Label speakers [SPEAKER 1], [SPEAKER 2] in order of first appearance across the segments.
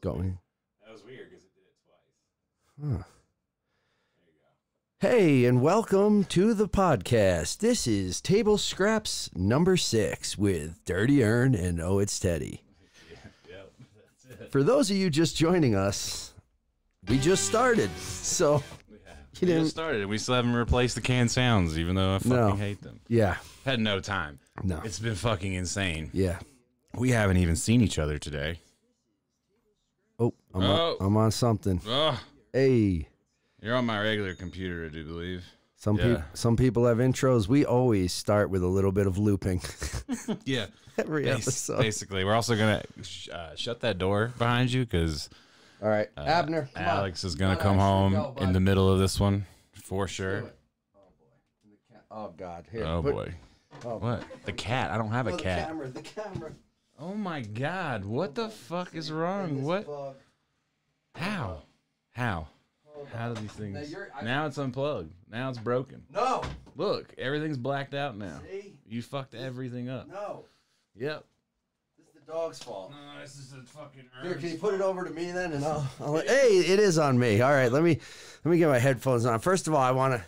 [SPEAKER 1] Got me.
[SPEAKER 2] That was weird because it did it twice.
[SPEAKER 1] Huh. Hey, and welcome to the podcast. This is Table Scraps number six with Dirty Earn and Oh It's Teddy.
[SPEAKER 2] Yep, that's it.
[SPEAKER 1] For those of you just joining us, we just started. So, you
[SPEAKER 2] We just
[SPEAKER 1] didn't.
[SPEAKER 2] started. and We still haven't replaced the canned sounds, even though I fucking
[SPEAKER 1] No.
[SPEAKER 2] hate them.
[SPEAKER 1] Yeah.
[SPEAKER 2] Had no time.
[SPEAKER 1] No.
[SPEAKER 2] It's been fucking insane.
[SPEAKER 1] Yeah.
[SPEAKER 2] We haven't even seen each other today.
[SPEAKER 1] Oh, I'm,
[SPEAKER 2] Oh.
[SPEAKER 1] On, I'm on something.
[SPEAKER 2] Oh,
[SPEAKER 1] Hey,
[SPEAKER 2] you're on my regular computer, I do believe.
[SPEAKER 1] some,
[SPEAKER 2] Yeah.
[SPEAKER 1] peop some people have intros. We always start with a little bit of looping
[SPEAKER 2] Yeah.
[SPEAKER 1] every
[SPEAKER 2] Bas-
[SPEAKER 1] episode.
[SPEAKER 2] Basically, we're also gonna sh- uh, shut that door behind you because
[SPEAKER 1] All right. Abner. come on.
[SPEAKER 2] Uh, Alex is gonna
[SPEAKER 1] on,
[SPEAKER 2] come home
[SPEAKER 1] Alex, go,
[SPEAKER 2] in
[SPEAKER 1] bud.
[SPEAKER 2] the middle of this one for sure.
[SPEAKER 1] Oh, God. Here.
[SPEAKER 2] Oh
[SPEAKER 1] put-
[SPEAKER 2] boy.
[SPEAKER 1] Oh.
[SPEAKER 2] What? The cat? I don't have a
[SPEAKER 1] Oh, the
[SPEAKER 2] cat.
[SPEAKER 1] camera. The camera.
[SPEAKER 2] Oh my god, what the fuck is wrong?
[SPEAKER 1] This
[SPEAKER 2] What?
[SPEAKER 1] bug.
[SPEAKER 2] How? How? How do these
[SPEAKER 1] Now
[SPEAKER 2] things?
[SPEAKER 1] you're- I-
[SPEAKER 2] Now it's unplugged. Now it's broken.
[SPEAKER 1] No.
[SPEAKER 2] Look, everything's blacked out now.
[SPEAKER 1] See?
[SPEAKER 2] You fucked everything up.
[SPEAKER 1] No.
[SPEAKER 2] Yep.
[SPEAKER 1] This is the dog's fault.
[SPEAKER 2] Uh, this is a fucking
[SPEAKER 1] Here, can you put it over to me then, and I'll. I'll hey, it is on me. All right, let me let me get my headphones on. First of all, I want to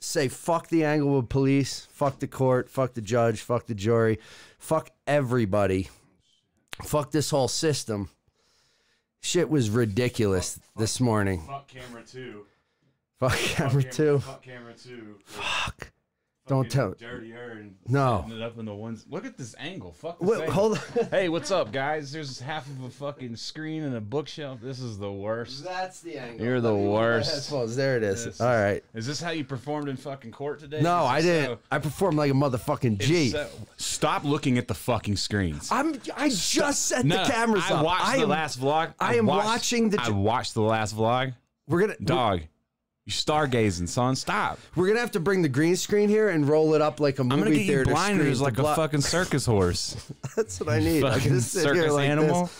[SPEAKER 1] say fuck the Englewood police, fuck the court, fuck the judge, fuck the jury, fuck everybody, fuck this whole system. Shit was ridiculous this morning.
[SPEAKER 2] Fuck camera two.
[SPEAKER 1] Fuck camera two.
[SPEAKER 2] Fuck camera two.
[SPEAKER 1] Fuck. Don't tell.
[SPEAKER 2] Dirty urn.
[SPEAKER 1] No.
[SPEAKER 2] Ended up in the ones. Look at this angle. Fuck. This
[SPEAKER 1] Wait,
[SPEAKER 2] angle.
[SPEAKER 1] hold on.
[SPEAKER 2] Hey, what's up, guys? There's half of a fucking screen and a bookshelf. This is the worst.
[SPEAKER 1] That's the angle.
[SPEAKER 2] You're the
[SPEAKER 1] Let me put my
[SPEAKER 2] worst.
[SPEAKER 1] Headphones. There it is.
[SPEAKER 2] This
[SPEAKER 1] All
[SPEAKER 2] is-
[SPEAKER 1] right.
[SPEAKER 2] Is this how you performed in fucking court today?
[SPEAKER 1] No, I
[SPEAKER 2] Is this
[SPEAKER 1] didn't. I performed like a motherfucking
[SPEAKER 2] how-
[SPEAKER 1] G.
[SPEAKER 2] so- stop looking at the fucking screens.
[SPEAKER 1] I'm. I just set the cameras
[SPEAKER 2] I
[SPEAKER 1] up.
[SPEAKER 2] watched
[SPEAKER 1] I
[SPEAKER 2] the
[SPEAKER 1] am-
[SPEAKER 2] last vlog.
[SPEAKER 1] I am
[SPEAKER 2] watched-
[SPEAKER 1] watching the-
[SPEAKER 2] I watched the last vlog.
[SPEAKER 1] We're gonna
[SPEAKER 2] Dog, you stargazing, son. Stop.
[SPEAKER 1] We're gonna have to bring the green screen here and roll it up like a
[SPEAKER 2] I'm
[SPEAKER 1] movie
[SPEAKER 2] gonna get you
[SPEAKER 1] theater screen
[SPEAKER 2] blinders
[SPEAKER 1] to
[SPEAKER 2] like a
[SPEAKER 1] block-
[SPEAKER 2] fucking circus horse.
[SPEAKER 1] That's what I need. I
[SPEAKER 2] fucking
[SPEAKER 1] can sit here
[SPEAKER 2] circus
[SPEAKER 1] like this.
[SPEAKER 2] animal.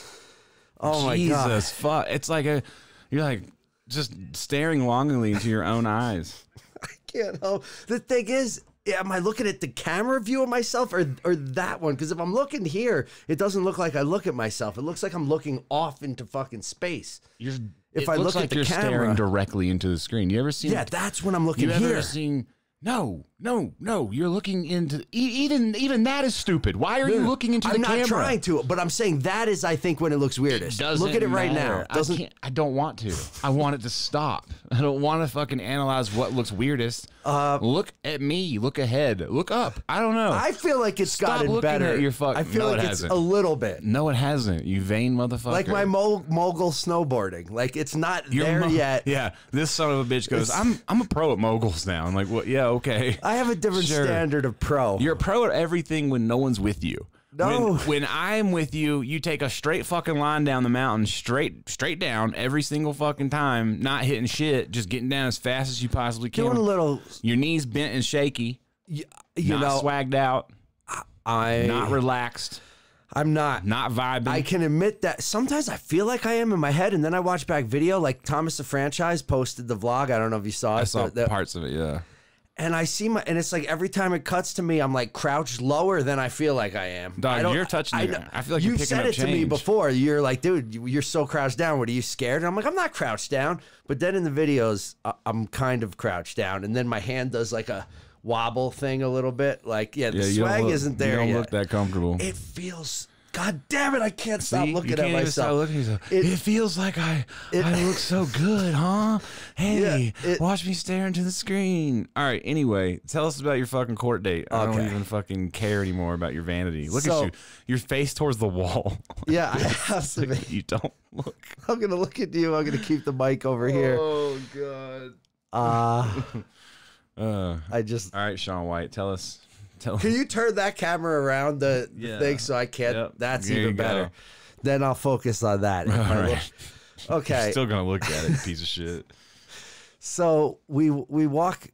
[SPEAKER 1] Oh my
[SPEAKER 2] Jesus,
[SPEAKER 1] god.
[SPEAKER 2] fuck. It's like a. You're like just staring longingly into your own eyes.
[SPEAKER 1] I can't help. The thing is, am I looking at the camera view of myself or or that one? Because if I'm looking here, it doesn't look like I look at myself. It looks like I'm looking off into fucking space.
[SPEAKER 2] You're,
[SPEAKER 1] If
[SPEAKER 2] it
[SPEAKER 1] I
[SPEAKER 2] looks
[SPEAKER 1] look at
[SPEAKER 2] like
[SPEAKER 1] the
[SPEAKER 2] you're
[SPEAKER 1] camera-
[SPEAKER 2] staring directly into the screen. You ever seen?
[SPEAKER 1] Yeah, that's when I'm looking
[SPEAKER 2] you ever
[SPEAKER 1] here.
[SPEAKER 2] seen? No, no, no. You're looking into e- even even that is stupid. Why are you looking into
[SPEAKER 1] I'm
[SPEAKER 2] the
[SPEAKER 1] not
[SPEAKER 2] camera?
[SPEAKER 1] trying to, but I'm saying that is, I think, when it looks weirdest.
[SPEAKER 2] Doesn't
[SPEAKER 1] Look at it right
[SPEAKER 2] matter.
[SPEAKER 1] now. Doesn't
[SPEAKER 2] I, can't, I don't want to. I want it to stop. I don't want to fucking analyze what looks weirdest. Uh, look at me. Look ahead. Look up. I don't know.
[SPEAKER 1] I feel like it's
[SPEAKER 2] Stop
[SPEAKER 1] gotten
[SPEAKER 2] looking
[SPEAKER 1] better.
[SPEAKER 2] at your fuck-
[SPEAKER 1] I feel
[SPEAKER 2] No,
[SPEAKER 1] like
[SPEAKER 2] it
[SPEAKER 1] it's
[SPEAKER 2] hasn't.
[SPEAKER 1] a little bit.
[SPEAKER 2] no, it hasn't. You vain motherfucker.
[SPEAKER 1] Like my mul- mogul snowboarding. Like it's not
[SPEAKER 2] Your
[SPEAKER 1] there
[SPEAKER 2] mo-
[SPEAKER 1] yet.
[SPEAKER 2] Yeah, this son of a bitch goes. I'm I'm a pro at moguls now. I'm like, what? yeah, okay.
[SPEAKER 1] I have a different
[SPEAKER 2] Sure.
[SPEAKER 1] standard of pro.
[SPEAKER 2] You're a pro at everything when no one's with you.
[SPEAKER 1] No.
[SPEAKER 2] When, when I'm with you, you take a straight fucking line down the mountain, straight straight down every single fucking time, not hitting shit, just getting down as fast as you possibly can.
[SPEAKER 1] doing a little,
[SPEAKER 2] Your knees bent and shaky,
[SPEAKER 1] you, you
[SPEAKER 2] not
[SPEAKER 1] know,
[SPEAKER 2] swagged out,
[SPEAKER 1] I,
[SPEAKER 2] not relaxed,
[SPEAKER 1] I'm not.
[SPEAKER 2] not vibing.
[SPEAKER 1] I can admit that sometimes I feel like I am in my head, and then I watch back video. Like Thomas the Franchise posted the vlog. I don't know if you saw it.
[SPEAKER 2] I saw
[SPEAKER 1] but the-
[SPEAKER 2] parts of it. Yeah,
[SPEAKER 1] and I see my, and it's like every time it cuts to me, I'm like crouched lower than I feel like I am.
[SPEAKER 2] Dog,
[SPEAKER 1] I don't-
[SPEAKER 2] you're touching the ground. I feel like
[SPEAKER 1] you
[SPEAKER 2] you're picking
[SPEAKER 1] said
[SPEAKER 2] up
[SPEAKER 1] it to me
[SPEAKER 2] change.
[SPEAKER 1] before. You're like, dude, you- you're so crouched down. What are you scared? And I'm like, I'm not crouched down. But then in the videos, I- I'm kind of crouched down, and then my hand does like a wobble thing a little bit. Like, yeah, the swag isn't there yet.
[SPEAKER 2] that comfortable.
[SPEAKER 1] it feels. God damn it! I can't stop
[SPEAKER 2] See,
[SPEAKER 1] looking
[SPEAKER 2] you can't
[SPEAKER 1] at
[SPEAKER 2] even stop
[SPEAKER 1] myself.
[SPEAKER 2] looking at yourself.
[SPEAKER 1] It-
[SPEAKER 2] It, feels like I I look so good, huh? Hey,
[SPEAKER 1] Yeah, it-
[SPEAKER 2] watch me stare into the screen. All right. Anyway, tell us about your fucking court date. I don't
[SPEAKER 1] Okay.
[SPEAKER 2] even fucking care anymore about your vanity. Look
[SPEAKER 1] So-
[SPEAKER 2] at you. Your face towards the wall.
[SPEAKER 1] Yeah, I have to. Be.
[SPEAKER 2] you don't look.
[SPEAKER 1] I'm gonna look at you. I'm gonna keep the mic over here.
[SPEAKER 2] Oh God.
[SPEAKER 1] Uh,
[SPEAKER 2] Uh,
[SPEAKER 1] I just
[SPEAKER 2] all right, Sean White. Tell us. Tell us.
[SPEAKER 1] Can you turn that camera around the, the
[SPEAKER 2] Yeah.
[SPEAKER 1] thing so I can't?
[SPEAKER 2] Yep.
[SPEAKER 1] That's
[SPEAKER 2] There
[SPEAKER 1] even
[SPEAKER 2] you go.
[SPEAKER 1] better. Then I'll focus on that. If I look-
[SPEAKER 2] right.
[SPEAKER 1] Okay.
[SPEAKER 2] Still gonna look at it, piece of shit.
[SPEAKER 1] so we we walk,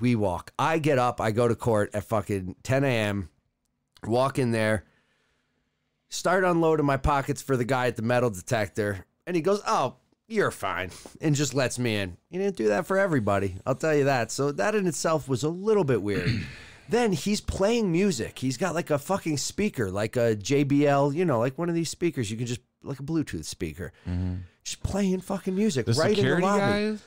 [SPEAKER 1] we walk. I get up. I go to court at fucking 10 a.m. Walk in there. Start unloading my pockets for the guy at the metal detector, and he goes, "Oh." You're fine, and just lets me in. He didn't do that for everybody, I'll tell you that. So that in itself was a little bit weird. then he's playing music. He's got like a fucking speaker, like a JBL, you know, like one of these speakers you can just like a Bluetooth speaker, just playing fucking music right in the
[SPEAKER 2] security
[SPEAKER 1] lobby.
[SPEAKER 2] guys.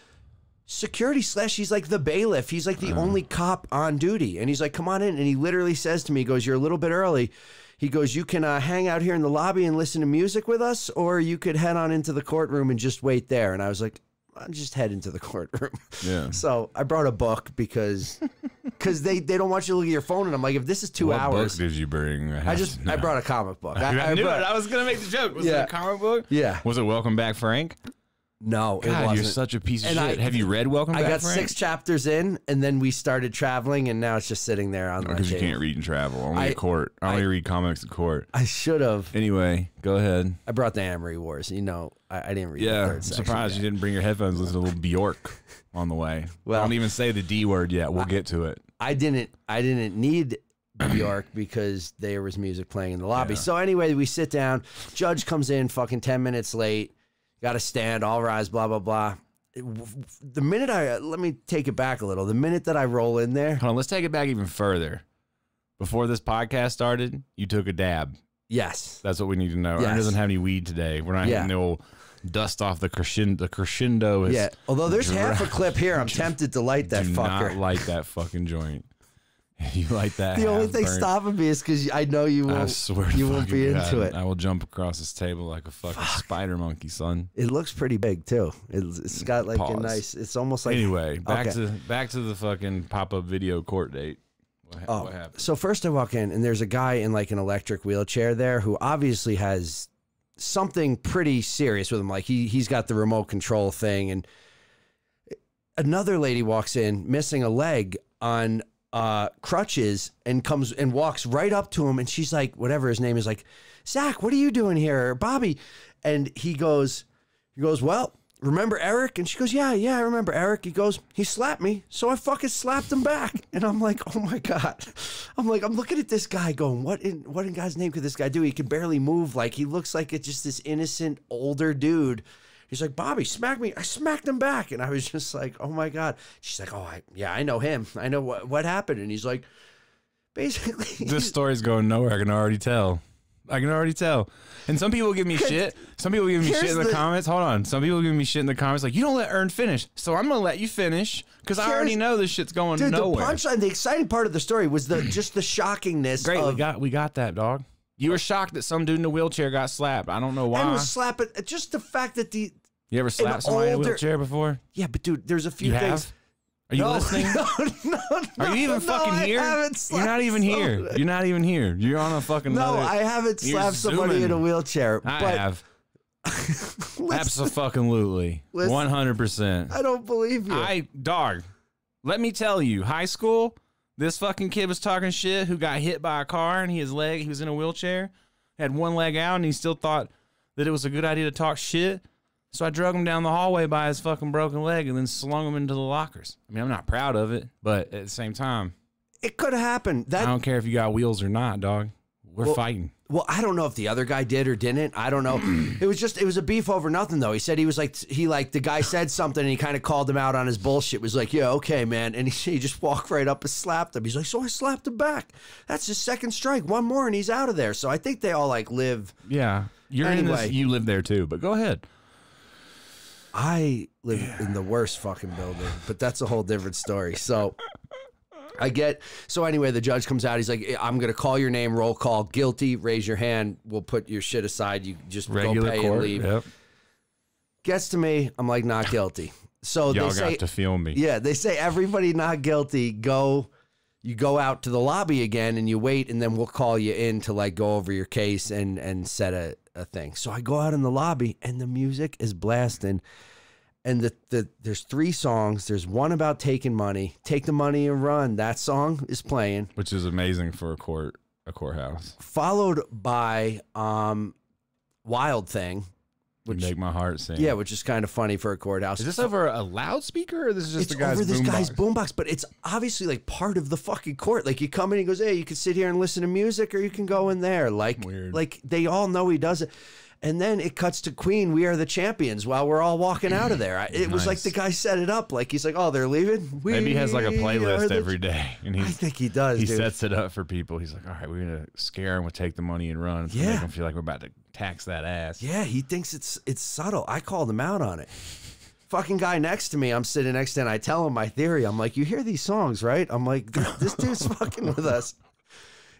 [SPEAKER 1] Security slash, he's like the bailiff. He's like the
[SPEAKER 2] Uh-huh.
[SPEAKER 1] only cop on duty, and he's like, "Come on in." And he literally says to me, he "Goes, you're a little bit early." He goes, "You can uh, hang out here in the lobby and listen to music with us, or you could head on into the courtroom and just wait there." And I was like, "I'll just head into the courtroom."
[SPEAKER 2] Yeah.
[SPEAKER 1] So I brought a book because because they they don't want you to look at your phone, and I'm like, if this is two
[SPEAKER 2] What
[SPEAKER 1] hours,
[SPEAKER 2] book did you bring?
[SPEAKER 1] I just I brought a comic book.
[SPEAKER 2] I, knew
[SPEAKER 1] brought-
[SPEAKER 2] it. I was gonna make the joke. Was
[SPEAKER 1] Yeah.
[SPEAKER 2] it a comic book?
[SPEAKER 1] Yeah.
[SPEAKER 2] Was it Welcome Back, Frank?
[SPEAKER 1] No, it
[SPEAKER 2] God,
[SPEAKER 1] wasn't.
[SPEAKER 2] you're such a piece of
[SPEAKER 1] And
[SPEAKER 2] shit.
[SPEAKER 1] I-
[SPEAKER 2] Have you read Welcome
[SPEAKER 1] I
[SPEAKER 2] Back,
[SPEAKER 1] got
[SPEAKER 2] Frank?
[SPEAKER 1] six chapters in, and then we started traveling, and now it's just sitting there on my
[SPEAKER 2] Because you
[SPEAKER 1] table.
[SPEAKER 2] can't read and travel. Only
[SPEAKER 1] I-
[SPEAKER 2] at court. I only read comics at court.
[SPEAKER 1] I should have.
[SPEAKER 2] Anyway, go ahead.
[SPEAKER 1] I brought the Amory Wars. You know, I, I didn't read the
[SPEAKER 2] Yeah, I'm
[SPEAKER 1] third section.
[SPEAKER 2] surprised you didn't bring your headphones. Listen to a little Bjork on the way.
[SPEAKER 1] Well-
[SPEAKER 2] I don't even say the D word yet. We'll get to it.
[SPEAKER 1] I didn't. I didn't need Bjork because there was music playing in the lobby. So anyway, we sit down. Judge comes in, fucking ten minutes late. Got to stand. All rise. Blah blah blah. It- w- w- The minute I let me take it back a little. The minute that I roll in there,
[SPEAKER 2] Hold on, let's take it back even further. Before this podcast started, you took a dab.
[SPEAKER 1] yes,
[SPEAKER 2] That's what we need to know. Aaron
[SPEAKER 1] Yes.
[SPEAKER 2] doesn't have any weed today. We're not
[SPEAKER 1] Yeah.
[SPEAKER 2] hitting the old dust off the crescendo. The crescendo is
[SPEAKER 1] yeah. Although there's
[SPEAKER 2] dra-
[SPEAKER 1] half a clip here, I'm tempted to light that
[SPEAKER 2] do
[SPEAKER 1] fucker.
[SPEAKER 2] not light that fucking joint. If you light that,
[SPEAKER 1] the only
[SPEAKER 2] half
[SPEAKER 1] thing
[SPEAKER 2] burnt,
[SPEAKER 1] stopping me is because I know you
[SPEAKER 2] I
[SPEAKER 1] won't.
[SPEAKER 2] swear to
[SPEAKER 1] you won't
[SPEAKER 2] fucking
[SPEAKER 1] be
[SPEAKER 2] God,
[SPEAKER 1] into it.
[SPEAKER 2] I will jump across this table like a fucking spider monkey, son.
[SPEAKER 1] It looks pretty big too. It's, it's got like a
[SPEAKER 2] Pause.
[SPEAKER 1] nice. It's almost like
[SPEAKER 2] anyway, back
[SPEAKER 1] okay.
[SPEAKER 2] to back to the fucking pop up video court date. What, ha-
[SPEAKER 1] Oh,
[SPEAKER 2] what happened?
[SPEAKER 1] so first I walk in and there's a guy in like an electric wheelchair there who obviously has something pretty serious with him. Like he he's got the remote control thing, and another lady walks in missing a leg on uh, crutches and comes and walks right up to him, and she's like, whatever his name is, like Zach, what are you doing here, or Bobby? And he goes, he goes, well. Remember Eric? And she goes, Yeah, yeah, I remember Eric. He goes, He slapped me, so I fucking slapped him back. And I'm like, Oh my God. I'm like, I'm looking at this guy going, What in what in God's name could this guy do? He can barely move. Like he looks like it's just this innocent older dude. He's like, Bobby, smack me. I smacked him back. And I was just like, Oh my God. She's like, Oh, I, yeah, I know him. I know what, what happened. And he's like, Basically,
[SPEAKER 2] this story's going nowhere. I can already tell. I can already tell. And some people give me shit. Some people give me shit
[SPEAKER 1] here's
[SPEAKER 2] in the,
[SPEAKER 1] the-
[SPEAKER 2] comments. Hold on. Some people give me shit in the comments like, you don't let Ern finish. So I'm going to let you finish because I
[SPEAKER 1] Here's-
[SPEAKER 2] already know this shit's going
[SPEAKER 1] dude,
[SPEAKER 2] nowhere.
[SPEAKER 1] the punchline, the exciting part of the story was the just the shockingness
[SPEAKER 2] Great.
[SPEAKER 1] of
[SPEAKER 2] we got we got that, dog. You were shocked that some dude in a wheelchair got slapped. I don't know why.
[SPEAKER 1] and was slapping just the fact that the
[SPEAKER 2] you ever slapped somebody in a
[SPEAKER 1] older-
[SPEAKER 2] wheelchair before?
[SPEAKER 1] Yeah, but dude, there's a few
[SPEAKER 2] You
[SPEAKER 1] things.
[SPEAKER 2] have? Are you
[SPEAKER 1] No,
[SPEAKER 2] listening?
[SPEAKER 1] no, no,
[SPEAKER 2] Are you
[SPEAKER 1] no,
[SPEAKER 2] even
[SPEAKER 1] no,
[SPEAKER 2] fucking
[SPEAKER 1] I
[SPEAKER 2] here?
[SPEAKER 1] haven't
[SPEAKER 2] You're not
[SPEAKER 1] slapped
[SPEAKER 2] even here.
[SPEAKER 1] someone.
[SPEAKER 2] You're not even here. You're on a fucking.
[SPEAKER 1] No,
[SPEAKER 2] other-
[SPEAKER 1] I haven't
[SPEAKER 2] You're
[SPEAKER 1] slapped somebody in a
[SPEAKER 2] zooming.
[SPEAKER 1] wheelchair.
[SPEAKER 2] I
[SPEAKER 1] but
[SPEAKER 2] have.
[SPEAKER 1] let's-
[SPEAKER 2] Absolutely.
[SPEAKER 1] Listen.
[SPEAKER 2] One hundred percent.
[SPEAKER 1] I don't believe you.
[SPEAKER 2] I dog. Let me tell you, high school. This fucking kid was talking shit. Who got hit by a car and he his leg. He was in a wheelchair, had one leg out, and he still thought that it was a good idea to talk shit. So I drug him down the hallway by his fucking broken leg and then slung him into the lockers. I mean, I'm not proud of it, but at the same time,
[SPEAKER 1] it could have happened.
[SPEAKER 2] I
[SPEAKER 1] That
[SPEAKER 2] don't care if you got wheels or not, dog. We're fighting.
[SPEAKER 1] well, I don't know if the other guy did or didn't. I don't know. it was just it was a beef over nothing though. He said he was like he like the guy said something and he kind of called him out on his bullshit. Was like, yeah, okay, man. And he, he just walked right up and slapped him. He's like, so I slapped him back. That's his second strike. One more and he's out of there. So I think they all like live.
[SPEAKER 2] Yeah, you're in
[SPEAKER 1] Anyway.
[SPEAKER 2] this. You live there too, but go ahead.
[SPEAKER 1] I live in the worst fucking building, but that's a whole different story. So I get so anyway, the judge comes out, he's like, I'm gonna call your name, roll call, guilty, raise your hand, we'll put your shit aside, you just
[SPEAKER 2] Regular
[SPEAKER 1] go pay and
[SPEAKER 2] court.
[SPEAKER 1] leave.
[SPEAKER 2] Yep.
[SPEAKER 1] Gets to me, I'm like, not guilty. So
[SPEAKER 2] Y'all
[SPEAKER 1] they
[SPEAKER 2] got
[SPEAKER 1] say
[SPEAKER 2] to feel me.
[SPEAKER 1] Yeah, they say everybody not guilty, go you go out to the lobby again and you wait and then we'll call you in to like go over your case and and set a, a thing. So I go out in the lobby and the music is blasting and the, the there's three songs. There's one about taking money, take the money and run. That song is playing,
[SPEAKER 2] which is amazing for a court a courthouse.
[SPEAKER 1] followed by um Wild Thing.
[SPEAKER 2] You
[SPEAKER 1] Which-
[SPEAKER 2] make my heart sing.
[SPEAKER 1] Yeah, which is kind of funny for a courthouse.
[SPEAKER 2] Is this over a loudspeaker or this is just
[SPEAKER 1] it's
[SPEAKER 2] the guy's
[SPEAKER 1] over this
[SPEAKER 2] boombox?
[SPEAKER 1] guy's boombox, but it's obviously like part of the fucking court. Like you come in, he goes, "Hey, you can sit here and listen to music, or you can go in there." Like,
[SPEAKER 2] Weird.
[SPEAKER 1] like they all know he does it. And then it cuts to Queen, "We Are the Champions." While we're all walking out of there, I- it was like
[SPEAKER 2] Nice.
[SPEAKER 1] the guy set it up. Like he's like, "Oh, they're leaving." We
[SPEAKER 2] Maybe he has like a
[SPEAKER 1] are
[SPEAKER 2] playlist
[SPEAKER 1] the
[SPEAKER 2] every day, and
[SPEAKER 1] I
[SPEAKER 2] he's,
[SPEAKER 1] think he does.
[SPEAKER 2] he
[SPEAKER 1] dude.
[SPEAKER 2] sets it up for people. He's like, "All right, we're gonna scare him. We'll take the money and run. It's gonna
[SPEAKER 1] Yeah.
[SPEAKER 2] make him feel like we're about to Tax that ass.
[SPEAKER 1] Yeah, he thinks it's it's subtle. I called him out on it. Fucking guy next to me, I'm sitting next to, him, and I tell him my theory. I'm like, you hear these songs, right? I'm like, this, this dude's fucking with us.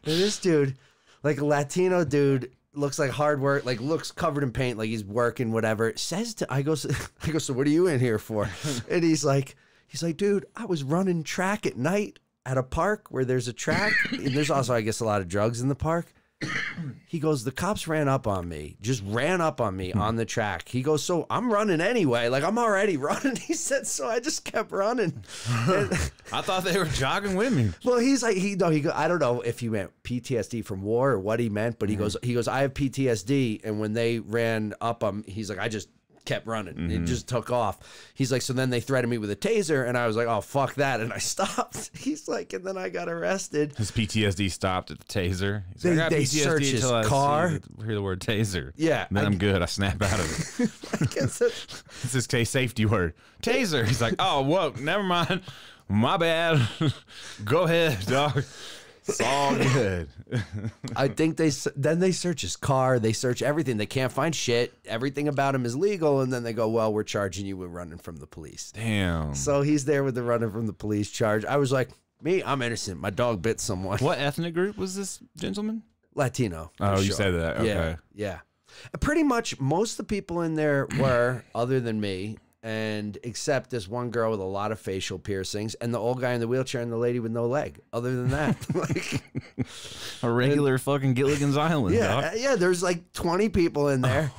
[SPEAKER 1] And this dude, like a Latino dude, looks like hard work, like looks covered in paint, like he's working, whatever. Says to, I go, "So- I go, so what are you in here for? And he's like, he's like, dude, I was running track at night at a park where there's a track, and there's also, I guess, a lot of drugs in the park. He goes, the cops ran up on me, just ran up on me on the track. He goes, so I'm running anyway, like I'm already running. He said, so I just kept running. And-
[SPEAKER 2] I thought they were jogging with me.
[SPEAKER 1] well, he's like he no he go, I don't know if he meant PTSD from war or what he meant, but he goes he goes I have PTSD, and when they ran up him, he's like I just kept running, it just took off. He's like so then they threatened me with a taser, and I was like oh fuck that, and I stopped. He's like and then I got arrested.
[SPEAKER 2] His PTSD stopped at the taser. He's
[SPEAKER 1] They-
[SPEAKER 2] I got
[SPEAKER 1] they
[SPEAKER 2] PTSD
[SPEAKER 1] search his
[SPEAKER 2] till I see-
[SPEAKER 1] car.
[SPEAKER 2] hear the word taser.
[SPEAKER 1] Yeah, I-
[SPEAKER 2] Then I, am good. I snap out of it.
[SPEAKER 1] I guess that-
[SPEAKER 2] it's his case safety word. Taser. He's like, oh, whoa, never mind. My bad. Go ahead, dog. It's all good.
[SPEAKER 1] I think they s- then they search his car, they search everything, they can't find shit. Everything about him is legal, and then they go well we're charging you with running from the police.
[SPEAKER 2] Damn.
[SPEAKER 1] So he's there with the running from the police charge. I was like. Me, I'm innocent. My dog bit someone.
[SPEAKER 2] What ethnic group was this gentleman?
[SPEAKER 1] Latino. for
[SPEAKER 2] Oh, you
[SPEAKER 1] sure.
[SPEAKER 2] said that. Okay.
[SPEAKER 1] Yeah, yeah. Pretty much most of the people in there were other than me, and except this one girl with a lot of facial piercings, and the old guy in the wheelchair, and the lady with no leg. Other than that, like,
[SPEAKER 2] A regular fucking Gilligan's Island,
[SPEAKER 1] yeah, uh,
[SPEAKER 2] dog.
[SPEAKER 1] yeah. There's like 20 people in there.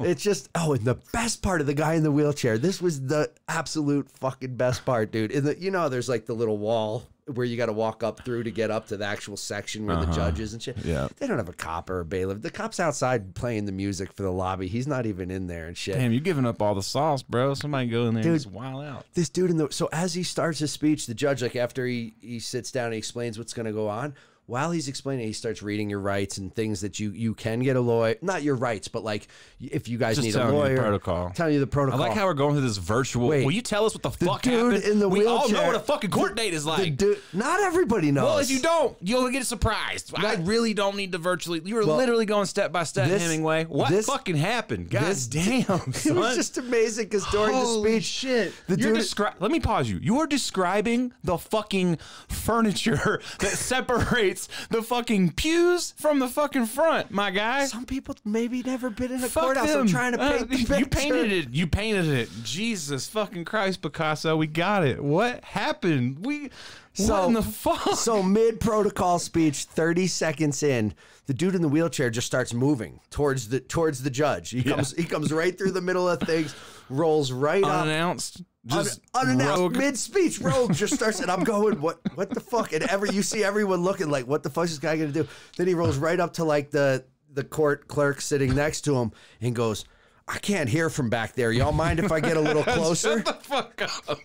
[SPEAKER 1] it's just oh, and the best part of the guy in the wheelchair. This was the absolute fucking best part, dude. In the you know, there's like the little wall. Where you got to walk up through to get up to the actual section where the judges and shit.
[SPEAKER 2] Yeah.
[SPEAKER 1] They don't have a cop or a bailiff. The cop's outside playing the music for the lobby. He's not even in there and shit.
[SPEAKER 2] Damn, you're giving up all the sauce, bro. Somebody go in there
[SPEAKER 1] Dude.
[SPEAKER 2] and just wild out.
[SPEAKER 1] This dude in the so as he starts his speech, the judge like after he he sits down and explains what's going to go on. While he's explaining, he starts reading your rights and things that you you can get a lawyer. Not your rights, but like if you guys
[SPEAKER 2] Just
[SPEAKER 1] need a
[SPEAKER 2] telling you the
[SPEAKER 1] lawyer,
[SPEAKER 2] protocol.
[SPEAKER 1] Telling you the
[SPEAKER 2] I
[SPEAKER 1] protocol.
[SPEAKER 2] like how we're going through this virtual.
[SPEAKER 1] Wait.
[SPEAKER 2] Will you tell us what the, fuck
[SPEAKER 1] dude
[SPEAKER 2] happened?
[SPEAKER 1] in the
[SPEAKER 2] we all know
[SPEAKER 1] wheelchair-
[SPEAKER 2] what a fucking court date is
[SPEAKER 1] the
[SPEAKER 2] like.
[SPEAKER 1] dude. Not everybody knows.
[SPEAKER 2] well, if you don't, you'll get surprised. I really don't need to virtually. You were literally going step by step,
[SPEAKER 1] this-
[SPEAKER 2] Hemingway. What
[SPEAKER 1] this-
[SPEAKER 2] fucking happened? God
[SPEAKER 1] this-
[SPEAKER 2] damn,
[SPEAKER 1] it
[SPEAKER 2] son.
[SPEAKER 1] was just amazing because during
[SPEAKER 2] Holy
[SPEAKER 1] the speech,
[SPEAKER 2] shit.
[SPEAKER 1] the
[SPEAKER 2] You're
[SPEAKER 1] dude-
[SPEAKER 2] descri- Let me pause you. You are describing the fucking furniture that separates the fucking pews from the fucking front, my guy.
[SPEAKER 1] some people maybe never been in a
[SPEAKER 2] Fuck
[SPEAKER 1] courthouse.
[SPEAKER 2] them.
[SPEAKER 1] I'm trying to
[SPEAKER 2] Uh,
[SPEAKER 1] paint the
[SPEAKER 2] you-
[SPEAKER 1] picture.
[SPEAKER 2] You painted it. You painted it. Jesus fucking Christ, Picasso. We got it. What happened? We. what
[SPEAKER 1] So-
[SPEAKER 2] in the fuck?
[SPEAKER 1] So mid protocol speech, thirty seconds in, the dude in the wheelchair just starts moving towards the towards the judge. He comes he comes right through the middle of things, rolls right up.
[SPEAKER 2] unannounced. Just
[SPEAKER 1] uh, Un- unannounced
[SPEAKER 2] rogue.
[SPEAKER 1] mid speech, rogue just starts, and I'm going, what, what the fuck? And every you see everyone looking like, what the fuck is this guy gonna do? Then he rolls right up to like the the court clerk sitting next to him and goes, I can't hear from back there. Y'all mind if I get a little closer?
[SPEAKER 2] Shut the fuck up.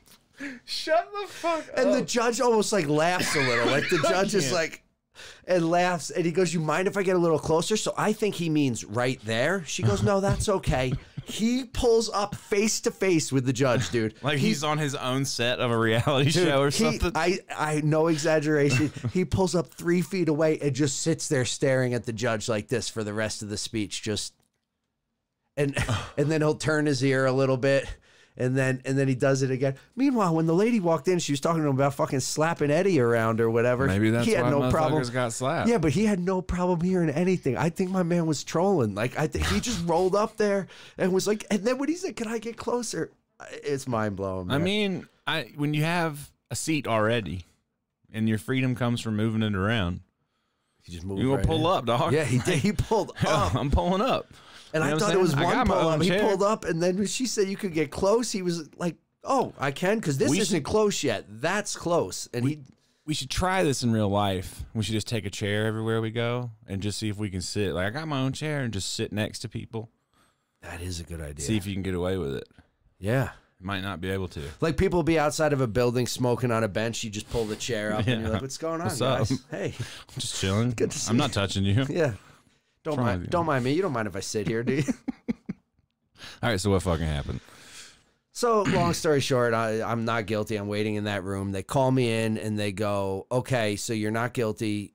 [SPEAKER 2] Shut the fuck up.
[SPEAKER 1] And the judge almost like laughs a little. Like the judge is like and laughs and he goes, You mind if I get a little closer? So I think he means right there. She goes, No, that's okay. He pulls up face to face with the judge, dude.
[SPEAKER 2] like he's on his own set of a reality
[SPEAKER 1] Dude,
[SPEAKER 2] show or
[SPEAKER 1] he-
[SPEAKER 2] something.
[SPEAKER 1] I, I no exaggeration. he pulls up three feet away and just sits there staring at the judge like this for the rest of the speech, just and and then he'll turn his ear a little bit. And then and then he does it again. Meanwhile, when the lady walked in, she was talking to him about fucking slapping Eddie around or whatever.
[SPEAKER 2] Maybe that's
[SPEAKER 1] he had
[SPEAKER 2] why
[SPEAKER 1] no
[SPEAKER 2] motherfuckers
[SPEAKER 1] problem.
[SPEAKER 2] got slapped.
[SPEAKER 1] Yeah, but he had no problem hearing anything. I think my man was trolling. Like I think he just rolled up there and was like. And then when he said, "Can I get closer?" It's mind blowing.
[SPEAKER 2] I mean, I when you have a seat already, and your freedom comes from moving it around,
[SPEAKER 1] he just moved.
[SPEAKER 2] you gonna
[SPEAKER 1] right in.
[SPEAKER 2] pull up, dog.
[SPEAKER 1] Yeah, he did. He pulled up.
[SPEAKER 2] I'm pulling up.
[SPEAKER 1] And
[SPEAKER 2] You know
[SPEAKER 1] I
[SPEAKER 2] what I'm
[SPEAKER 1] thought it
[SPEAKER 2] saying?
[SPEAKER 1] was
[SPEAKER 2] I
[SPEAKER 1] one
[SPEAKER 2] got my
[SPEAKER 1] pull
[SPEAKER 2] own
[SPEAKER 1] up. He
[SPEAKER 2] chair.
[SPEAKER 1] pulled up, and then when she said you could get close, he was like, "Oh, I can," because this
[SPEAKER 2] We
[SPEAKER 1] isn't close yet. That's close, and he.
[SPEAKER 2] we should try this in real life. We should just take a chair everywhere we go and just see if we can sit. Like I got my own chair and just sit next to people.
[SPEAKER 1] That is a good idea.
[SPEAKER 2] See if you can get away with it.
[SPEAKER 1] yeah,
[SPEAKER 2] Might not be able to.
[SPEAKER 1] like people be outside of a building smoking on a bench. You just pull the chair up, and you're
[SPEAKER 2] Yeah.
[SPEAKER 1] like, "What's going on,
[SPEAKER 2] What's up?
[SPEAKER 1] guys? Hey,
[SPEAKER 2] Just chilling.
[SPEAKER 1] Good to see
[SPEAKER 2] I'm not touching you.
[SPEAKER 1] yeah." Don't
[SPEAKER 2] wrong
[SPEAKER 1] mind,
[SPEAKER 2] with you?
[SPEAKER 1] don't mind me. You don't mind if I sit here, do you?
[SPEAKER 2] All right. So what fucking happened?
[SPEAKER 1] So, long story short, I, I'm not guilty. I'm waiting in that room. They call me in and they go, okay, so you're not guilty.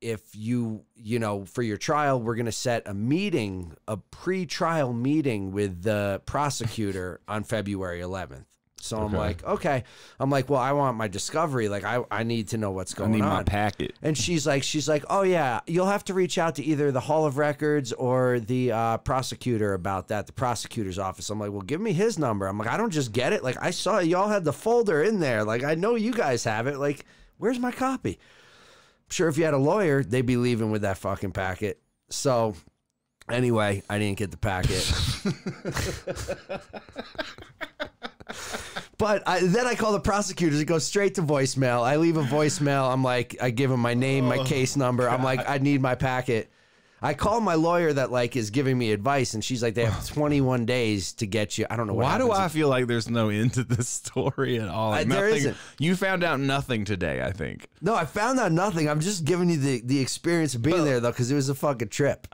[SPEAKER 1] if you you know for your trial we're going to set a meeting a pre-trial meeting with the prosecutor on february 11th so i'm
[SPEAKER 2] Okay.
[SPEAKER 1] like okay i'm like well i want my discovery like i, I need to know what's
[SPEAKER 2] I
[SPEAKER 1] going
[SPEAKER 2] need
[SPEAKER 1] on
[SPEAKER 2] my packet.
[SPEAKER 1] and she's like, she's like, oh yeah, you'll have to reach out to either the Hall of Records or the uh, prosecutor about that, the prosecutor's office. I'm like, well, give me his number. I'm like, I don't just get it. Like, I saw y'all had the folder in there. Like, I know you guys have it. Like, where's my copy? I'm sure if you had a lawyer, they'd be leaving with that fucking packet. So, anyway, I didn't get the packet. But I, then I call the prosecutors. It goes straight to voicemail. I leave a voicemail. I'm like, I give him my name, my case number. I'm like, I need my packet. I call my lawyer that like is giving me advice, and she's like, they have 21 days to get you. I don't know what
[SPEAKER 2] Why do
[SPEAKER 1] happens.
[SPEAKER 2] I feel like there's no end to this story at all? Like
[SPEAKER 1] Uh, there
[SPEAKER 2] nothing-
[SPEAKER 1] isn't.
[SPEAKER 2] You found out nothing today, I think.
[SPEAKER 1] No, I found out nothing. I'm just giving you the the experience of being there though, because it was a fucking trip.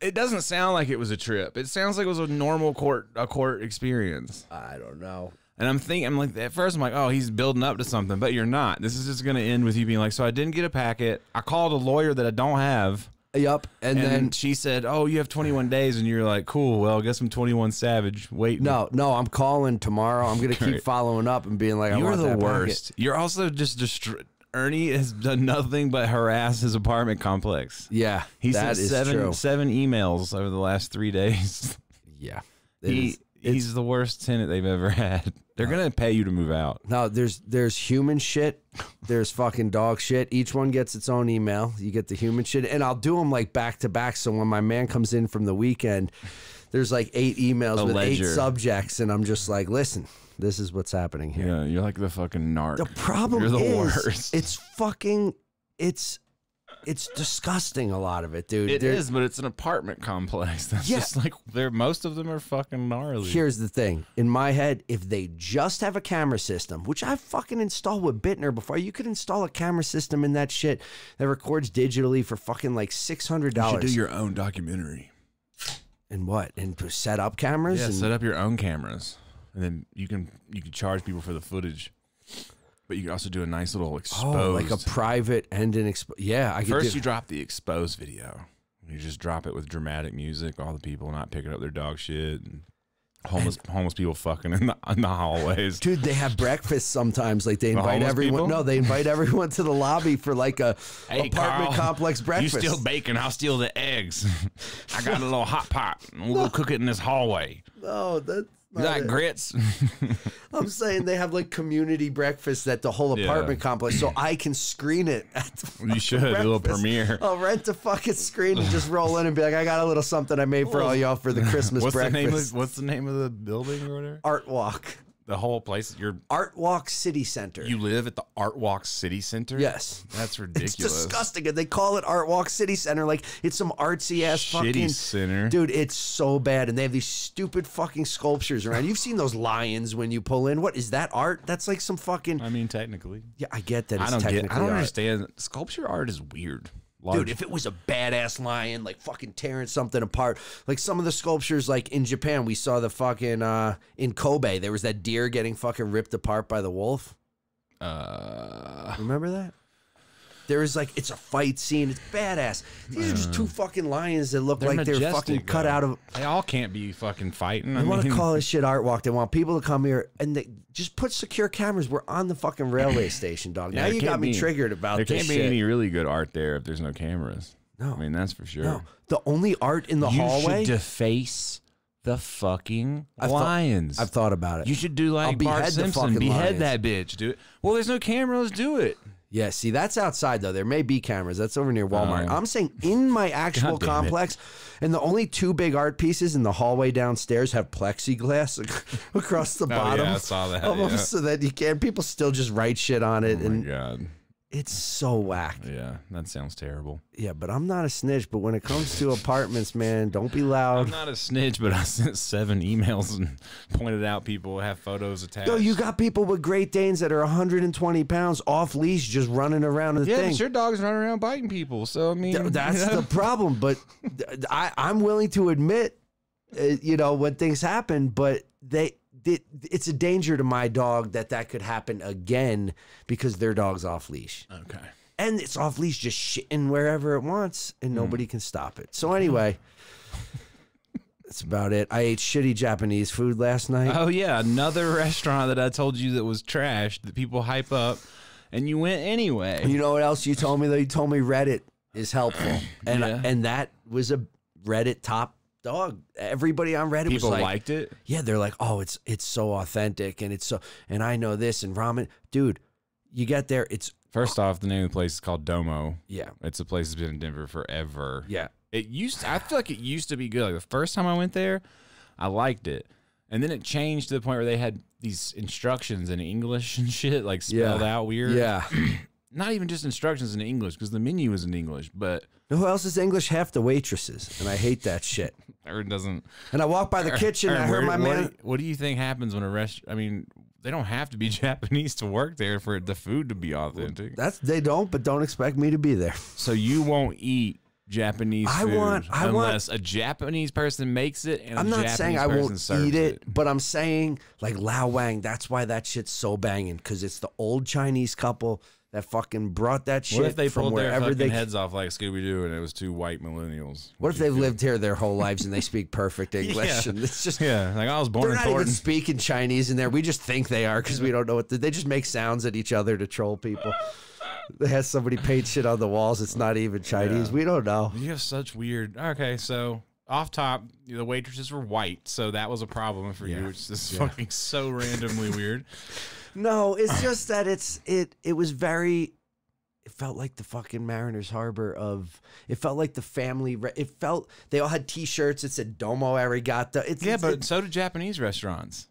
[SPEAKER 2] It doesn't sound like it was a trip. It sounds like it was a normal court a court experience.
[SPEAKER 1] I don't know.
[SPEAKER 2] And I'm thinking, I'm like, at first, I'm like, oh, he's building up to something, but you're not. This is just going to end with you being like, so I didn't get a packet. I called a lawyer that I don't have.
[SPEAKER 1] Yep. And,
[SPEAKER 2] And
[SPEAKER 1] then
[SPEAKER 2] then she said, oh, you have 21 days. And you're like, cool. Well, I guess I'm 21 Savage. Wait,
[SPEAKER 1] no, no, I'm calling tomorrow. I'm gonna keep
[SPEAKER 2] Great.
[SPEAKER 1] following up and being like, I
[SPEAKER 2] You're
[SPEAKER 1] want
[SPEAKER 2] the
[SPEAKER 1] that packet.
[SPEAKER 2] worst. You're also just destroyed. Ernie has done nothing but harass his apartment complex.
[SPEAKER 1] Yeah,
[SPEAKER 2] He
[SPEAKER 1] that
[SPEAKER 2] sent
[SPEAKER 1] is
[SPEAKER 2] seven
[SPEAKER 1] true.
[SPEAKER 2] seven emails over the last three days.
[SPEAKER 1] Yeah. It
[SPEAKER 2] He,
[SPEAKER 1] is-
[SPEAKER 2] he's the worst tenant they've ever had. They're gonna pay you to move out.
[SPEAKER 1] No, there's there's human shit, there's fucking dog shit. Each one gets its own email. You get the human shit, and I'll do them like back to back. So when my man comes in from the weekend, there's like eight emails
[SPEAKER 2] A
[SPEAKER 1] with eight
[SPEAKER 2] ledger.
[SPEAKER 1] subjects, and I'm just like, listen, this is what's happening here.
[SPEAKER 2] Yeah, you're like the fucking narc.
[SPEAKER 1] The problem
[SPEAKER 2] You're the
[SPEAKER 1] is,
[SPEAKER 2] worst.
[SPEAKER 1] it's fucking, it's, it's disgusting. A lot of it, dude.
[SPEAKER 2] It is,
[SPEAKER 1] There-
[SPEAKER 2] but it's an apartment complex. That's
[SPEAKER 1] Yeah.
[SPEAKER 2] just like they're most of them are fucking gnarly.
[SPEAKER 1] Here's the thing. In my head, if they just have a camera system, which I fucking installed with Bittner before, you could install a camera system in that shit that records digitally for fucking like six hundred
[SPEAKER 2] you should do
[SPEAKER 1] dollars.
[SPEAKER 2] your own documentary.
[SPEAKER 1] and what? And p- set up cameras?
[SPEAKER 2] Yeah,
[SPEAKER 1] and,
[SPEAKER 2] set up your own cameras, and then you can you can charge people for the footage. But you can also do a nice little exposed.
[SPEAKER 1] oh, like a private and an expo- yeah. I could
[SPEAKER 2] First,
[SPEAKER 1] do-
[SPEAKER 2] you drop the exposed video. You just drop it with dramatic music, all the people not picking up their dog shit, and homeless homeless people fucking in the in the hallways.
[SPEAKER 1] Dude, they have breakfast sometimes. Like they invite
[SPEAKER 2] homeless
[SPEAKER 1] everyone.
[SPEAKER 2] people?
[SPEAKER 1] No, they invite everyone to the lobby for like a
[SPEAKER 2] Hey,
[SPEAKER 1] apartment
[SPEAKER 2] Carl,
[SPEAKER 1] complex breakfast.
[SPEAKER 2] You steal bacon, I'll steal the eggs. I got a little hot pot, and we'll go cook it in this hallway.
[SPEAKER 1] no, that's
[SPEAKER 2] You
[SPEAKER 1] not
[SPEAKER 2] like
[SPEAKER 1] it.
[SPEAKER 2] grits?
[SPEAKER 1] I'm saying they have like community breakfast at the whole
[SPEAKER 2] Yeah.
[SPEAKER 1] apartment complex, so I can screen it. At the
[SPEAKER 2] you should. A little premiere.
[SPEAKER 1] I'll rent a fucking screen and just roll in and be like, I got a little something I made for all y'all for the Christmas
[SPEAKER 2] What's
[SPEAKER 1] breakfast.
[SPEAKER 2] the name of What's the name of the building or whatever?
[SPEAKER 1] Art Walk,
[SPEAKER 2] The whole place. You're
[SPEAKER 1] Art Walk City Center.
[SPEAKER 2] you live at the Art Walk City Center.
[SPEAKER 1] yes.
[SPEAKER 2] that's
[SPEAKER 1] It's
[SPEAKER 2] ridiculous.
[SPEAKER 1] disgusting, and they call it Art Walk City Center like it's some artsy ass
[SPEAKER 2] Shitty
[SPEAKER 1] fucking
[SPEAKER 2] center.
[SPEAKER 1] dude. It's so bad, and they have these stupid fucking sculptures around. You've seen those lions when you pull in. What is that art? That's like some fucking.
[SPEAKER 2] I mean, technically.
[SPEAKER 1] Yeah, I get that. It's
[SPEAKER 2] I don't
[SPEAKER 1] technically
[SPEAKER 2] get. I don't
[SPEAKER 1] art.
[SPEAKER 2] understand. Sculpture art is weird.
[SPEAKER 1] Dude, if it was a badass lion, like fucking tearing something apart, like some of the sculptures, like in Japan, we saw the fucking uh in Kobe, there was that deer getting fucking ripped apart by the wolf.
[SPEAKER 2] uh,
[SPEAKER 1] Remember that? There is like it's a fight scene. It's badass. These are just two
[SPEAKER 2] Mm.
[SPEAKER 1] fucking lions that look like they're fucking cut out of.
[SPEAKER 2] They all can't be fucking fighting. I
[SPEAKER 1] They want to
[SPEAKER 2] mean,
[SPEAKER 1] call this shit art walk. They want people to come here and they just put secure cameras. We're on the fucking railway station, dog.
[SPEAKER 2] yeah,
[SPEAKER 1] now
[SPEAKER 2] it
[SPEAKER 1] you
[SPEAKER 2] can't
[SPEAKER 1] got me
[SPEAKER 2] be-
[SPEAKER 1] triggered about
[SPEAKER 2] There
[SPEAKER 1] this
[SPEAKER 2] can't be
[SPEAKER 1] shit.
[SPEAKER 2] any really good art there if there's no cameras.
[SPEAKER 1] No.
[SPEAKER 2] I mean that's for sure.
[SPEAKER 1] no, the only art in the
[SPEAKER 2] you
[SPEAKER 1] hallway.
[SPEAKER 2] should deface the fucking
[SPEAKER 1] I've thought-
[SPEAKER 2] lions.
[SPEAKER 1] I've thought about it.
[SPEAKER 2] you should do like
[SPEAKER 1] I'll
[SPEAKER 2] Bart
[SPEAKER 1] behead the
[SPEAKER 2] Simpson.
[SPEAKER 1] fucking
[SPEAKER 2] Behead
[SPEAKER 1] lions.
[SPEAKER 2] that bitch. Do it. Well, there's no cameras. Do it.
[SPEAKER 1] Yeah, see, that's outside though. There may be cameras. That's over near Walmart.
[SPEAKER 2] Oh.
[SPEAKER 1] I'm saying in my actual
[SPEAKER 2] God damn it.
[SPEAKER 1] complex, and the only two big art pieces in the hallway downstairs have plexiglass across the bottom.
[SPEAKER 2] Oh, yeah, I saw that,
[SPEAKER 1] of 'em
[SPEAKER 2] yeah.
[SPEAKER 1] So that you can people still just write shit on it,
[SPEAKER 2] Oh my
[SPEAKER 1] and
[SPEAKER 2] God.
[SPEAKER 1] it's so whack.
[SPEAKER 2] Yeah, that sounds terrible.
[SPEAKER 1] Yeah, but I'm not a snitch. But when it comes to apartments, man, don't be loud.
[SPEAKER 2] I'm not a snitch, but I sent seven emails and pointed out people have photos attached.
[SPEAKER 1] Yo, you got people with Great Danes that are 120 pounds off leash just running around in the
[SPEAKER 2] yeah,
[SPEAKER 1] thing.
[SPEAKER 2] but your dog's running around biting people. So I mean,
[SPEAKER 1] Th- that's the problem. But th- I, I'm willing to admit, uh, you know, when things happen, but they, they, it's a
[SPEAKER 2] Uh.
[SPEAKER 1] danger to my dog that that could happen again because their dog's off leash.
[SPEAKER 2] okay.
[SPEAKER 1] and it's off leash just shitting wherever it wants
[SPEAKER 2] Mm.
[SPEAKER 1] and nobody can stop it. So anyway, that's about it. I ate shitty Japanese food last night.
[SPEAKER 2] Oh yeah, another restaurant that I told you that was trash that people hype up, and you went anyway.
[SPEAKER 1] you know what else you told me though? You told me Reddit is helpful. And uh,
[SPEAKER 2] Yeah.
[SPEAKER 1] and that was a Reddit top dog. Everybody on Reddit
[SPEAKER 2] People
[SPEAKER 1] was like
[SPEAKER 2] liked it.
[SPEAKER 1] yeah, they're like, oh, it's it's so authentic and it's so and I know this and ramen, dude. You get there, it's
[SPEAKER 2] First off, the name of the place is called Domo.
[SPEAKER 1] yeah,
[SPEAKER 2] It's a place that's been in Denver forever.
[SPEAKER 1] yeah.
[SPEAKER 2] It used. I feel like it used to be good. Like the first time I went there, I liked it, and then it changed to the point where they had these instructions in English and shit, like spelled
[SPEAKER 1] Yeah.
[SPEAKER 2] out weird.
[SPEAKER 1] Yeah.
[SPEAKER 2] Not even just instructions in English because the menu is in English, but
[SPEAKER 1] Who else is English? Half the waitresses, and I hate that shit.
[SPEAKER 2] or it doesn't.
[SPEAKER 1] And I walk by the kitchen, and I
[SPEAKER 2] Aaron,
[SPEAKER 1] heard my
[SPEAKER 2] where- what
[SPEAKER 1] man.
[SPEAKER 2] do- what do you think happens when a rest? I mean, they don't have to be Japanese to work there for the food to be authentic.
[SPEAKER 1] That's they don't, but don't expect me to be there.
[SPEAKER 2] So you won't eat Japanese
[SPEAKER 1] I
[SPEAKER 2] food
[SPEAKER 1] want- I want-
[SPEAKER 2] unless a Japanese person makes it. And
[SPEAKER 1] I'm
[SPEAKER 2] a
[SPEAKER 1] not
[SPEAKER 2] Japanese
[SPEAKER 1] saying I
[SPEAKER 2] person
[SPEAKER 1] won't
[SPEAKER 2] serves
[SPEAKER 1] eat it, but I'm saying like Lao Wang. That's why that shit's so banging because it's the old Chinese couple that fucking brought that shit
[SPEAKER 2] What if they
[SPEAKER 1] from
[SPEAKER 2] pulled their
[SPEAKER 1] wherever
[SPEAKER 2] fucking
[SPEAKER 1] they.
[SPEAKER 2] heads off like Scooby Doo and it was two white millennials?
[SPEAKER 1] What if they've lived here their whole lives and they speak perfect English?
[SPEAKER 2] Yeah.
[SPEAKER 1] And it's just
[SPEAKER 2] Yeah, like I was born
[SPEAKER 1] They're
[SPEAKER 2] in
[SPEAKER 1] not even
[SPEAKER 2] Thornton.
[SPEAKER 1] speaking Chinese in there. We just think they are because we don't know what they, they just make sounds at each other to troll people. They have somebody paint shit on the walls. It's not even Chinese. We don't know.
[SPEAKER 2] You have such weird. Okay, so off top, the waitresses were white, so that was a problem for you, which is fucking so randomly weird.
[SPEAKER 1] No, it's just that it's it. It was very. It felt like the fucking Mariners Harbor of. It felt like the family. re- It felt they all had T-shirts that said "Domo Arigato." It's,
[SPEAKER 2] Yeah,
[SPEAKER 1] it's-
[SPEAKER 2] but
[SPEAKER 1] it's-
[SPEAKER 2] so do Japanese restaurants.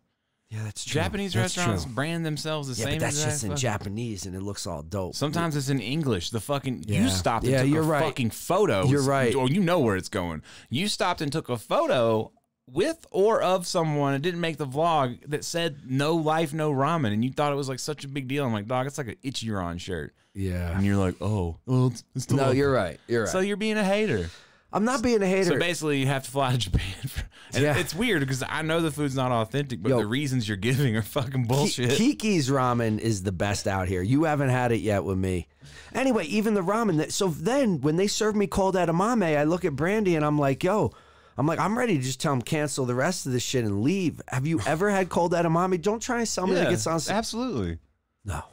[SPEAKER 1] yeah, that's true.
[SPEAKER 2] Japanese
[SPEAKER 1] That's true.
[SPEAKER 2] restaurants brand themselves the
[SPEAKER 1] Yeah,
[SPEAKER 2] same.
[SPEAKER 1] but that's
[SPEAKER 2] exact
[SPEAKER 1] just in
[SPEAKER 2] fuck-
[SPEAKER 1] Japanese, and it looks all dope.
[SPEAKER 2] Sometimes it's in English. The fucking
[SPEAKER 1] Yeah.
[SPEAKER 2] you stopped and
[SPEAKER 1] Yeah,
[SPEAKER 2] took
[SPEAKER 1] you're
[SPEAKER 2] a
[SPEAKER 1] right.
[SPEAKER 2] fucking photo.
[SPEAKER 1] You're right.
[SPEAKER 2] Or you know where it's going. You stopped and took a photo with or of someone and didn't make the vlog that said no life, no ramen, and you thought it was like such a big deal. I'm like, dog, it's like an Ichiran shirt.
[SPEAKER 1] yeah.
[SPEAKER 2] And you're like, oh, well, it's, it's the
[SPEAKER 1] No,
[SPEAKER 2] law."
[SPEAKER 1] you're right. You're right.
[SPEAKER 2] So you're being a hater.
[SPEAKER 1] I'm not being a hater.
[SPEAKER 2] So basically, you have to fly to Japan. For, and
[SPEAKER 1] Yeah.
[SPEAKER 2] It's weird because I know the food's not authentic, but
[SPEAKER 1] Yo.
[SPEAKER 2] the reasons you're giving are fucking bullshit.
[SPEAKER 1] Ki- Kiki's ramen is the best out here. You haven't had it yet with me. Anyway, even the ramen. That, so then when they serve me cold edamame, I look at Brandy and I'm like, yo, I'm like, I'm ready to just tell them cancel the rest of this shit and leave. Have you ever had cold edamame? Don't try and sell me like it sounds.
[SPEAKER 2] absolutely.
[SPEAKER 1] no.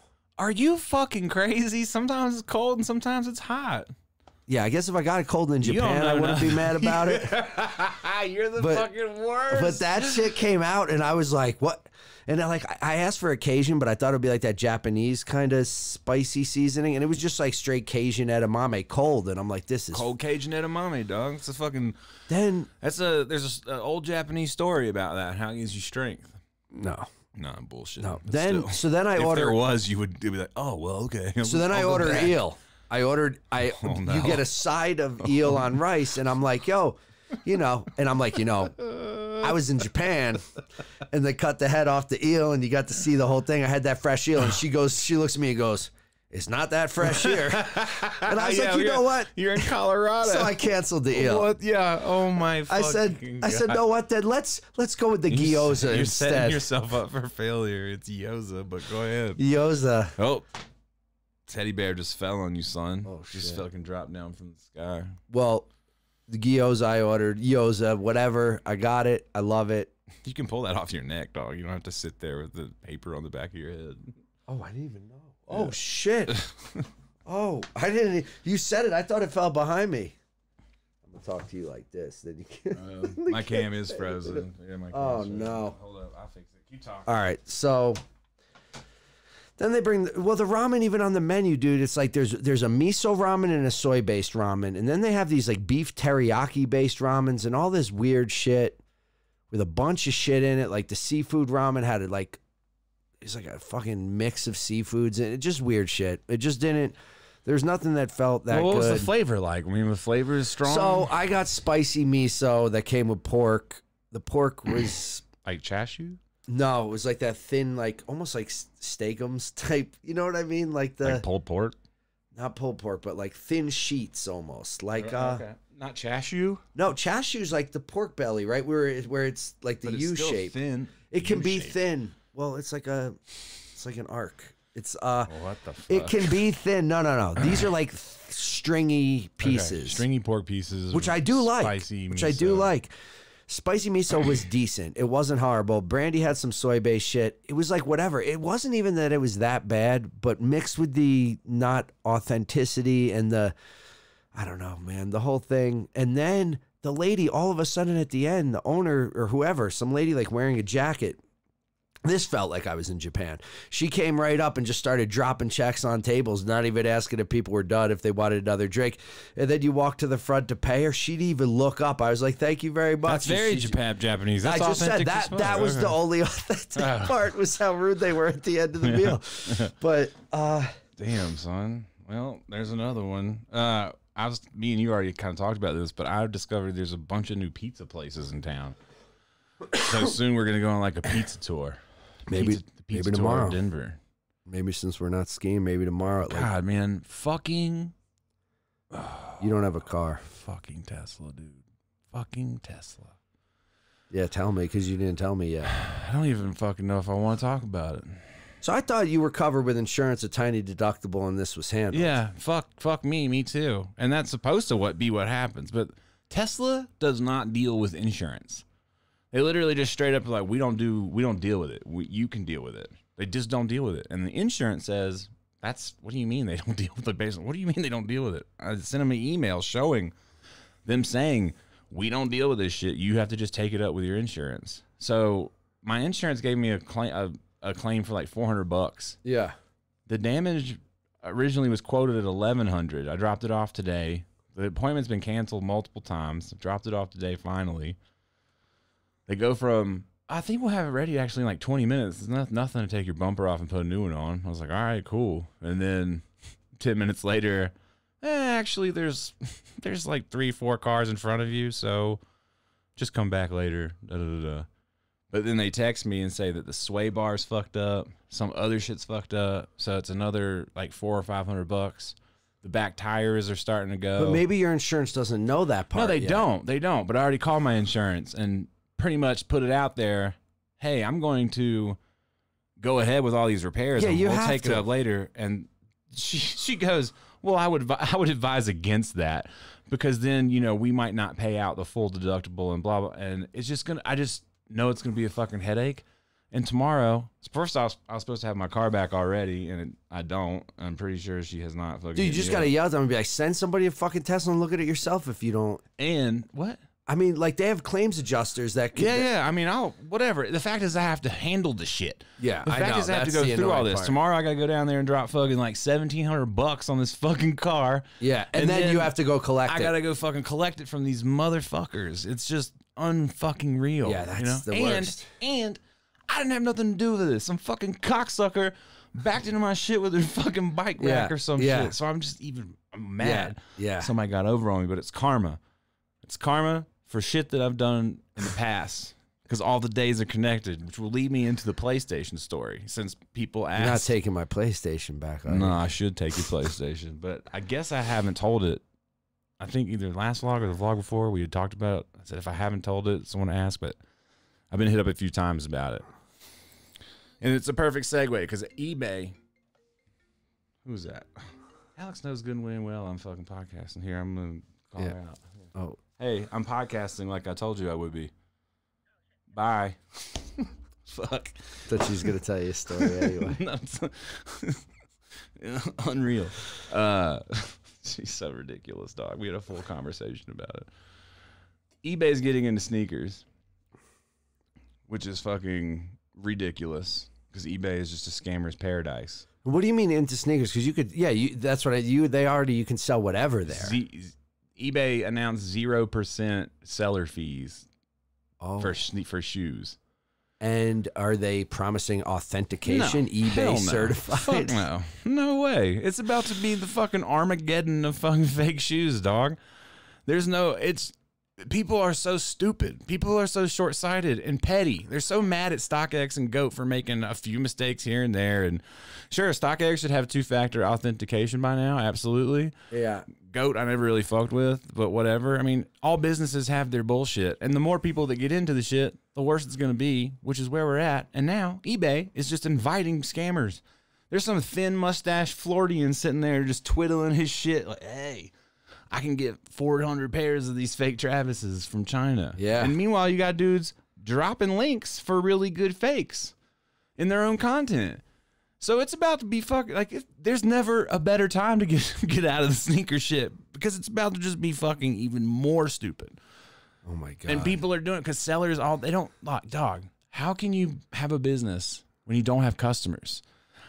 [SPEAKER 2] Are you fucking crazy? Sometimes it's cold and sometimes it's hot.
[SPEAKER 1] Yeah, I guess if I got it cold in
[SPEAKER 2] don't
[SPEAKER 1] Japan, I
[SPEAKER 2] know
[SPEAKER 1] wouldn't be
[SPEAKER 2] nothing.
[SPEAKER 1] mad about it.
[SPEAKER 2] You're the
[SPEAKER 1] But-
[SPEAKER 2] fucking worst.
[SPEAKER 1] But that shit came out, and I was like, "What?" And I like, I- I asked for a Cajun, but I thought it'd be like that Japanese kind of spicy seasoning, and it was just like straight Cajun edamame, cold. And I'm like, "This is."
[SPEAKER 2] cold Cajun edamame, dog. It's a fucking.
[SPEAKER 1] Then
[SPEAKER 2] That's a. There's a, a old Japanese story about that. How it gives you strength.
[SPEAKER 1] no,
[SPEAKER 2] Nah, bullshit.
[SPEAKER 1] no.
[SPEAKER 2] But
[SPEAKER 1] Then
[SPEAKER 2] still.
[SPEAKER 1] so then I
[SPEAKER 2] if there
[SPEAKER 1] order.
[SPEAKER 2] was, you would you'd be like, oh well, okay.
[SPEAKER 1] So then I
[SPEAKER 2] I'll go
[SPEAKER 1] order
[SPEAKER 2] back.
[SPEAKER 1] eel. I ordered. I
[SPEAKER 2] Oh, no.
[SPEAKER 1] you get a side of eel on rice, and I'm like, "Yo." You know, and I'm like, you know, I was in Japan and they cut the head off the eel and you got to see the whole thing. I had that fresh eel and she goes, she looks at me and goes, it's not that fresh here. And I was like,
[SPEAKER 2] Yeah,
[SPEAKER 1] you
[SPEAKER 2] you're-
[SPEAKER 1] know what?
[SPEAKER 2] You're in Colorado.
[SPEAKER 1] So I canceled the eel.
[SPEAKER 2] What? Yeah. Oh my.
[SPEAKER 1] I said,
[SPEAKER 2] fucking
[SPEAKER 1] I said,
[SPEAKER 2] God.
[SPEAKER 1] no, what then? Let's, let's go with the
[SPEAKER 2] You're
[SPEAKER 1] gyoza
[SPEAKER 2] setting
[SPEAKER 1] instead.
[SPEAKER 2] yourself up for failure. It's gyoza, but go ahead.
[SPEAKER 1] Gyoza.
[SPEAKER 2] Oh, teddy bear just fell on you, son.
[SPEAKER 1] Oh,
[SPEAKER 2] Just
[SPEAKER 1] shit.
[SPEAKER 2] fucking dropped down from the sky.
[SPEAKER 1] Well, the gyoza I ordered, gyoza, whatever. I got it. I love it.
[SPEAKER 2] You can pull that off your neck, dog. You don't have to sit there with the paper on the back of your head.
[SPEAKER 1] Oh, I didn't even know. Oh, shit. oh, I didn't. e- You said it. I thought it fell behind me. I'm going to talk to you like this. Then you can.
[SPEAKER 2] Um, my cam is frozen. Yeah, my cam
[SPEAKER 1] Oh,
[SPEAKER 2] is frozen.
[SPEAKER 1] no.
[SPEAKER 2] Hold up, I'll fix it. Keep talking.
[SPEAKER 1] All right, so then they bring the, well the ramen even on the menu, dude. It's like there's there's a miso ramen and a soy based ramen, and then they have these like beef teriyaki based ramens and all this weird shit with a bunch of shit in it. Like the seafood ramen had it like it's like a fucking mix of seafoods and it just weird shit. It just didn't. There's nothing that felt that
[SPEAKER 2] Well, what was
[SPEAKER 1] good.
[SPEAKER 2] the flavor like? I mean, the flavor is strong.
[SPEAKER 1] so I got spicy miso that came with pork. The pork was.
[SPEAKER 2] like chashu,
[SPEAKER 1] No, it was like that thin, like almost like s- steakums type. You know what I mean? Like the
[SPEAKER 2] like pulled pork.
[SPEAKER 1] not pulled pork, but like thin sheets almost. Like uh,
[SPEAKER 2] Oh, Not chashu,
[SPEAKER 1] no, chashu's like the pork belly, right? Where it, where it's like the U shape.
[SPEAKER 2] Thin.
[SPEAKER 1] It can be
[SPEAKER 2] U-shaped.
[SPEAKER 1] thin. Well, it's like a it's like an arc. It's uh,
[SPEAKER 2] What the fuck?
[SPEAKER 1] it can be thin. No, no, no. These are like th- stringy pieces,
[SPEAKER 2] Stringy pork pieces.
[SPEAKER 1] which I do like.
[SPEAKER 2] Spicy
[SPEAKER 1] which I do
[SPEAKER 2] miso.
[SPEAKER 1] like. Spicy miso was decent. It wasn't horrible. Brandy had some soy based shit. It was like whatever. It wasn't even that it was that bad, but mixed with the not authenticity and the I don't know, man, the whole thing. And then the lady, all of a sudden at the end, the owner or whoever, some lady like wearing a jacket. This felt like I was in Japan. She came right up and just started dropping checks on tables, not even asking if people were done, if they wanted another drink. And then you walk to the front to pay her. She'd even look up. I was like, thank you very much.
[SPEAKER 2] That's very
[SPEAKER 1] She-
[SPEAKER 2] Japan Japanese.
[SPEAKER 1] I
[SPEAKER 2] That's
[SPEAKER 1] just said
[SPEAKER 2] authentic as
[SPEAKER 1] that
[SPEAKER 2] fuck.
[SPEAKER 1] that was the
[SPEAKER 2] Okay.
[SPEAKER 1] only authentic
[SPEAKER 2] Ah.
[SPEAKER 1] part was how rude they were at the end of the meal. But uh
[SPEAKER 2] Damn, son. Well, there's another one. Uh, I was me and you already kind of talked about this, but I've discovered there's a bunch of new pizza places in town. So soon we're gonna go on like a pizza tour.
[SPEAKER 1] Maybe-
[SPEAKER 2] pizza, the pizza
[SPEAKER 1] maybe
[SPEAKER 2] tour of
[SPEAKER 1] tomorrow.
[SPEAKER 2] Denver.
[SPEAKER 1] maybe since we're not skiing, maybe tomorrow at like
[SPEAKER 2] God, man, fucking,
[SPEAKER 1] you don't have a car.
[SPEAKER 2] fucking Tesla, dude. Fucking Tesla.
[SPEAKER 1] Yeah, tell me because you didn't tell me yet.
[SPEAKER 2] I don't even fucking know if I want to talk about it.
[SPEAKER 1] So I thought you were covered with insurance, a tiny deductible, and this was handled.
[SPEAKER 2] Yeah, fuck, fuck me, me too. And that's supposed to what be what happens, but Tesla does not deal with insurance. They literally just straight up like we don't do we don't deal with it. We, you can deal with it. They just don't deal with it. And the insurance says that's what do you mean they don't deal with the basement? What do you mean they don't deal with it? I sent them an email showing them saying we don't deal with this shit. You have to just take it up with your insurance. So my insurance gave me a claim a, a claim for like four hundred bucks
[SPEAKER 1] Yeah.
[SPEAKER 2] the damage originally was quoted at 1100 i dropped it off today the appointment's been canceled multiple times dropped it off today finally they go from i think we'll have it ready actually in like 20 minutes it's not, nothing to take your bumper off and put a new one on i was like all right cool and then 10 minutes later eh, actually there's there's like three four cars in front of you so just come back later da, da, da, da. But then they text me and say that the sway bar's fucked up, some other shit's fucked up, so it's another like four or five hundred bucks. The back tires are starting to go.
[SPEAKER 1] But maybe your insurance doesn't know that part.
[SPEAKER 2] no, they
[SPEAKER 1] yet.
[SPEAKER 2] don't. They don't. But I already called my insurance and pretty much put it out there. Hey, I'm going to go ahead with all these repairs.
[SPEAKER 1] Yeah,
[SPEAKER 2] and
[SPEAKER 1] you
[SPEAKER 2] we'll
[SPEAKER 1] have
[SPEAKER 2] take it
[SPEAKER 1] to.
[SPEAKER 2] up later. And she she goes, well, I would advi- I would advise against that because then you know we might not pay out the full deductible and blah blah. And it's just gonna. I just know it's gonna be a fucking headache. And tomorrow, first I was, I was supposed to have my car back already, and it, I don't. I'm pretty sure she has not fucking.
[SPEAKER 1] Dude, you
[SPEAKER 2] hit
[SPEAKER 1] just
[SPEAKER 2] me up.
[SPEAKER 1] gotta yell at them and be like, send somebody a fucking Tesla and look at it yourself if you don't.
[SPEAKER 2] And what?
[SPEAKER 1] I mean, like they have claims adjusters that could.
[SPEAKER 2] Yeah, yeah. I mean, I'll whatever. The fact is, I have to handle the shit.
[SPEAKER 1] Yeah,
[SPEAKER 2] The
[SPEAKER 1] I
[SPEAKER 2] fact
[SPEAKER 1] know.
[SPEAKER 2] is, I have
[SPEAKER 1] That's
[SPEAKER 2] to
[SPEAKER 1] the
[SPEAKER 2] go through all
[SPEAKER 1] annoying
[SPEAKER 2] this
[SPEAKER 1] part.
[SPEAKER 2] tomorrow. I gotta go down there and drop fucking like seventeen hundred bucks on this fucking car.
[SPEAKER 1] Yeah, and, then, you have to go collect
[SPEAKER 2] I
[SPEAKER 1] it.
[SPEAKER 2] gotta go fucking collect it from these motherfuckers. It's just unfucking real.
[SPEAKER 1] Yeah, that's
[SPEAKER 2] you know?
[SPEAKER 1] the
[SPEAKER 2] and,
[SPEAKER 1] worst.
[SPEAKER 2] And I didn't have nothing to do with this. Some fucking cocksucker backed into my shit with her fucking bike rack
[SPEAKER 1] Yeah,
[SPEAKER 2] or some
[SPEAKER 1] yeah.
[SPEAKER 2] shit. So I'm just even I'm mad.
[SPEAKER 1] yeah.
[SPEAKER 2] Somebody got over on me, but it's karma. It's karma for shit that I've done in the past. Because all the days are connected, which will lead me into the PlayStation story. Since people
[SPEAKER 1] I'm not
[SPEAKER 2] ask,
[SPEAKER 1] taking my PlayStation back. are you?
[SPEAKER 2] no, I should take your PlayStation, but I guess I haven't told it. I think either last vlog or the vlog before we had talked about. It. I said if I haven't told it, someone asked, but I've been hit up a few times about it, and it's a perfect segue because eBay. Who's that? Alex knows good and damn well I'm fucking podcasting here. I'm gonna call
[SPEAKER 1] Yeah.
[SPEAKER 2] her out.
[SPEAKER 1] Oh,
[SPEAKER 2] Hey, I'm podcasting like I told you I would be. Bye. Fuck.
[SPEAKER 1] thought she was gonna tell you a story anyway.
[SPEAKER 2] No, it's- unreal. Uh, she's so ridiculous, dog. We had a full conversation about it. eBay's getting into sneakers, which is fucking ridiculous because eBay is just a scammer's paradise.
[SPEAKER 1] What do you mean into sneakers? Because you could, yeah, you, that's what I, you, they already, you can sell whatever there.
[SPEAKER 2] Z- eBay announced zero percent seller fees
[SPEAKER 1] oh.
[SPEAKER 2] for sne- for shoes.
[SPEAKER 1] And are they promising authentication,
[SPEAKER 2] No.
[SPEAKER 1] eBay
[SPEAKER 2] Hell no. Fuck
[SPEAKER 1] certified?
[SPEAKER 2] no. No way. It's about to be the fucking Armageddon of fucking fake shoes, dog. There's no it's people are so stupid. People are so short sighted and petty. They're so mad at StockX and GOAT for making a few mistakes here and there. And sure, StockX should have two factor authentication by now, absolutely.
[SPEAKER 1] Yeah.
[SPEAKER 2] Goat, I never really fucked with, but whatever. I mean, all businesses have their bullshit, and the more people that get into the shit, the worse it's going to be, which is where we're at. And now eBay is just inviting scammers. There's some thin mustache Floridian sitting there just twiddling his shit like, hey, I can get 400 pairs of these fake Travises from China.
[SPEAKER 1] Yeah.
[SPEAKER 2] And meanwhile, you got dudes dropping links for really good fakes in their own content. So it's about to be fucking like it, there's never a better time to get get out of the sneaker shit because it's about to just be fucking even more stupid.
[SPEAKER 1] Oh my god.
[SPEAKER 2] And people are doing it because sellers all they don't like dog. How can you have a business when you don't have customers?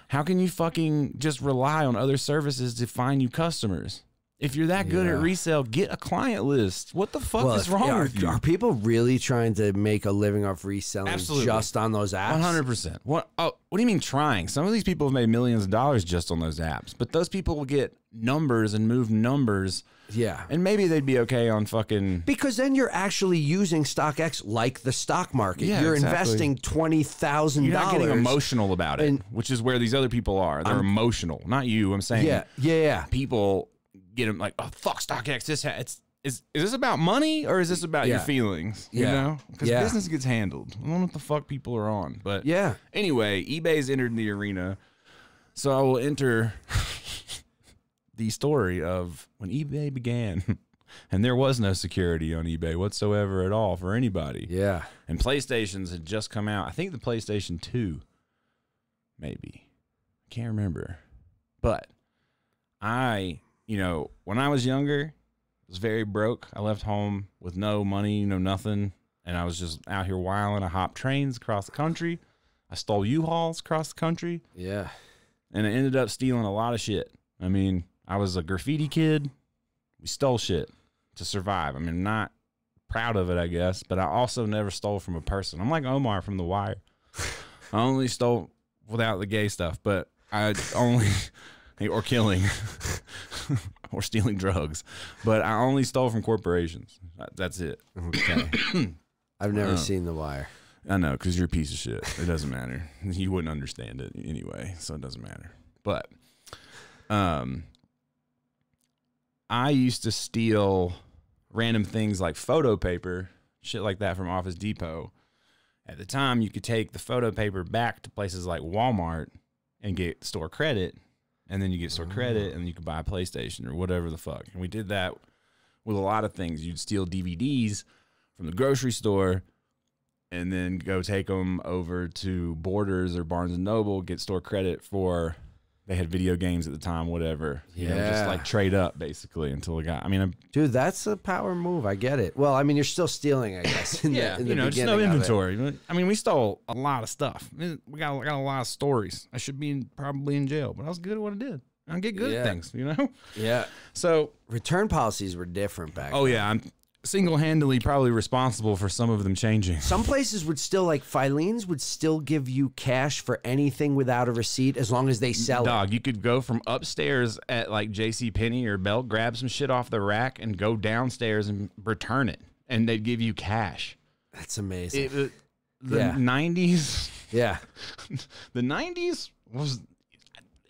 [SPEAKER 2] How can you fucking just rely on other services to find you customers? If you're that good at
[SPEAKER 1] Yeah.
[SPEAKER 2] resale, get a client list. What the fuck is
[SPEAKER 1] if-
[SPEAKER 2] wrong
[SPEAKER 1] are,
[SPEAKER 2] with you?
[SPEAKER 1] are people really trying to make a living off reselling
[SPEAKER 2] Absolutely.
[SPEAKER 1] just on those apps?
[SPEAKER 2] One hundred percent. What? Oh, what do you mean trying? Some of these people have made millions of dollars just on those apps, but those people will get numbers and move numbers,
[SPEAKER 1] Yeah.
[SPEAKER 2] and maybe they'd be okay on fucking.
[SPEAKER 1] Because then you're actually using StockX like the stock market.
[SPEAKER 2] Yeah,
[SPEAKER 1] you're
[SPEAKER 2] exactly.
[SPEAKER 1] investing twenty thousand
[SPEAKER 2] You're not
[SPEAKER 1] dollars.
[SPEAKER 2] getting emotional about it,
[SPEAKER 1] And-
[SPEAKER 2] which is where these other people are. They're emotional, not you. I'm saying,
[SPEAKER 1] Yeah, yeah, yeah.
[SPEAKER 2] people get them like, oh fuck, StockX. This ha- it's is is this about money or is this about your
[SPEAKER 1] Yeah.
[SPEAKER 2] feelings? You
[SPEAKER 1] Yeah.
[SPEAKER 2] know, because
[SPEAKER 1] Yeah.
[SPEAKER 2] business gets handled. I don't know what the fuck people are on, but
[SPEAKER 1] Yeah.
[SPEAKER 2] Anyway, eBay's entered the arena, so I will enter the story of when eBay began, and there was no security on eBay whatsoever at all for anybody.
[SPEAKER 1] Yeah.
[SPEAKER 2] And PlayStations had just come out. I think the PlayStation 2, maybe. I can't remember. But I, you know, when I was younger, was very broke. I left home with no money, no nothing. And I was just out here wilding. I hopped trains across the country. I stole U-Hauls across the country.
[SPEAKER 1] Yeah.
[SPEAKER 2] And I ended up stealing a lot of shit. I mean, I was a graffiti kid. We stole shit to survive. I mean, not proud of it, I guess, but I also never stole from a person. I'm like Omar from The Wire. I only stole without the gay stuff, but I only, or killing, or stealing drugs, but I only stole from corporations. That's it.
[SPEAKER 1] Okay. I've never seen The Wire.
[SPEAKER 2] I know, because you're a piece of shit. It doesn't matter. You wouldn't understand it anyway, so it doesn't matter. But um I used to steal random things like photo paper, shit like that from Office Depot. At the time you could take the photo paper back to places like Walmart and get store credit, and then you get store credit and you could buy a PlayStation or whatever the fuck. And we did that with a lot of things. You'd steal DVDs from the grocery store and then go take them over to Borders or Barnes and Noble, get store credit for they had video games at the time, whatever. You know, just
[SPEAKER 1] Yeah.
[SPEAKER 2] like trade up basically until the guy. I mean, I'm,
[SPEAKER 1] Dude, that's a power move. I get it. Well, I mean, you're still stealing, I guess. In the, in the
[SPEAKER 2] you know, just no
[SPEAKER 1] beginning of it.
[SPEAKER 2] inventory. I mean, we stole a lot of stuff. I mean, we got got a lot of stories. I should be in, probably in jail, but I was good at what I did. I get good at
[SPEAKER 1] Yeah.
[SPEAKER 2] things, you know.
[SPEAKER 1] Yeah.
[SPEAKER 2] So,
[SPEAKER 1] Return policies were different back.
[SPEAKER 2] oh yeah, I'm single handedly probably responsible for some of them changing.
[SPEAKER 1] Some places would still like Filene's would still give you cash for anything without a receipt as long as they sell it.
[SPEAKER 2] Dog, you could go from upstairs at like J.C. Penney or Belt, grab some shit off the rack, and go downstairs and return it, and they'd give you cash.
[SPEAKER 1] That's amazing.
[SPEAKER 2] It, it- the
[SPEAKER 1] Yeah.
[SPEAKER 2] '90s,
[SPEAKER 1] yeah.
[SPEAKER 2] the 90s was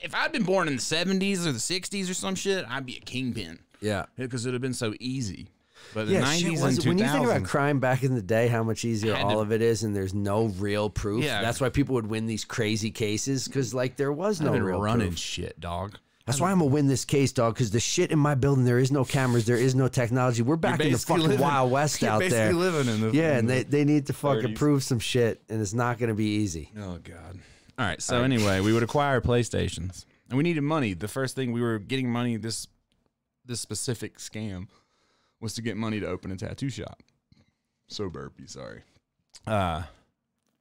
[SPEAKER 2] if i'd been born in the 70s or the 60s or some shit i'd be a kingpin
[SPEAKER 1] Yeah.
[SPEAKER 2] because it would have been so easy but the
[SPEAKER 1] Yeah,
[SPEAKER 2] 90s
[SPEAKER 1] shit
[SPEAKER 2] and
[SPEAKER 1] was,
[SPEAKER 2] 2000s
[SPEAKER 1] when you think about crime back in the day, how much easier
[SPEAKER 2] Had to-
[SPEAKER 1] all of it is, and there's no real proof.
[SPEAKER 2] Yeah.
[SPEAKER 1] That's why people would win these crazy cases because, like, there was no
[SPEAKER 2] i've been
[SPEAKER 1] real
[SPEAKER 2] running
[SPEAKER 1] proof.
[SPEAKER 2] shit dog
[SPEAKER 1] That's why I'm gonna win this case, dog. Because the shit in my building, there is no cameras, there is no technology. We're back in the
[SPEAKER 2] basically
[SPEAKER 1] fucking
[SPEAKER 2] living-
[SPEAKER 1] Wild West
[SPEAKER 2] you're
[SPEAKER 1] out there.
[SPEAKER 2] basically living in the
[SPEAKER 1] yeah, and they, they need to fucking
[SPEAKER 2] 30s.
[SPEAKER 1] prove some shit, and it's not gonna be easy.
[SPEAKER 2] oh god all right so anyway we would acquire playstations and we needed money the first thing we were getting money this this specific scam was to get money to open a tattoo shop so burpy sorry uh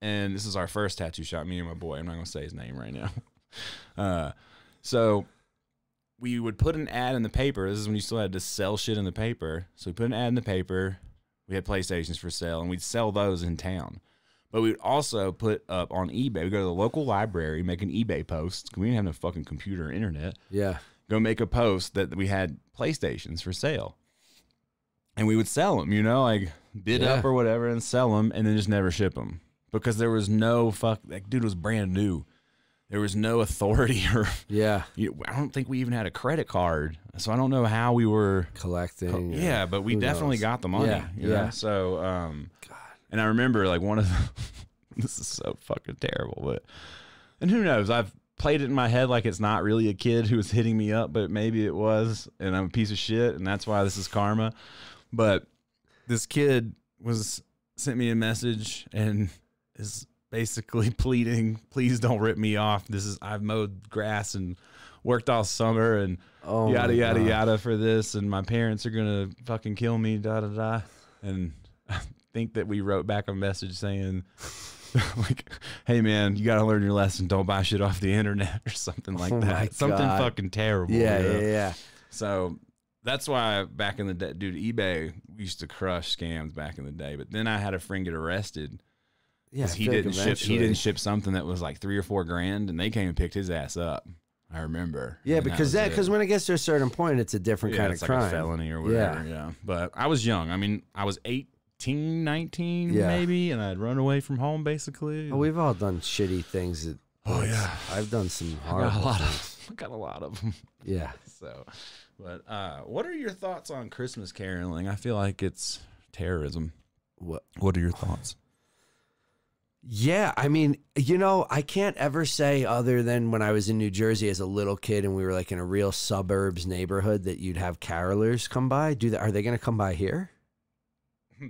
[SPEAKER 2] and this is our first tattoo shop me and my boy i'm not gonna say his name right now uh so we would put an ad in the paper this is when you still had to sell shit in the paper so we put an ad in the paper we had playstations for sale and we'd sell those in town but we would also put up on ebay we go to the local library make an ebay post 'cause we didn't have no fucking computer or internet
[SPEAKER 1] Yeah,
[SPEAKER 2] go make a post that we had playstations for sale and we would sell them you know like bid
[SPEAKER 1] Yeah.
[SPEAKER 2] up or whatever and sell them and then just never ship them because there was no fuck that dude was brand new there was no authority or
[SPEAKER 1] yeah,
[SPEAKER 2] you I don't think we even had a credit card so I don't know how we were
[SPEAKER 1] collecting.
[SPEAKER 2] yeah, but we
[SPEAKER 1] who
[SPEAKER 2] definitely
[SPEAKER 1] knows?
[SPEAKER 2] got the money.
[SPEAKER 1] Yeah,
[SPEAKER 2] you know?
[SPEAKER 1] yeah.
[SPEAKER 2] So, um, and I remember like one of the, this is so fucking terrible, but and who knows? I've played it in my head like it's not really a kid who was hitting me up, but maybe it was, and I'm a piece of shit, and that's why this is karma. But this kid was sent me a message and is basically pleading, please don't rip me off. This is I've mowed grass and worked all summer and
[SPEAKER 1] Oh,
[SPEAKER 2] yada
[SPEAKER 1] my
[SPEAKER 2] yada
[SPEAKER 1] God.
[SPEAKER 2] yada for this, and my parents are gonna fucking kill me, da da da. And I think that we wrote back a message saying, like, hey man, you gotta learn your lesson. Don't buy shit off the internet or something like
[SPEAKER 1] Oh my
[SPEAKER 2] that. Something
[SPEAKER 1] God.
[SPEAKER 2] fucking terrible.
[SPEAKER 1] Yeah,
[SPEAKER 2] you know?
[SPEAKER 1] yeah, yeah. So,
[SPEAKER 2] So that's why back in the day, dude, eBay we used to crush scams back in the day. But then I had a friend get arrested
[SPEAKER 1] yeah. I
[SPEAKER 2] because he
[SPEAKER 1] feel like
[SPEAKER 2] didn't ship. He
[SPEAKER 1] eventually-
[SPEAKER 2] didn't ship something that was like three or four grand, and they came and picked his ass up. I remember.
[SPEAKER 1] Yeah,
[SPEAKER 2] And that
[SPEAKER 1] because
[SPEAKER 2] was
[SPEAKER 1] that
[SPEAKER 2] it.
[SPEAKER 1] because when it gets to a certain point, it's a different
[SPEAKER 2] Yeah,
[SPEAKER 1] kind
[SPEAKER 2] it's
[SPEAKER 1] of
[SPEAKER 2] like
[SPEAKER 1] crime.
[SPEAKER 2] a felony or whatever. Yeah. But I was young. I mean, I was 18, 19
[SPEAKER 1] Yeah.
[SPEAKER 2] maybe, and I'd run away from home basically.
[SPEAKER 1] Oh, we've all done shitty things. That,
[SPEAKER 2] Oh, yeah.
[SPEAKER 1] I've done some
[SPEAKER 2] I got a
[SPEAKER 1] horrible.
[SPEAKER 2] lot of I got a lot of them.
[SPEAKER 1] Yeah.
[SPEAKER 2] So, but uh, what are your thoughts on Christmas caroling? I feel like it's terrorism.
[SPEAKER 1] What?
[SPEAKER 2] What are your thoughts?
[SPEAKER 1] Yeah, I mean, you know, I can't ever say other than when I was in New Jersey as a little kid and we were like in a real suburbs neighborhood that you'd have carolers come by. Do that? Are they going to come by here?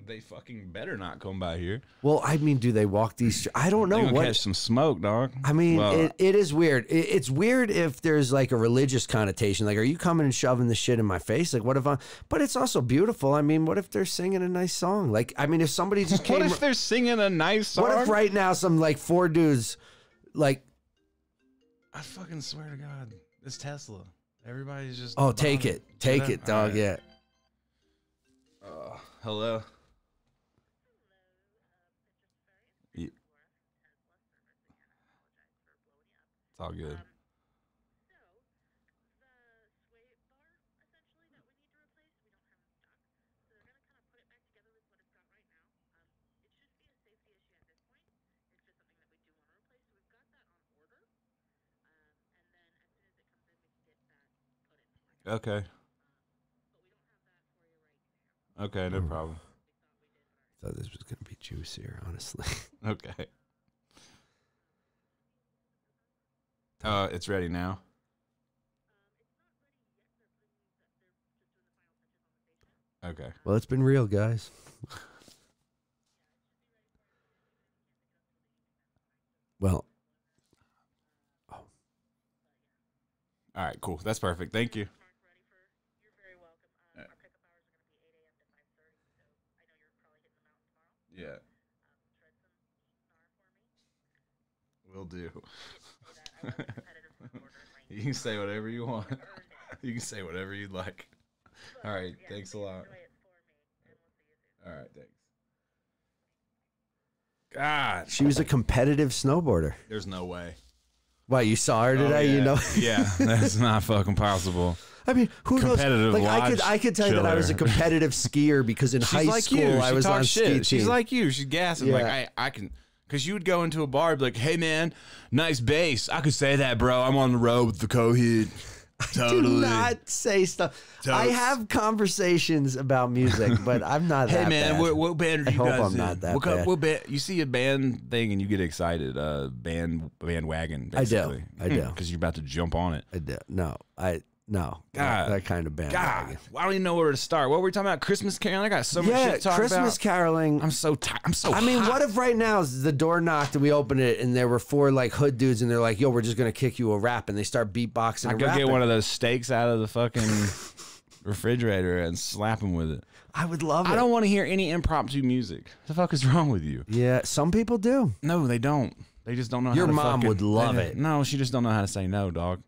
[SPEAKER 2] they fucking better not come by here.
[SPEAKER 1] Well, I mean, do they walk these? str- I don't
[SPEAKER 2] They
[SPEAKER 1] know
[SPEAKER 2] gonna
[SPEAKER 1] what.
[SPEAKER 2] catch some smoke, dog.
[SPEAKER 1] I mean,
[SPEAKER 2] Well, uh,
[SPEAKER 1] it, it is weird. It, it's weird if there's like a religious connotation. Like, are you coming and shoving the shit in my face? Like, what if I? But it's also beautiful. I mean, what if they're singing a nice song? Like, I mean, if somebody just came.
[SPEAKER 2] what if they're singing a nice song?
[SPEAKER 1] what if right now some like four dudes, like
[SPEAKER 2] I fucking swear to God, it's Tesla. Everybody's just
[SPEAKER 1] oh take
[SPEAKER 2] bombing.
[SPEAKER 1] it, take
[SPEAKER 2] Should I?
[SPEAKER 1] it, dog,
[SPEAKER 2] Alright.
[SPEAKER 1] yeah.
[SPEAKER 2] Oh, hello. Ye- It's all good. Um, Um, Okay. Okay, no problem.
[SPEAKER 1] Thought this was gonna be juicier, honestly.
[SPEAKER 2] Okay. Uh, it's ready now. Okay.
[SPEAKER 1] Well, it's been real, guys. Well,
[SPEAKER 2] All right, cool. That's perfect. Thank you. Yeah. Will do. you can say whatever you want. You can say whatever you'd like. All right. Thanks a lot. All right. Thanks. God,
[SPEAKER 1] she was a competitive snowboarder.
[SPEAKER 2] there's no way.
[SPEAKER 1] Why you saw her today?
[SPEAKER 2] Oh, yeah.
[SPEAKER 1] You know.
[SPEAKER 2] yeah, that's not fucking possible.
[SPEAKER 1] I mean, who knows?
[SPEAKER 2] Competitive
[SPEAKER 1] Like I could,
[SPEAKER 2] lodge
[SPEAKER 1] I could tell you that I was a
[SPEAKER 2] chiller.
[SPEAKER 1] competitive skier because in high school I was on ski team.
[SPEAKER 2] She's like you. She's gassing. Like
[SPEAKER 1] Yeah.
[SPEAKER 2] I, I can. Cause you would go into a bar, and be like, "Hey man, nice bass." I could say that, bro. I'm on the road with the coheed. Totally.
[SPEAKER 1] Do not say stuff. I
[SPEAKER 2] Totes.
[SPEAKER 1] have conversations about music, but I'm not.
[SPEAKER 2] hey
[SPEAKER 1] that
[SPEAKER 2] man,
[SPEAKER 1] bad.
[SPEAKER 2] what, what band are
[SPEAKER 1] I
[SPEAKER 2] you
[SPEAKER 1] hope
[SPEAKER 2] guys
[SPEAKER 1] I'm
[SPEAKER 2] in?
[SPEAKER 1] not that
[SPEAKER 2] what, co-
[SPEAKER 1] bad.
[SPEAKER 2] what band? You see a band thing and you get excited. Uh, band bandwagon.
[SPEAKER 1] I do.
[SPEAKER 2] Basically.
[SPEAKER 1] I do.
[SPEAKER 2] Because you're about to jump on it.
[SPEAKER 1] I do- no, I no
[SPEAKER 2] God.
[SPEAKER 1] that kind of band.
[SPEAKER 2] God, I don't even know where to start. What were we talking about? Christmas Carol. I got so much
[SPEAKER 1] Yeah,
[SPEAKER 2] shit to talk
[SPEAKER 1] Christmas
[SPEAKER 2] about.
[SPEAKER 1] caroling.
[SPEAKER 2] I'm so tired. I'm so.
[SPEAKER 1] I mean,
[SPEAKER 2] hot.
[SPEAKER 1] what if right now the door knocked and we opened it and there were four like hood dudes and they're like, "Yo, we're just gonna kick you a rap," and they start beatboxing.
[SPEAKER 2] I
[SPEAKER 1] and
[SPEAKER 2] go
[SPEAKER 1] rapping.
[SPEAKER 2] get one of those steaks out of the fucking refrigerator and slap him with it.
[SPEAKER 1] I would love it.
[SPEAKER 2] I don't want to hear any impromptu music. The fuck is wrong with you?
[SPEAKER 1] Yeah, some people do.
[SPEAKER 2] No, they don't. They just don't know.
[SPEAKER 1] Your
[SPEAKER 2] how to
[SPEAKER 1] mom
[SPEAKER 2] fucking-
[SPEAKER 1] would love
[SPEAKER 2] they-
[SPEAKER 1] it.
[SPEAKER 2] No, she just don't know how to say no, dog.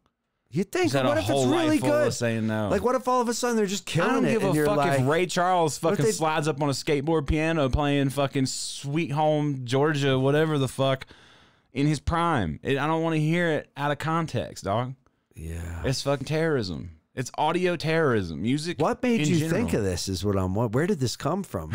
[SPEAKER 1] You think?
[SPEAKER 2] She's had
[SPEAKER 1] What
[SPEAKER 2] a
[SPEAKER 1] if
[SPEAKER 2] whole
[SPEAKER 1] it's really
[SPEAKER 2] life full
[SPEAKER 1] good?
[SPEAKER 2] of saying no.
[SPEAKER 1] Like, what if all of a sudden they're just
[SPEAKER 2] Oh. I
[SPEAKER 1] killing
[SPEAKER 2] don't
[SPEAKER 1] it
[SPEAKER 2] give
[SPEAKER 1] and
[SPEAKER 2] a
[SPEAKER 1] you're
[SPEAKER 2] fuck
[SPEAKER 1] like,
[SPEAKER 2] if Ray Charles
[SPEAKER 1] if
[SPEAKER 2] fucking
[SPEAKER 1] they-
[SPEAKER 2] slides up on a skateboard piano playing fucking Sweet Home Georgia, whatever the fuck, in his prime. It, I don't want to hear it out of context, dog.
[SPEAKER 1] yeah.
[SPEAKER 2] It's fucking terrorism. It's audio terrorism. Music.
[SPEAKER 1] What made
[SPEAKER 2] in
[SPEAKER 1] you
[SPEAKER 2] general.
[SPEAKER 1] think of this? Is what I'm. What, where did this come from?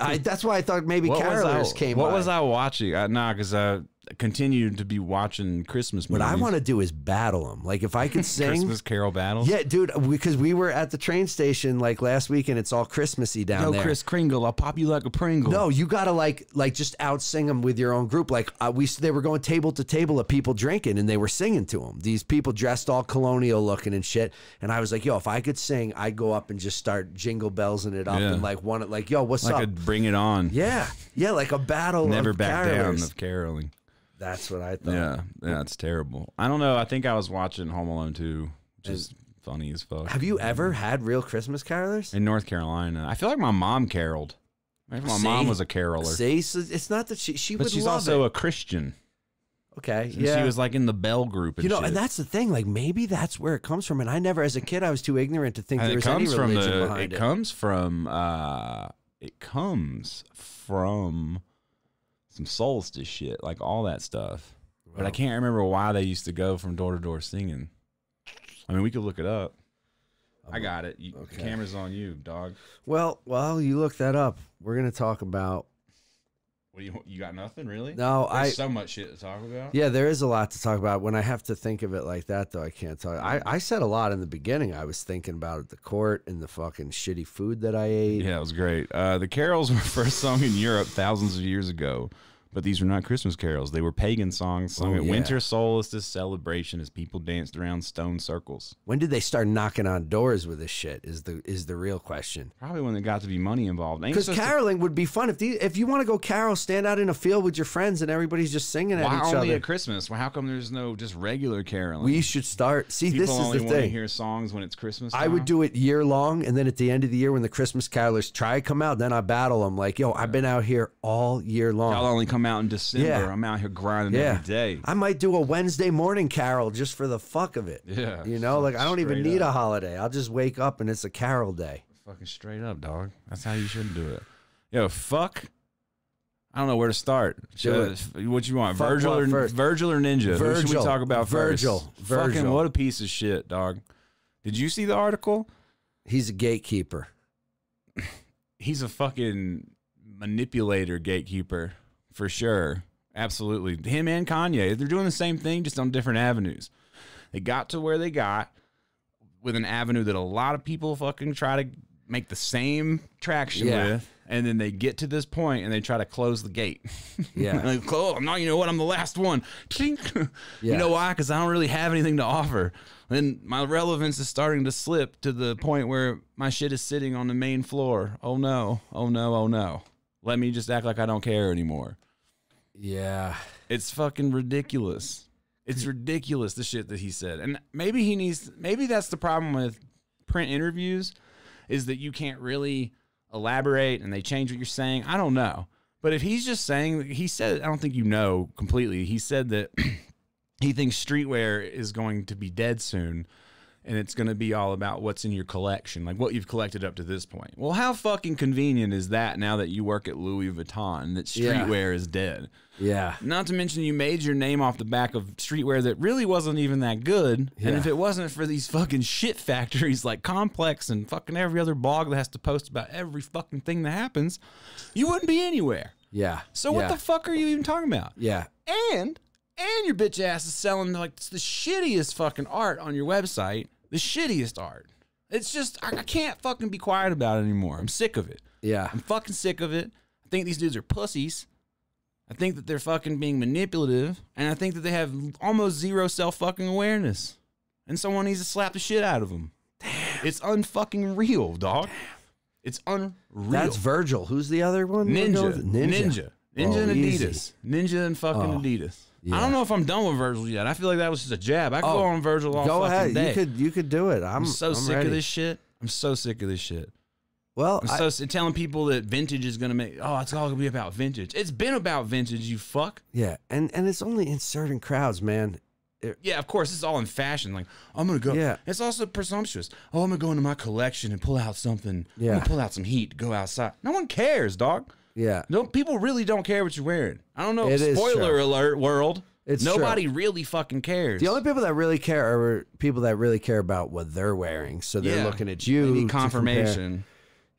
[SPEAKER 1] I, that's why I thought maybe
[SPEAKER 2] What was I-
[SPEAKER 1] carolers came.
[SPEAKER 2] What
[SPEAKER 1] by.
[SPEAKER 2] was I watching? Uh, nah, because I continue to be watching Christmas
[SPEAKER 1] What
[SPEAKER 2] movies.
[SPEAKER 1] I want to do is battle them. Like if I could sing,
[SPEAKER 2] Christmas Carol battles.
[SPEAKER 1] yeah, dude, because we were at the train station like last week and it's all Christmassy down
[SPEAKER 2] Yo,
[SPEAKER 1] there.
[SPEAKER 2] Chris Kringle, I'll pop you like a Pringle.
[SPEAKER 1] No, you gotta like like just out sing them with your own group. Like uh, we they were going table to table of people drinking and they were singing to them. These people dressed all colonial looking and shit. And I was like, yo, if I could sing, I'd go up and just start jingle bellsing it up
[SPEAKER 2] Yeah.
[SPEAKER 1] and like one like yo, what's
[SPEAKER 2] like
[SPEAKER 1] up?
[SPEAKER 2] a Bring It On.
[SPEAKER 1] yeah, yeah, like a battle.
[SPEAKER 2] Never
[SPEAKER 1] of
[SPEAKER 2] back
[SPEAKER 1] carolers.
[SPEAKER 2] down of caroling.
[SPEAKER 1] That's what I thought.
[SPEAKER 2] Yeah, yeah, it's terrible. I don't know. I think I was watching Home Alone 2, which is funny as fuck.
[SPEAKER 1] Have you ever had real Christmas carolers?
[SPEAKER 2] in North Carolina? I feel like my mom caroled. Maybe my mom
[SPEAKER 1] See?
[SPEAKER 2] was a caroler,
[SPEAKER 1] See, so it's not that she she
[SPEAKER 2] but
[SPEAKER 1] would
[SPEAKER 2] she's
[SPEAKER 1] love
[SPEAKER 2] also
[SPEAKER 1] it.
[SPEAKER 2] a Christian.
[SPEAKER 1] okay.
[SPEAKER 2] And
[SPEAKER 1] yeah,
[SPEAKER 2] she was like in the Bell group. And
[SPEAKER 1] you know,
[SPEAKER 2] shit.
[SPEAKER 1] and that's the thing. Like maybe that's where it comes from. And I never, as a kid, I was too ignorant to think
[SPEAKER 2] And
[SPEAKER 1] there
[SPEAKER 2] it
[SPEAKER 1] was any
[SPEAKER 2] comes from
[SPEAKER 1] religion
[SPEAKER 2] the. It,
[SPEAKER 1] behind it.
[SPEAKER 2] comes from. Uh, it comes from some solstice shit, like all that stuff. But I
[SPEAKER 1] Wow.
[SPEAKER 2] can't remember why they used to go from door to door singing. I mean, we could look it up. I got it. You,
[SPEAKER 1] Oh, Okay.
[SPEAKER 2] The camera's on you, dog.
[SPEAKER 1] Well, while you look that up, we're gonna talk about.
[SPEAKER 2] What do you you got? Nothing really?
[SPEAKER 1] No,
[SPEAKER 2] There's
[SPEAKER 1] I.
[SPEAKER 2] so much shit to talk about.
[SPEAKER 1] Yeah, there is a lot to talk about. When I have to think of it like that, though, I can't talk. I, I said a lot in the beginning. I was thinking about the court and the fucking shitty food that I ate.
[SPEAKER 2] Yeah, it was great. Uh, the carols were first sung in Europe thousands of years ago, but these were not Christmas carols. They were pagan songs sung
[SPEAKER 1] Oh,
[SPEAKER 2] at
[SPEAKER 1] yeah.
[SPEAKER 2] winter solstice celebration as people danced around stone circles.
[SPEAKER 1] When did they start knocking on doors with this shit? Is the is the real question.
[SPEAKER 2] Probably when there got to be money involved. Ain't
[SPEAKER 1] Because
[SPEAKER 2] supposed to-
[SPEAKER 1] caroling would be fun if the, if you want to go carol, stand out in a field with your friends and everybody's just singing
[SPEAKER 2] why
[SPEAKER 1] at each
[SPEAKER 2] only
[SPEAKER 1] other.
[SPEAKER 2] at Christmas? Well, how come there's no just regular caroling?
[SPEAKER 1] we should start. See,
[SPEAKER 2] people
[SPEAKER 1] this is
[SPEAKER 2] only
[SPEAKER 1] the
[SPEAKER 2] want to
[SPEAKER 1] thing.
[SPEAKER 2] hear songs when it's Christmas.
[SPEAKER 1] I would
[SPEAKER 2] time?
[SPEAKER 1] do it year long, and then at the end of the year, when the Christmas carolers try to come out, then I battle them. Like, yo, I've been out here all year
[SPEAKER 2] Y'all
[SPEAKER 1] long.
[SPEAKER 2] only come out in December.
[SPEAKER 1] Yeah.
[SPEAKER 2] I'm out here grinding
[SPEAKER 1] Yeah,
[SPEAKER 2] every day.
[SPEAKER 1] I might do a Wednesday morning carol just for the fuck of it.
[SPEAKER 2] Yeah,
[SPEAKER 1] you know, like I don't even
[SPEAKER 2] straight
[SPEAKER 1] need
[SPEAKER 2] up.
[SPEAKER 1] a holiday. I'll just wake up and it's a carol day.
[SPEAKER 2] Fucking straight up, dog. That's how you should do it. Yo, fuck. I don't know where to start. Should- What you want,
[SPEAKER 1] Fuck
[SPEAKER 2] Virgil
[SPEAKER 1] what
[SPEAKER 2] or
[SPEAKER 1] first?
[SPEAKER 2] Virgil or Ninja? Who should we
[SPEAKER 1] Virgil.
[SPEAKER 2] talk about first?
[SPEAKER 1] Virgil.
[SPEAKER 2] Fucking
[SPEAKER 1] Virgil.
[SPEAKER 2] what a piece of shit, dog. Did you see the article?
[SPEAKER 1] He's a gatekeeper.
[SPEAKER 2] He's a fucking manipulator, gatekeeper for sure. Absolutely, him and Kanye. They're doing the same thing, just on different avenues. They got to where they got with an avenue that a lot of people fucking try to make the same traction
[SPEAKER 1] Yeah.
[SPEAKER 2] with. And then they get to this point and they try to close the gate.
[SPEAKER 1] Yeah.
[SPEAKER 2] And they go, oh, no, you know what? I'm the last one. Tink. You
[SPEAKER 1] Yeah.
[SPEAKER 2] know why? Because I don't really have anything to offer. And my relevance is starting to slip to the point where my shit is sitting on the main floor. Oh no, oh no, oh no. Let me just act like I don't care anymore.
[SPEAKER 1] Yeah,
[SPEAKER 2] It's fucking ridiculous. It's ridiculous the shit that he said. And maybe he needs maybe that's the problem with print interviews is that you can't really elaborate and they change what you're saying. I don't know. But if he's just saying he said I don't think you know completely. He said that he thinks streetwear is going to be dead soon and it's going to be all about what's in your collection, like what you've collected up to this point. Well, how fucking convenient is that now that you work at Louis Vuitton that
[SPEAKER 1] Yeah.
[SPEAKER 2] streetwear is dead?
[SPEAKER 1] yeah,
[SPEAKER 2] Not to mention you made your name off the back of streetwear that really wasn't even that good. And
[SPEAKER 1] Yeah.
[SPEAKER 2] if it wasn't for these fucking shit factories like Complex and fucking every other blog that has to post about every fucking thing that happens, you wouldn't be anywhere.
[SPEAKER 1] yeah.
[SPEAKER 2] So what
[SPEAKER 1] yeah,
[SPEAKER 2] the fuck are you even talking about?
[SPEAKER 1] yeah,
[SPEAKER 2] And and your bitch ass is selling like the shittiest fucking art on your website. The shittiest art. It's just I, I can't fucking be quiet about it anymore. I'm sick of it.
[SPEAKER 1] yeah,
[SPEAKER 2] I'm fucking sick of it. I think these dudes are pussies. I think that they're fucking being manipulative, and I think that they have almost zero self fucking awareness. And someone needs to slap the shit out of them. It's unfucking real, dog. It's unreal.
[SPEAKER 1] That's Virgil. Who's the other one? we're going
[SPEAKER 2] Ninja.
[SPEAKER 1] with?
[SPEAKER 2] Ninja. Ninja
[SPEAKER 1] Oh,
[SPEAKER 2] and
[SPEAKER 1] easy.
[SPEAKER 2] Adidas. Ninja and fucking
[SPEAKER 1] Oh,
[SPEAKER 2] Adidas. I
[SPEAKER 1] yeah.
[SPEAKER 2] don't know if I'm done with Virgil yet. I feel like that was just a jab. I could
[SPEAKER 1] Oh,
[SPEAKER 2] go on Virgil all
[SPEAKER 1] Go
[SPEAKER 2] fucking
[SPEAKER 1] ahead.
[SPEAKER 2] day.
[SPEAKER 1] You could you could do it. I'm,
[SPEAKER 2] I'm so
[SPEAKER 1] I'm
[SPEAKER 2] sick
[SPEAKER 1] ready.
[SPEAKER 2] of this shit. I'm so sick of this shit.
[SPEAKER 1] Well,
[SPEAKER 2] I'm
[SPEAKER 1] I-
[SPEAKER 2] so s- telling people that vintage is gonna make. Oh, it's all gonna be about vintage. It's been about vintage, you fuck.
[SPEAKER 1] Yeah, and and it's only in certain crowds, man.
[SPEAKER 2] Yeah, of course, it's all in fashion. Like I'm gonna go.
[SPEAKER 1] Yeah.
[SPEAKER 2] It's also presumptuous. Oh, I'm gonna go into my collection and pull out something. I'm gonna
[SPEAKER 1] Yeah.
[SPEAKER 2] pull out some heat. Go outside. No one cares, dog.
[SPEAKER 1] Yeah,
[SPEAKER 2] No, people really don't care what you're wearing. I don't know.
[SPEAKER 1] It is
[SPEAKER 2] spoiler
[SPEAKER 1] true.
[SPEAKER 2] alert, world.
[SPEAKER 1] It's true.
[SPEAKER 2] nobody really fucking cares.
[SPEAKER 1] the only people that really care are people that really care about what they're wearing, so they're
[SPEAKER 2] Yeah.
[SPEAKER 1] looking at you.
[SPEAKER 2] They
[SPEAKER 1] to
[SPEAKER 2] need
[SPEAKER 1] compare.
[SPEAKER 2] confirmation.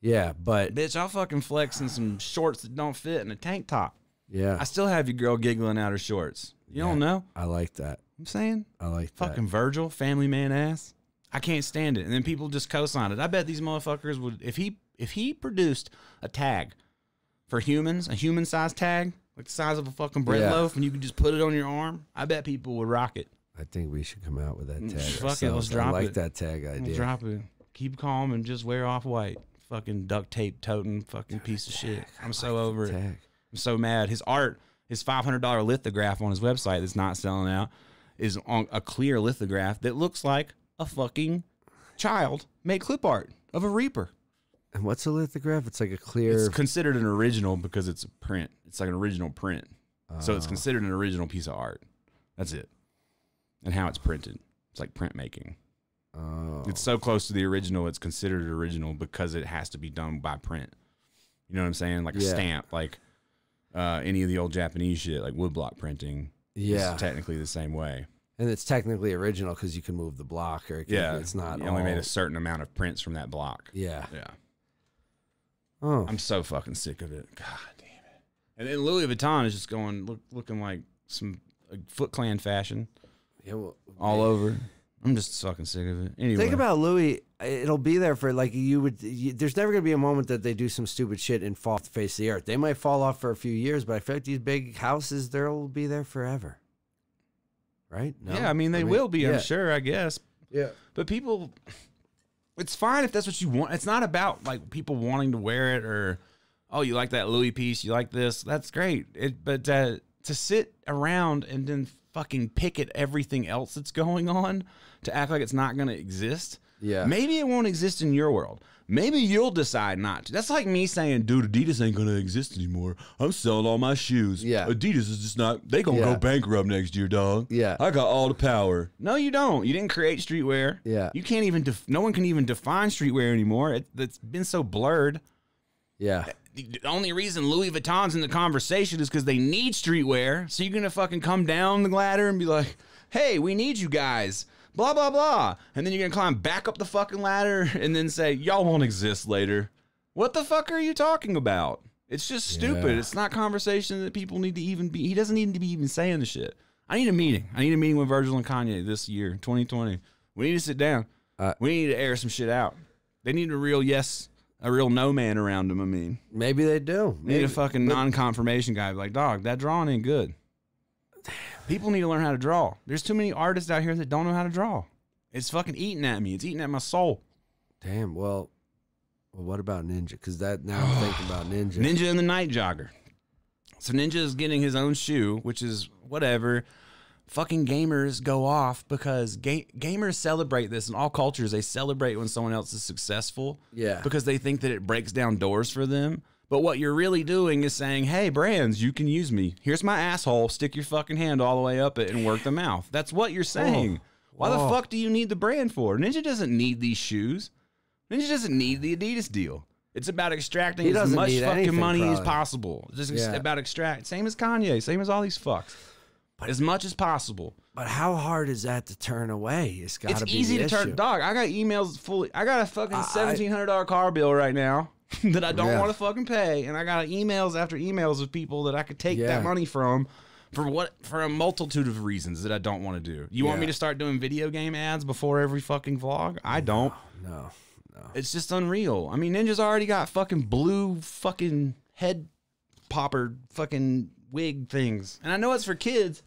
[SPEAKER 1] Yeah, but
[SPEAKER 2] Bitch, I'll fucking flex in some shorts that don't fit and a tank top.
[SPEAKER 1] Yeah.
[SPEAKER 2] I still have your girl giggling out her shorts. You don't know?
[SPEAKER 1] I like that.
[SPEAKER 2] I'm saying
[SPEAKER 1] I like that.
[SPEAKER 2] fucking Virgil, family man ass. I can't stand it. And then people just co-sign it. I bet these motherfuckers would if he if he produced a tag for humans, a human size tag, like the size of a fucking bread
[SPEAKER 1] Yeah.
[SPEAKER 2] loaf, and you could just put it on your arm. I bet people would rock it.
[SPEAKER 1] I think we should come out with that tag.
[SPEAKER 2] Mm, fuck it, let's
[SPEAKER 1] ourselves. I
[SPEAKER 2] drop
[SPEAKER 1] like
[SPEAKER 2] it.
[SPEAKER 1] that tag
[SPEAKER 2] We'll
[SPEAKER 1] idea.
[SPEAKER 2] Drop it. Keep calm and just wear off white. Fucking duct tape toting fucking piece of shit. I'm so over it.
[SPEAKER 1] Tag.
[SPEAKER 2] I'm so mad. His art, his $500 lithograph on his website that's not selling out, is on a clear lithograph that looks like a fucking child made clip art of a reaper.
[SPEAKER 1] And what's a lithograph? It's like a clear.
[SPEAKER 2] It's considered an original because it's a print. It's like an original print. so it's considered an original piece of art. That's it. And how it's printed. It's like printmaking.
[SPEAKER 1] oh,
[SPEAKER 2] It's so close to the original, it's considered original because it has to be done by print. You know what I'm saying? Like a
[SPEAKER 1] Yeah.
[SPEAKER 2] stamp, like uh, any of the old Japanese shit, like woodblock printing. is
[SPEAKER 1] yeah.
[SPEAKER 2] technically the same way.
[SPEAKER 1] and it's technically original because you can move the block or it can,
[SPEAKER 2] Yeah,
[SPEAKER 1] it's not.
[SPEAKER 2] You
[SPEAKER 1] all,
[SPEAKER 2] only made a certain amount of prints from that block.
[SPEAKER 1] Yeah.
[SPEAKER 2] Yeah,
[SPEAKER 1] Oh.
[SPEAKER 2] I'm so fucking sick of it. God damn it. And then Louis Vuitton is just going look, looking like some like, Foot Clan fashion
[SPEAKER 1] Yeah, well,
[SPEAKER 2] all over. I'm just fucking sick of it. Anyway,
[SPEAKER 1] Think about Louis. It'll be there for like you would. You, there's never going to be a moment that they do some stupid shit and fall off the face of the earth. They might fall off for a few years, but I feel like these big houses, they'll be there forever. Right? No?
[SPEAKER 2] yeah. I mean, they will be.
[SPEAKER 1] yeah.
[SPEAKER 2] I'm sure. I guess.
[SPEAKER 1] Yeah.
[SPEAKER 2] But people, it's fine if that's what you want. It's not about like people wanting to wear it or, oh, you like that Louis piece, you like this. That's great. It, but uh, to sit around and then fucking pick at everything else that's going on to act like it's not going to exist.
[SPEAKER 1] Yeah.
[SPEAKER 2] Maybe it won't exist in your world. Maybe you'll decide not to. That's like me saying, dude, Adidas ain't gonna exist anymore. I'm selling all my shoes.
[SPEAKER 1] Yeah.
[SPEAKER 2] Adidas is just not they gonna
[SPEAKER 1] Yeah.
[SPEAKER 2] go bankrupt next year, dog.
[SPEAKER 1] Yeah.
[SPEAKER 2] I got all the power. No, you don't. You didn't create streetwear.
[SPEAKER 1] Yeah.
[SPEAKER 2] You can't even. Def- no one can even define streetwear anymore. It, it's been so blurred.
[SPEAKER 1] Yeah.
[SPEAKER 2] The the only reason Louis Vuitton's in the conversation is because they need streetwear. So you're gonna fucking come down the ladder and be like, "Hey, we need you guys." Blah blah blah, and then you're gonna climb back up the fucking ladder and then say, "Y'all won't exist later." What the fuck are you talking about? It's just stupid.
[SPEAKER 1] Yeah.
[SPEAKER 2] It's not conversation that people need to even be. He doesn't need to be even saying the shit. I need a meeting. I need a meeting with Virgil and Kanye this year, 2020. We need to sit down.
[SPEAKER 1] Uh,
[SPEAKER 2] we need to air some shit out. They need a real yes, a real no man around them. I mean,
[SPEAKER 1] Maybe they do.
[SPEAKER 2] need
[SPEAKER 1] Maybe.
[SPEAKER 2] a fucking non-confirmation guy. Be Like, dog, that drawing ain't good. People need to learn how to draw. There's too many artists out here that don't know how to draw. It's fucking eating at me. It's eating at my soul.
[SPEAKER 1] Damn. Well, well, what about Ninja? Because that now I'm thinking about Ninja.
[SPEAKER 2] Ninja and the Night Jogger. So Ninja is getting his own shoe, which is whatever. Fucking gamers go off because ga- gamers celebrate this in all cultures. They celebrate when someone else is successful.
[SPEAKER 1] Yeah.
[SPEAKER 2] Because they think that it breaks down doors for them. But what you're really doing is saying, hey, brands, you can use me. Here's my asshole. Stick your fucking hand all the way up it and work the mouth. That's what you're saying. Why the
[SPEAKER 1] Whoa.
[SPEAKER 2] fuck do you need the brand for? Ninja doesn't need these shoes. Ninja doesn't need the Adidas deal. It's about extracting
[SPEAKER 1] He
[SPEAKER 2] as
[SPEAKER 1] doesn't
[SPEAKER 2] much
[SPEAKER 1] need
[SPEAKER 2] fucking
[SPEAKER 1] anything,
[SPEAKER 2] money as
[SPEAKER 1] probably.
[SPEAKER 2] possible. Just ex-
[SPEAKER 1] Yeah.
[SPEAKER 2] about extract. Same as Kanye. Same as all these fucks. as much as possible.
[SPEAKER 1] But how hard is that to turn away? It's got
[SPEAKER 2] It's
[SPEAKER 1] to be
[SPEAKER 2] easy
[SPEAKER 1] the
[SPEAKER 2] to turn.
[SPEAKER 1] issue.
[SPEAKER 2] Dog, I got emails fully. I got a fucking
[SPEAKER 1] I-
[SPEAKER 2] seventeen hundred dollar car bill right now that I don't
[SPEAKER 1] Yeah.
[SPEAKER 2] want to fucking pay, and I got emails after emails of people that I could take
[SPEAKER 1] Yeah.
[SPEAKER 2] that money from. For what? For a multitude of reasons that I don't want to do. You want
[SPEAKER 1] Yeah.
[SPEAKER 2] me to start doing video game ads before every fucking vlog? I don't.
[SPEAKER 1] No, no.
[SPEAKER 2] It's just unreal. I mean, Ninja's already got fucking blue fucking head popper fucking wig things. And I know it's for kids,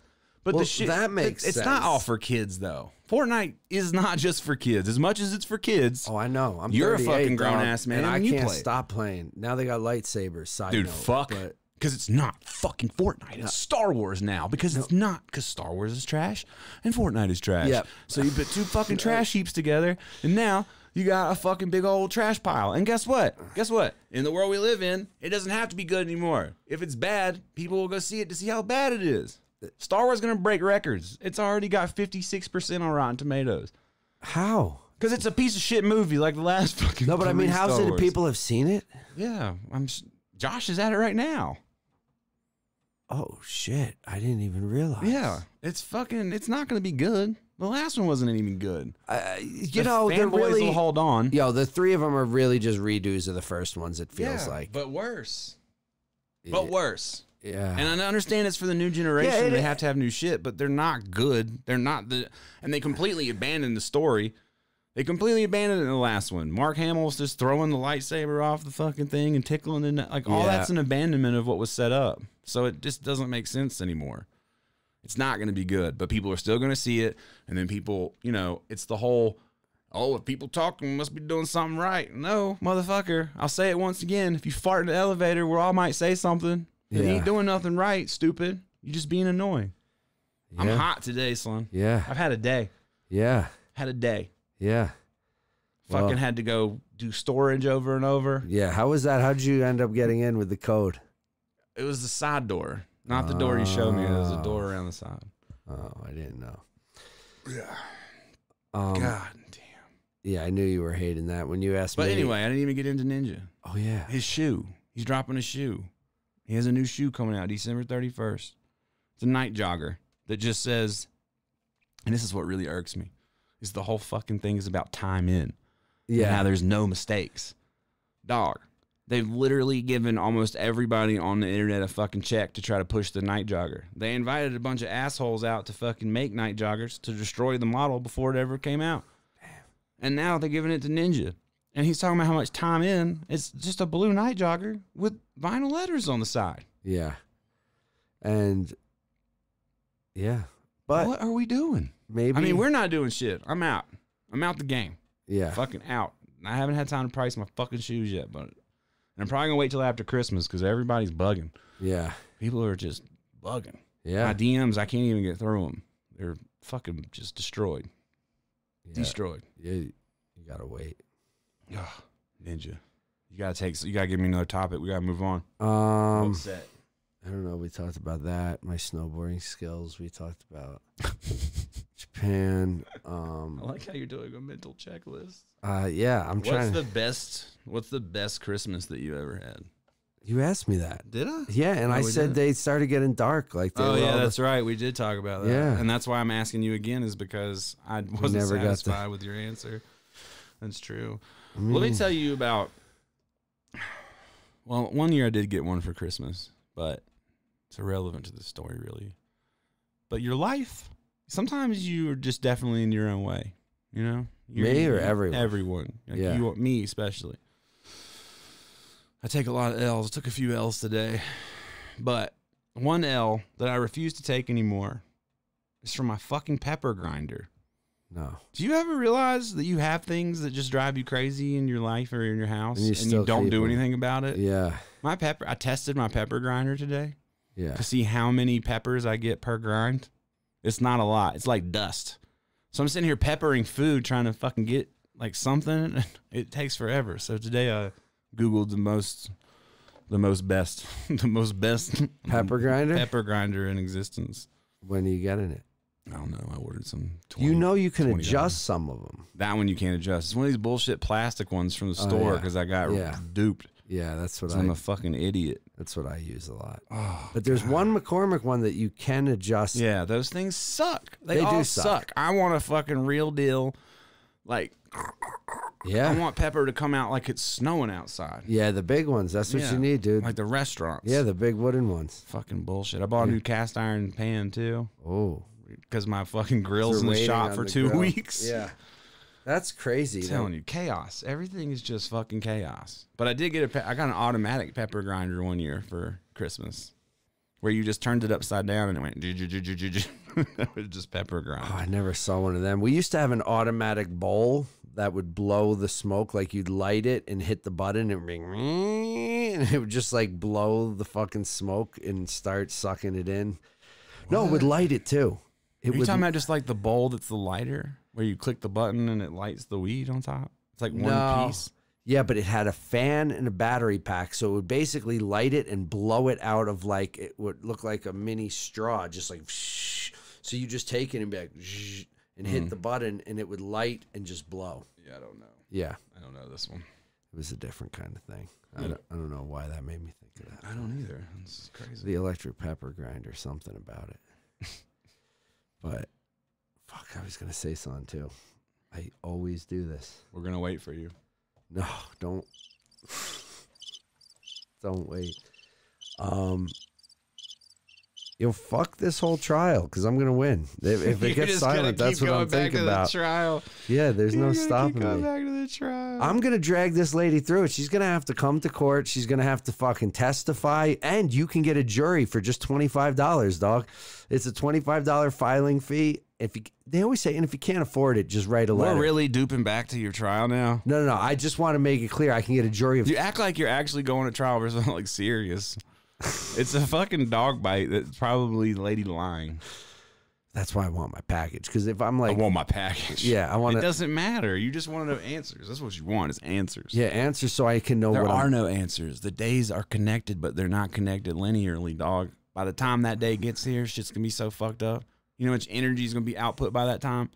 [SPEAKER 2] but
[SPEAKER 1] Well,
[SPEAKER 2] the shit
[SPEAKER 1] that makes
[SPEAKER 2] it's not
[SPEAKER 1] sense.
[SPEAKER 2] all for kids though. Fortnite is not just for kids. As much as it's for kids,
[SPEAKER 1] Oh, I know. I'm
[SPEAKER 2] You're a
[SPEAKER 1] 38,
[SPEAKER 2] fucking grown
[SPEAKER 1] dog,
[SPEAKER 2] ass man,
[SPEAKER 1] and I
[SPEAKER 2] and you
[SPEAKER 1] can't
[SPEAKER 2] play.
[SPEAKER 1] stop playing. Now they got lightsabers. Side
[SPEAKER 2] dude,
[SPEAKER 1] note,
[SPEAKER 2] fuck.
[SPEAKER 1] but-
[SPEAKER 2] Because it's not fucking Fortnite. It's Star Wars now. Because it's not. Because Star Wars is trash and Fortnite is trash.
[SPEAKER 1] Yep.
[SPEAKER 2] So you put two fucking trash heaps together, and now you got a fucking big old trash pile. And guess what? Guess what? In the world we live in, it doesn't have to be good anymore. If it's bad, people will go see it to see how bad it is. Star Wars gonna break records. It's already got fifty six percent on Rotten Tomatoes.
[SPEAKER 1] how?
[SPEAKER 2] Cause it's a piece of shit movie, like the last fucking.
[SPEAKER 1] No, but I mean,
[SPEAKER 2] three
[SPEAKER 1] how's
[SPEAKER 2] Star
[SPEAKER 1] it that
[SPEAKER 2] Wars.
[SPEAKER 1] people have seen it?
[SPEAKER 2] Yeah, I'm. s- Josh is at it right now.
[SPEAKER 1] Oh shit! I didn't even realize.
[SPEAKER 2] Yeah, it's fucking. It's not gonna be good. The last one wasn't even good.
[SPEAKER 1] I- you
[SPEAKER 2] The
[SPEAKER 1] know they're
[SPEAKER 2] fanboys will
[SPEAKER 1] really.
[SPEAKER 2] hold on.
[SPEAKER 1] Yo, the three of them are really just redos of the first ones. It feels like.
[SPEAKER 2] but worse.
[SPEAKER 1] Yeah.
[SPEAKER 2] But worse.
[SPEAKER 1] Yeah.
[SPEAKER 2] And I understand it's for the new generation.
[SPEAKER 1] Yeah, it-
[SPEAKER 2] they have to have new shit, but they're not good. They're not the, and they completely abandoned the story. They completely abandoned it in the last one. Mark Hamill's just throwing the lightsaber off the fucking thing and tickling and like all
[SPEAKER 1] Yeah.
[SPEAKER 2] that's an abandonment of what was set up. So it just doesn't make sense anymore. It's not going to be good, but people are still going to see it, and then people, you know, it's the whole. Oh, if people talk, we must be doing something right. No, motherfucker. I'll say it once again. If you fart in the elevator, we all might say something. You
[SPEAKER 1] Yeah.
[SPEAKER 2] ain't doing nothing right, stupid. You're just being annoying. I'm
[SPEAKER 1] Yeah.
[SPEAKER 2] hot today, son.
[SPEAKER 1] Yeah.
[SPEAKER 2] I've had a day.
[SPEAKER 1] Yeah.
[SPEAKER 2] Had a day.
[SPEAKER 1] Yeah. Well-
[SPEAKER 2] Fucking had to go do storage over and over.
[SPEAKER 1] Yeah. How was that? How did you end up getting in with the code?
[SPEAKER 2] It was the side door, not the door you showed me. It was a door around the side.
[SPEAKER 1] Oh, I didn't know. Yeah. Um,
[SPEAKER 2] God damn.
[SPEAKER 1] Yeah, I knew you were hating that when you asked
[SPEAKER 2] But
[SPEAKER 1] me.
[SPEAKER 2] anyway, I didn't even get into Ninja.
[SPEAKER 1] Oh yeah.
[SPEAKER 2] His shoe. He's dropping a shoe. He has a new shoe coming out December 31st. It's a night jogger that just says, and this is what really irks me, is the whole fucking thing is about time in. and how
[SPEAKER 1] Yeah.
[SPEAKER 2] there's no mistakes. Dog, they've literally given almost everybody on the internet a fucking check to try to push the night jogger. They invited a bunch of assholes out to fucking make night joggers to destroy the model before it ever came out. And now they're giving it to Ninja. And he's talking about how much time in. It's just a blue night jogger with vinyl letters on the side.
[SPEAKER 1] Yeah. And yeah. But
[SPEAKER 2] what are we doing?
[SPEAKER 1] maybe
[SPEAKER 2] I mean, we're not doing shit. I'm out. I'm out the game.
[SPEAKER 1] yeah.
[SPEAKER 2] fucking out. And I haven't had time to price my fucking shoes yet, but and I'm probably gonna wait till after Christmas because everybody's bugging.
[SPEAKER 1] Yeah.
[SPEAKER 2] People are just bugging.
[SPEAKER 1] Yeah.
[SPEAKER 2] My DMs, I can't even get through them. They're fucking just destroyed,
[SPEAKER 1] Yeah.
[SPEAKER 2] destroyed.
[SPEAKER 1] Yeah, You gotta wait.
[SPEAKER 2] Ugh, ninja, you gotta take. You gotta give me another topic. We gotta move on.
[SPEAKER 1] Um
[SPEAKER 2] Upset.
[SPEAKER 1] I don't know, we talked about that. My snowboarding skills, we talked about Japan.
[SPEAKER 2] I
[SPEAKER 1] Um
[SPEAKER 2] like how you're doing a mental checklist.
[SPEAKER 1] uh yeah, I'm
[SPEAKER 2] What's
[SPEAKER 1] trying
[SPEAKER 2] the best? What's the best Christmas that you ever had?
[SPEAKER 1] You asked me that.
[SPEAKER 2] Did I?
[SPEAKER 1] Yeah, and
[SPEAKER 2] Oh,
[SPEAKER 1] I
[SPEAKER 2] we
[SPEAKER 1] said
[SPEAKER 2] did.
[SPEAKER 1] they started getting dark. Like they
[SPEAKER 2] Oh
[SPEAKER 1] were
[SPEAKER 2] yeah,
[SPEAKER 1] all the-
[SPEAKER 2] that's right. We did talk about that.
[SPEAKER 1] Yeah.
[SPEAKER 2] and that's why I'm asking you again is because I wasn't
[SPEAKER 1] never got to-
[SPEAKER 2] satisfied with your answer. That's true.
[SPEAKER 1] I mean,
[SPEAKER 2] Let me tell you about. Mm. Well, one year I did get one for Christmas, but it's irrelevant to the story really. But your life, sometimes you are just definitely in your own way. You know, You're-
[SPEAKER 1] Me or
[SPEAKER 2] you-
[SPEAKER 1] everyone?
[SPEAKER 2] Everyone. Like
[SPEAKER 1] Yeah.
[SPEAKER 2] You, me especially. I take a lot of L's. I took a few L's today, but one L that I refuse to take anymore is from my fucking pepper grinder.
[SPEAKER 1] No.
[SPEAKER 2] Do you ever realize that you have things that just drive you crazy in your life or in your house
[SPEAKER 1] And you
[SPEAKER 2] and you,
[SPEAKER 1] still
[SPEAKER 2] don't
[SPEAKER 1] keep
[SPEAKER 2] do
[SPEAKER 1] 'em.
[SPEAKER 2] anything about it?
[SPEAKER 1] Yeah.
[SPEAKER 2] My pepper I tested my pepper grinder today
[SPEAKER 1] Yeah.
[SPEAKER 2] to see how many peppers I get per grind. It's not a lot. It's like dust. So I'm sitting here peppering food trying to fucking get like something. It takes forever. So today I googled the most the most best the most best
[SPEAKER 1] Pepper
[SPEAKER 2] Mm,
[SPEAKER 1] grinder?
[SPEAKER 2] pepper grinder in existence.
[SPEAKER 1] When are you getting it?
[SPEAKER 2] I don't know. I ordered some 20
[SPEAKER 1] You know you can
[SPEAKER 2] $20.
[SPEAKER 1] adjust some of them.
[SPEAKER 2] That one you can't adjust. It's one of these bullshit plastic ones from the
[SPEAKER 1] Oh,
[SPEAKER 2] store
[SPEAKER 1] yeah.
[SPEAKER 2] because I got
[SPEAKER 1] Yeah.
[SPEAKER 2] duped.
[SPEAKER 1] Yeah, that's what
[SPEAKER 2] 'cause
[SPEAKER 1] I
[SPEAKER 2] I'm a fucking idiot.
[SPEAKER 1] that's what I use a lot.
[SPEAKER 2] Oh,
[SPEAKER 1] But there's one McCormick one that you can adjust.
[SPEAKER 2] yeah, those things suck. They,
[SPEAKER 1] They do
[SPEAKER 2] all
[SPEAKER 1] suck.
[SPEAKER 2] suck. I want a fucking real deal. Like I
[SPEAKER 1] Yeah.
[SPEAKER 2] want pepper to come out like it's snowing outside,
[SPEAKER 1] Yeah, the big ones. That's what
[SPEAKER 2] Yeah.
[SPEAKER 1] you need, dude.
[SPEAKER 2] like the restaurants.
[SPEAKER 1] yeah, the big wooden ones.
[SPEAKER 2] fucking bullshit. I bought a new cast iron pan too
[SPEAKER 1] Oh.
[SPEAKER 2] because my fucking grill's
[SPEAKER 1] They're
[SPEAKER 2] in the
[SPEAKER 1] waiting
[SPEAKER 2] shop
[SPEAKER 1] on
[SPEAKER 2] for
[SPEAKER 1] the
[SPEAKER 2] two
[SPEAKER 1] grill.
[SPEAKER 2] weeks.
[SPEAKER 1] Yeah. That's crazy.
[SPEAKER 2] I'm
[SPEAKER 1] though.
[SPEAKER 2] telling you, chaos. Everything is just fucking chaos. But I did get a, pe- I got an automatic pepper grinder one year for Christmas, where you just turned it upside down and it went. "Ju- ju- ju- ju- ju- ju." It was just pepper
[SPEAKER 1] Oh,
[SPEAKER 2] grind.
[SPEAKER 1] I never saw one of them. We used to have an automatic bowl that would blow the smoke. Like you'd light it and hit the button and ring, and it would just like blow the fucking smoke and start sucking it in. No, it would light it too. It
[SPEAKER 2] Are you
[SPEAKER 1] would.
[SPEAKER 2] talking about just like the bowl that's the lighter, where you click the button and it lights the weed on top? It's like one
[SPEAKER 1] No.
[SPEAKER 2] piece.
[SPEAKER 1] yeah, but it had a fan and a battery pack, so it would basically light it and blow it out of like it would look like a mini straw, just like. Shh. So you just take it and be like, shh, and hit the button, and it would light and just blow.
[SPEAKER 2] Yeah, I don't know.
[SPEAKER 1] Yeah.
[SPEAKER 2] I don't know this one.
[SPEAKER 1] It was a different kind of thing. I, don't, I don't know why that made me think of that.
[SPEAKER 2] I don't either. This is crazy.
[SPEAKER 1] The electric pepper grinder, something about it. but fuck, I was gonna say something too. I always do this.
[SPEAKER 2] We're gonna wait for you.
[SPEAKER 1] No, don't, don't wait. Um, you know, fuck this whole trial because I'm gonna win. If, if it
[SPEAKER 2] You're
[SPEAKER 1] gets
[SPEAKER 2] just gonna
[SPEAKER 1] silent,
[SPEAKER 2] keep
[SPEAKER 1] that's what
[SPEAKER 2] going
[SPEAKER 1] I'm
[SPEAKER 2] back
[SPEAKER 1] thinking
[SPEAKER 2] to the
[SPEAKER 1] about.
[SPEAKER 2] trial.
[SPEAKER 1] yeah, there's
[SPEAKER 2] You're
[SPEAKER 1] no
[SPEAKER 2] gonna keep
[SPEAKER 1] stopping
[SPEAKER 2] going
[SPEAKER 1] me.
[SPEAKER 2] back to the trial.
[SPEAKER 1] I'm gonna drag this lady through it. She's gonna have to come to court. She's gonna have to fucking testify, and you can get a jury for just twenty five dollars, dog. It's a twenty five dollar filing fee. If you, they always say, and if you can't afford it, just write a
[SPEAKER 2] We're
[SPEAKER 1] letter.
[SPEAKER 2] really duping back to your trial now.
[SPEAKER 1] No, no, no. I just want to make it clear I can get a jury of.
[SPEAKER 2] You act like you're actually going to trial versus like serious. It's a fucking dog bite that's probably lady lying.
[SPEAKER 1] That's why I want my package because if I'm
[SPEAKER 2] I
[SPEAKER 1] like,
[SPEAKER 2] want my package.
[SPEAKER 1] yeah, I want
[SPEAKER 2] It
[SPEAKER 1] to,
[SPEAKER 2] doesn't matter. You just want to know answers. That's what you want is answers.
[SPEAKER 1] yeah, answer so I can know
[SPEAKER 2] There
[SPEAKER 1] what
[SPEAKER 2] are
[SPEAKER 1] I'm.
[SPEAKER 2] no answers. The days are connected, but they're not connected linearly, dog. By the time that day gets here, shit's gonna be so fucked up. You know how much energy is gonna be output by that time?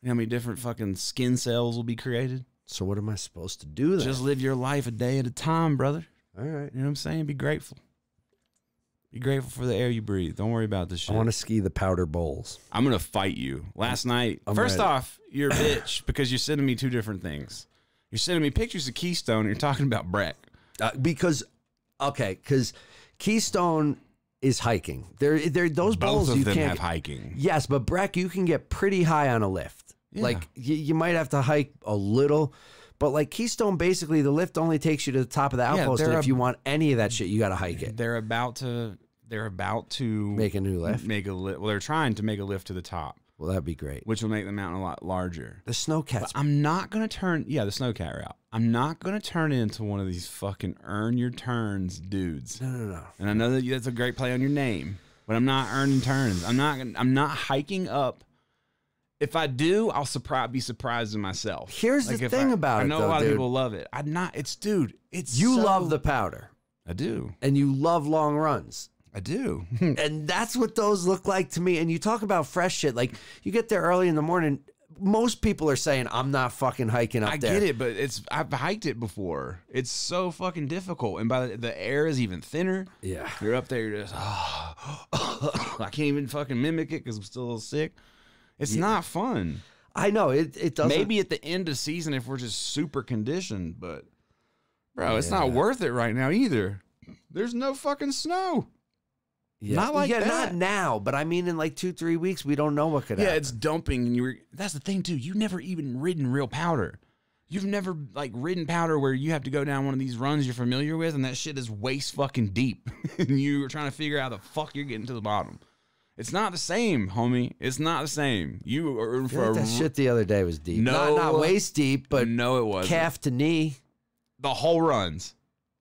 [SPEAKER 2] You know how many different fucking skin cells will be created?
[SPEAKER 1] So what am I supposed to do then?
[SPEAKER 2] Just live your life a day at a time, brother.
[SPEAKER 1] All right.
[SPEAKER 2] You know what I'm saying? Be grateful. Be grateful for the air you breathe. Don't worry about this
[SPEAKER 1] I
[SPEAKER 2] shit.
[SPEAKER 1] want to ski the powder bowls.
[SPEAKER 2] I'm gonna fight you. Last night,
[SPEAKER 1] I'm
[SPEAKER 2] first
[SPEAKER 1] ready.
[SPEAKER 2] off, you're a bitch because you're sending me two different things. You're sending me pictures of Keystone. And you're talking about Breck.
[SPEAKER 1] Uh, because okay, because Keystone is hiking. There, there. Those
[SPEAKER 2] Both
[SPEAKER 1] bowls
[SPEAKER 2] of
[SPEAKER 1] you
[SPEAKER 2] them
[SPEAKER 1] can't.
[SPEAKER 2] have hiking.
[SPEAKER 1] yes, but Breck, you can get pretty high on a lift.
[SPEAKER 2] Yeah.
[SPEAKER 1] Like you, you might have to hike a little. But like Keystone, basically the lift only takes you to the top of the outpost.
[SPEAKER 2] they're
[SPEAKER 1] and
[SPEAKER 2] a-
[SPEAKER 1] if you want any of that shit, you got to hike it.
[SPEAKER 2] They're about to. They're about to
[SPEAKER 1] Make a new lift.
[SPEAKER 2] Make a lift. Well, they're trying to make a lift to the top,
[SPEAKER 1] Well, that'd be great.
[SPEAKER 2] which will make the mountain a lot larger.
[SPEAKER 1] The snowcats.
[SPEAKER 2] I'm not gonna turn. Yeah, the snowcat route. I'm not gonna turn into one of these fucking earn your turns dudes.
[SPEAKER 1] No, no, no.
[SPEAKER 2] and I know that that's a great play on your name, but I'm not earning turns. I'm not. I'm not hiking up. If I do, I'll surprise. Be surprised in myself.
[SPEAKER 1] Here's the
[SPEAKER 2] if
[SPEAKER 1] thing
[SPEAKER 2] I-
[SPEAKER 1] about
[SPEAKER 2] I
[SPEAKER 1] it,
[SPEAKER 2] know
[SPEAKER 1] though,
[SPEAKER 2] a lot
[SPEAKER 1] dude.
[SPEAKER 2] of people love it. I'm not. It's dude. It's
[SPEAKER 1] You
[SPEAKER 2] so-
[SPEAKER 1] love the powder
[SPEAKER 2] I do.
[SPEAKER 1] and you love long runs.
[SPEAKER 2] I do.
[SPEAKER 1] And that's what those look like to me. And you talk about fresh shit. Like you get there early in the morning. Most people are saying, I'm not fucking hiking up
[SPEAKER 2] I
[SPEAKER 1] there.
[SPEAKER 2] get it, but it's I've hiked it before. It's so fucking difficult, and by the, the air is even thinner.
[SPEAKER 1] Yeah.
[SPEAKER 2] You're up there, you're just I can't even fucking mimic it because I'm still a little sick. It's not fun.
[SPEAKER 1] I know. It, it doesn't.
[SPEAKER 2] Maybe at the end of season if we're just super conditioned, but bro, it's not worth it right now either. There's no fucking snow.
[SPEAKER 1] Yeah.
[SPEAKER 2] not like
[SPEAKER 1] yeah,
[SPEAKER 2] that.
[SPEAKER 1] not now, but I mean, in like two, three weeks, we don't know what could
[SPEAKER 2] Yeah,
[SPEAKER 1] happen.
[SPEAKER 2] it's dumping, and you were. That's the thing too. You've never even ridden real powder. You've never like ridden powder where you have to go down one of these runs you're familiar with, and that shit is waist fucking deep, and you are trying to figure out how the fuck you're getting to the bottom. It's not the same, homie. It's not the same. You are in
[SPEAKER 1] I think
[SPEAKER 2] for a
[SPEAKER 1] that shit the other day was deep.
[SPEAKER 2] No.
[SPEAKER 1] Not, not waist deep,
[SPEAKER 2] but
[SPEAKER 1] but
[SPEAKER 2] no, it wasn't.
[SPEAKER 1] calf to knee.
[SPEAKER 2] the whole runs,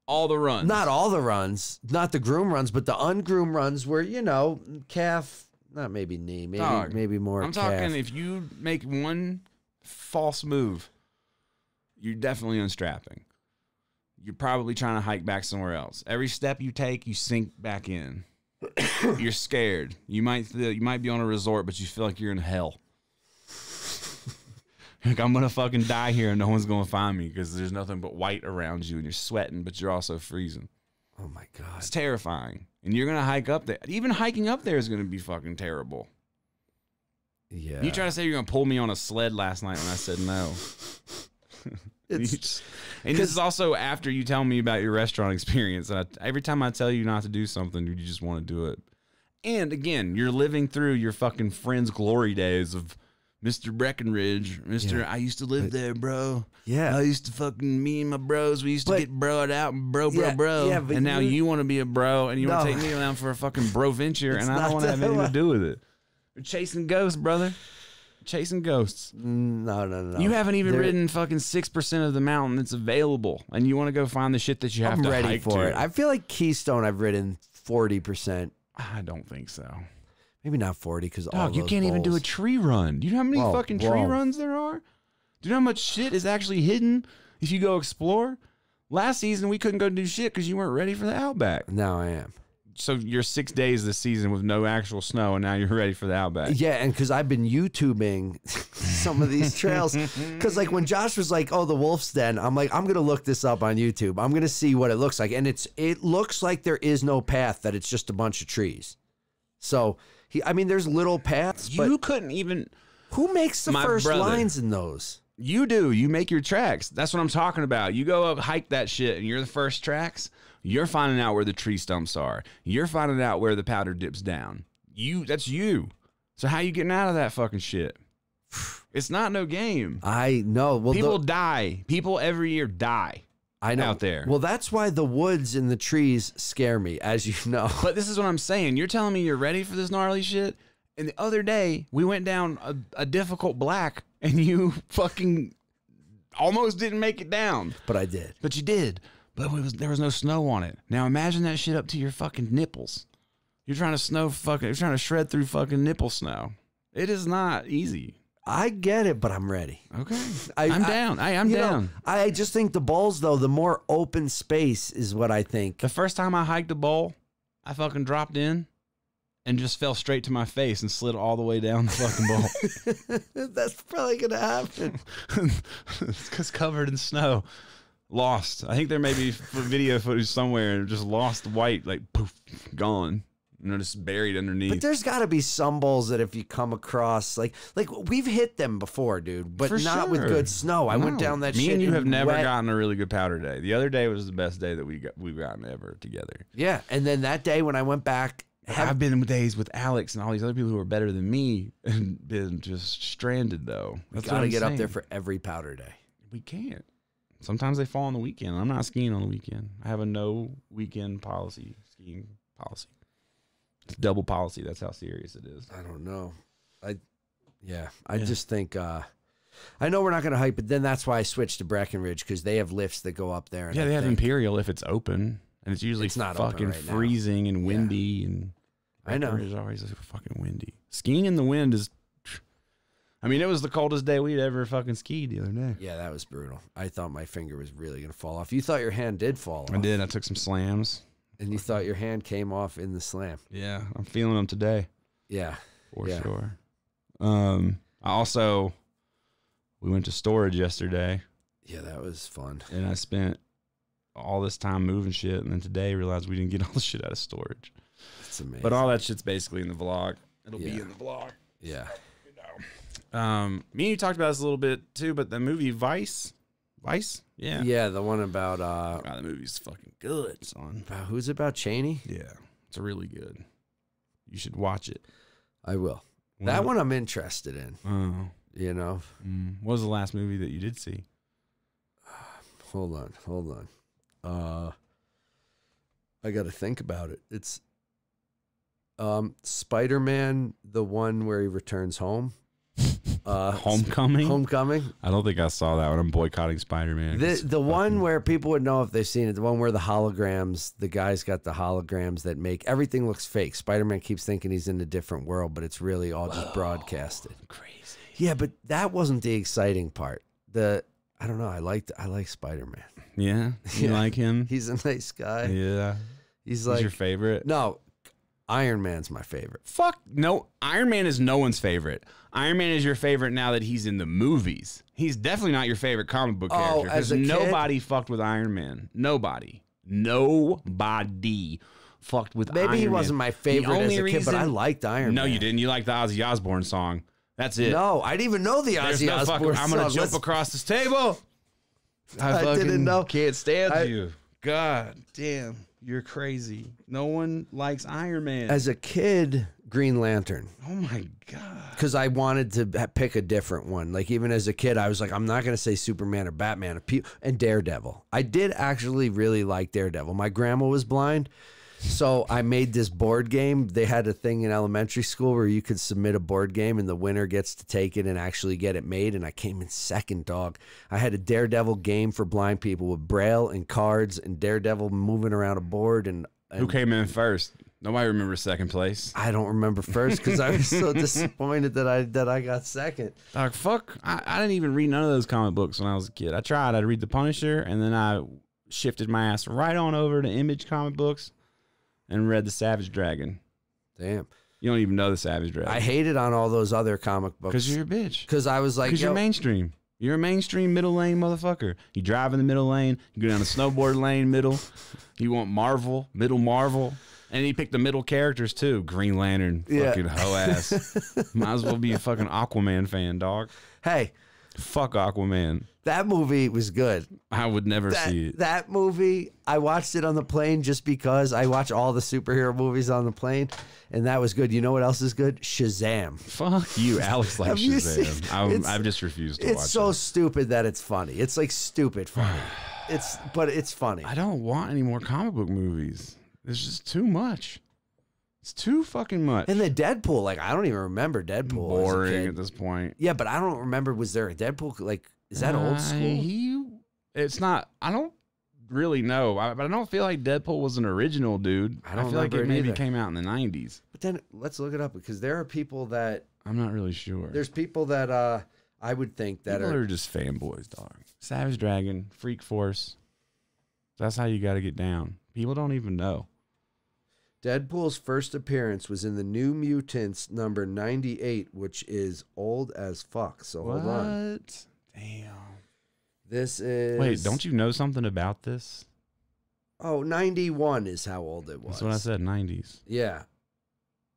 [SPEAKER 2] all the runs.
[SPEAKER 1] Not all the runs, not the groom runs, but the ungroom runs where, you know, calf, not maybe knee, maybe
[SPEAKER 2] Dog,
[SPEAKER 1] maybe more
[SPEAKER 2] I'm
[SPEAKER 1] calf.
[SPEAKER 2] talking if you make one false move, you're definitely unstrapping. You're probably trying to hike back somewhere else. Every step you take, you sink back in. you're scared. You might feel, you might be on a resort, but you feel like you're in hell. like I'm gonna fucking die here, and no one's gonna find me because there's nothing but white around you, and you're sweating, but you're also freezing.
[SPEAKER 1] oh my God.
[SPEAKER 2] It's terrifying, and you're gonna hike up there. Even hiking up there is gonna be fucking terrible.
[SPEAKER 1] Yeah.
[SPEAKER 2] You try to say you're gonna pull me on a sled last night when I said no.
[SPEAKER 1] It's-
[SPEAKER 2] You just- and this is also after you tell me about your restaurant experience. And I, every time I tell you not to do something, you just want to do it. And again, you're living through your fucking friends' glory days of Mr. Breckenridge, Mr. I used to live there, bro.
[SPEAKER 1] Yeah.
[SPEAKER 2] I used to fucking me and my bros. We used
[SPEAKER 1] But-
[SPEAKER 2] to get broed out and bro, bro,
[SPEAKER 1] Yeah,
[SPEAKER 2] bro.
[SPEAKER 1] yeah, but
[SPEAKER 2] and now
[SPEAKER 1] you-
[SPEAKER 2] you, want to be a bro, and you want
[SPEAKER 1] No.
[SPEAKER 2] to take me around for a fucking bro venture,
[SPEAKER 1] It's
[SPEAKER 2] and I
[SPEAKER 1] not
[SPEAKER 2] don't want to
[SPEAKER 1] that
[SPEAKER 2] have anything
[SPEAKER 1] way.
[SPEAKER 2] to do with it. You're chasing ghosts, brother. Chasing ghosts.
[SPEAKER 1] No, no, no.
[SPEAKER 2] You haven't even
[SPEAKER 1] There-
[SPEAKER 2] ridden fucking six percent of the mountain that's available, and you want to go find the shit that you have
[SPEAKER 1] I'm
[SPEAKER 2] to
[SPEAKER 1] ready
[SPEAKER 2] hike
[SPEAKER 1] for
[SPEAKER 2] to.
[SPEAKER 1] it. I feel like Keystone. I've ridden forty percent,
[SPEAKER 2] I don't think so.
[SPEAKER 1] maybe not forty, because all
[SPEAKER 2] Dog, you
[SPEAKER 1] those
[SPEAKER 2] can't even do a
[SPEAKER 1] bowls-
[SPEAKER 2] tree run. Do you know how many
[SPEAKER 1] Whoa,
[SPEAKER 2] fucking tree
[SPEAKER 1] whoa.
[SPEAKER 2] runs there are? Do you know how much shit is actually hidden if you go explore? Last season we couldn't go do shit because you weren't ready for the outback.
[SPEAKER 1] Now I am.
[SPEAKER 2] So you're six days this season with no actual snow, and now you're ready for the outback.
[SPEAKER 1] Yeah, and because I've been YouTubing some of these trails. Because like when Josh was like, "Oh, the Wolf's Den," I'm like, "I'm gonna look this up on YouTube. I'm gonna see what it looks like." And it's it looks like there is no path. That it's just a bunch of trees. So he, I mean, there's little paths,
[SPEAKER 2] You
[SPEAKER 1] but
[SPEAKER 2] couldn't even.
[SPEAKER 1] who makes the
[SPEAKER 2] My
[SPEAKER 1] first
[SPEAKER 2] brother-
[SPEAKER 1] lines in those?
[SPEAKER 2] You do. You make your tracks. That's what I'm talking about. You go up, hike that shit, and you're the first tracks. You're finding out where the tree stumps are. You're finding out where the powder dips down. You. That's you. So how you getting out of that fucking shit? It's not no game.
[SPEAKER 1] I know. Well,
[SPEAKER 2] People
[SPEAKER 1] the,
[SPEAKER 2] die. People every year die.
[SPEAKER 1] I know.
[SPEAKER 2] out there.
[SPEAKER 1] Well, that's why the woods and the trees scare me, as you know.
[SPEAKER 2] But this is what I'm saying. You're telling me you're ready for this gnarly shit. And the other day, we went down a, a difficult black, and you fucking almost didn't make it down.
[SPEAKER 1] But I did.
[SPEAKER 2] But you did. But it was, there was no snow on it. Now imagine that shit up to your fucking nipples. You're trying to snow fucking. You're trying to shred through fucking nipple snow. It is not easy.
[SPEAKER 1] I get it, but I'm ready.
[SPEAKER 2] Okay, I,
[SPEAKER 1] I-
[SPEAKER 2] am
[SPEAKER 1] I-
[SPEAKER 2] down. I, I'm
[SPEAKER 1] You know,
[SPEAKER 2] down.
[SPEAKER 1] I just think the balls, though, the more open space is what I think.
[SPEAKER 2] The first time I hiked a bowl, I fucking dropped in and just fell straight to my face and slid all the way down the fucking bowl.
[SPEAKER 1] that's probably gonna happen.
[SPEAKER 2] it's 'cause covered in snow. Lost. I think there may be f- video footage somewhere. Just lost white, like poof, gone. You know, just buried underneath.
[SPEAKER 1] But there's got to be some bowls that if you come across, like like we've hit them before, dude, but
[SPEAKER 2] For
[SPEAKER 1] not with
[SPEAKER 2] sure.
[SPEAKER 1] good snow. I went
[SPEAKER 2] No.
[SPEAKER 1] down that.
[SPEAKER 2] Me
[SPEAKER 1] shit
[SPEAKER 2] and you
[SPEAKER 1] in
[SPEAKER 2] have never
[SPEAKER 1] wet-
[SPEAKER 2] gotten a really good powder day. The other day was the best day that we got we've gotten ever together.
[SPEAKER 1] Yeah, and then that day when I went back,
[SPEAKER 2] I've been with days with Alex and all these other people who are better than me and been just stranded though.
[SPEAKER 1] we
[SPEAKER 2] That's what
[SPEAKER 1] gotta
[SPEAKER 2] I'm
[SPEAKER 1] get up
[SPEAKER 2] saying.
[SPEAKER 1] there for every powder day.
[SPEAKER 2] we can't. Sometimes they fall on the weekend. I'm not skiing on the weekend. I have a no weekend policy, skiing policy. It's double policy. That's how serious it is.
[SPEAKER 1] I don't know. I yeah, I
[SPEAKER 2] Yeah.
[SPEAKER 1] just think uh I know we're not going to hike, but then that's why I switched to Breckenridge because they have lifts that go up there. And I
[SPEAKER 2] Yeah, they have
[SPEAKER 1] think-
[SPEAKER 2] Imperial if it's open, and it's usually
[SPEAKER 1] It's not open
[SPEAKER 2] fucking
[SPEAKER 1] right now.
[SPEAKER 2] freezing and windy. And
[SPEAKER 1] I know.
[SPEAKER 2] It's always fucking windy. Skiing in the wind is. I mean, it was the coldest day we'd ever fucking skied the other day.
[SPEAKER 1] Yeah, that was brutal. I thought my finger was really going to fall off. You thought your hand did fall off.
[SPEAKER 2] I did. I took some slams.
[SPEAKER 1] And you thought your hand came off in the slam.
[SPEAKER 2] Yeah, I'm feeling them today.
[SPEAKER 1] Yeah.
[SPEAKER 2] for
[SPEAKER 1] Yeah.
[SPEAKER 2] sure. Um, I also we went to storage yesterday,
[SPEAKER 1] Yeah, that was fun.
[SPEAKER 2] and I spent all this time moving shit, and then today realized we didn't get all the shit out of storage.
[SPEAKER 1] It's amazing.
[SPEAKER 2] But all that shit's basically in the vlog. It'll be
[SPEAKER 1] Yeah.
[SPEAKER 2] in the vlog.
[SPEAKER 1] yeah.
[SPEAKER 2] Um, me and you talked about this a little bit too, but the movie Vice, Vice,
[SPEAKER 1] yeah.
[SPEAKER 2] yeah,
[SPEAKER 1] the one about uh
[SPEAKER 2] God, the movie's fucking good, son.
[SPEAKER 1] about- who's it about Cheney?
[SPEAKER 2] Yeah, it's really good. You should watch it.
[SPEAKER 1] I will. That one I'm interested in,
[SPEAKER 2] Oh,
[SPEAKER 1] you know.
[SPEAKER 2] mm. what was the last movie that you did see?
[SPEAKER 1] Hold on, hold on. Uh I got to think about it. It's um Spider-Man, the one where he returns home. Uh
[SPEAKER 2] Homecoming.
[SPEAKER 1] Homecoming.
[SPEAKER 2] I don't think I saw that one. I'm boycotting Spider Man.
[SPEAKER 1] The the one where people would know if they've seen it, the one where the holograms, the guy's got the holograms that make everything looks fake. Spider Man keeps thinking he's in a different world, but it's really all just broadcasted.
[SPEAKER 2] crazy.
[SPEAKER 1] Yeah, but that wasn't the exciting part. The I don't know. I liked I like Spider Man.
[SPEAKER 2] Yeah, you
[SPEAKER 1] Yeah.
[SPEAKER 2] like him?
[SPEAKER 1] He's a nice guy.
[SPEAKER 2] yeah,
[SPEAKER 1] He's
[SPEAKER 2] he's
[SPEAKER 1] like
[SPEAKER 2] your favorite.
[SPEAKER 1] no, Iron Man's my favorite.
[SPEAKER 2] Fuck no. Iron Man is no one's favorite. Iron Man is your favorite now that he's in the movies. He's definitely not your favorite comic book
[SPEAKER 1] Oh,
[SPEAKER 2] character
[SPEAKER 1] as a kid?
[SPEAKER 2] nobody fucked with Iron Man. Nobody. Nobody fucked with
[SPEAKER 1] Maybe
[SPEAKER 2] Iron
[SPEAKER 1] he
[SPEAKER 2] Man.
[SPEAKER 1] wasn't my favorite as
[SPEAKER 2] only
[SPEAKER 1] a kid, but I
[SPEAKER 2] reason-
[SPEAKER 1] liked Iron
[SPEAKER 2] No,
[SPEAKER 1] Man.
[SPEAKER 2] you didn't. You liked the Ozzy Osbourne song. That's it.
[SPEAKER 1] No, I didn't even know the
[SPEAKER 2] There's
[SPEAKER 1] Ozzy
[SPEAKER 2] no fucking-
[SPEAKER 1] Osbourne
[SPEAKER 2] I'm gonna
[SPEAKER 1] song.
[SPEAKER 2] jump
[SPEAKER 1] Let's-
[SPEAKER 2] across this table.
[SPEAKER 1] I didn't
[SPEAKER 2] fucking
[SPEAKER 1] know.
[SPEAKER 2] Can't stand
[SPEAKER 1] I-
[SPEAKER 2] you. God damn, you're crazy. No one likes Iron Man.
[SPEAKER 1] As a kid, Green Lantern.
[SPEAKER 2] oh my god.
[SPEAKER 1] because I wanted to ha- pick a different one. Like even as a kid, I was like, I'm not gonna say Superman or Batman or pe- and Daredevil. I did actually really like Daredevil. My grandma was blind, so I made this board game. They had a thing in elementary school where you could submit a board game and the winner gets to take it and actually get it made. And I came in second, dog. I had a Daredevil game for blind people with braille and cards and Daredevil moving around a board and. and
[SPEAKER 2] Who came in first? Nobody remembers second place.
[SPEAKER 1] I don't remember first because I was so disappointed that I that I got second.
[SPEAKER 2] Like fuck, I, I didn't even read none of those comic books when I was a kid. I tried. I'd read The Punisher, and then I shifted my ass right on over to Image comic books, and read The Savage Dragon.
[SPEAKER 1] Damn.
[SPEAKER 2] You don't even know The Savage
[SPEAKER 1] I
[SPEAKER 2] Dragon
[SPEAKER 1] hated on all those other comic
[SPEAKER 2] because
[SPEAKER 1] books
[SPEAKER 2] you're a bitch.
[SPEAKER 1] because I was like,
[SPEAKER 2] Because you're
[SPEAKER 1] yo,
[SPEAKER 2] mainstream. You're a mainstream middle lane motherfucker. You drive in the middle lane. You go down the snowboard lane, middle. You want Marvel, middle Marvel. And he picked the middle characters too. Green Lantern,
[SPEAKER 1] Yeah.
[SPEAKER 2] fucking hoe ass. Might as well be a fucking Aquaman fan, dog.
[SPEAKER 1] hey,
[SPEAKER 2] Fuck Aquaman.
[SPEAKER 1] That movie was good.
[SPEAKER 2] I would never see
[SPEAKER 1] That,
[SPEAKER 2] it.
[SPEAKER 1] that movie, I watched it on the plane just because I watch all the superhero movies on the plane, and that was good. You know what else is good? Shazam.
[SPEAKER 2] Fuck you, Alex. Like
[SPEAKER 1] Have you seen-
[SPEAKER 2] Shazam. I'm,
[SPEAKER 1] it's-
[SPEAKER 2] I've just refused to watch
[SPEAKER 1] It's so
[SPEAKER 2] it.
[SPEAKER 1] stupid that it's funny. It's like stupid funny. It's but it's funny.
[SPEAKER 2] I don't want any more comic book movies. It's just too much. It's too fucking much.
[SPEAKER 1] And the Deadpool, like I don't even remember Deadpool. As a
[SPEAKER 2] boring
[SPEAKER 1] kid.
[SPEAKER 2] at this point.
[SPEAKER 1] Yeah, but I don't remember. Was there a Deadpool? Like, is that
[SPEAKER 2] Uh,
[SPEAKER 1] old school?
[SPEAKER 2] He, it's not. I don't really know. I, but I don't feel like Deadpool was an original dude.
[SPEAKER 1] I don't
[SPEAKER 2] feel like
[SPEAKER 1] remember
[SPEAKER 2] it
[SPEAKER 1] it
[SPEAKER 2] maybe
[SPEAKER 1] either.
[SPEAKER 2] came out in the '90s.
[SPEAKER 1] but then let's look it up because there are people that
[SPEAKER 2] I'm not really sure.
[SPEAKER 1] there's people that uh I would think that
[SPEAKER 2] People
[SPEAKER 1] are,
[SPEAKER 2] are just fanboys, dog. Savage Dragon, Freak Force. That's how you got to get down. People don't even know.
[SPEAKER 1] Deadpool's first appearance was in the New Mutants number 98, which is old as fuck. So hold on.
[SPEAKER 2] Damn.
[SPEAKER 1] This is
[SPEAKER 2] Wait, don't you know something about this?
[SPEAKER 1] Oh, 91 is how old it was.
[SPEAKER 2] That's what I said. '90s.
[SPEAKER 1] Yeah.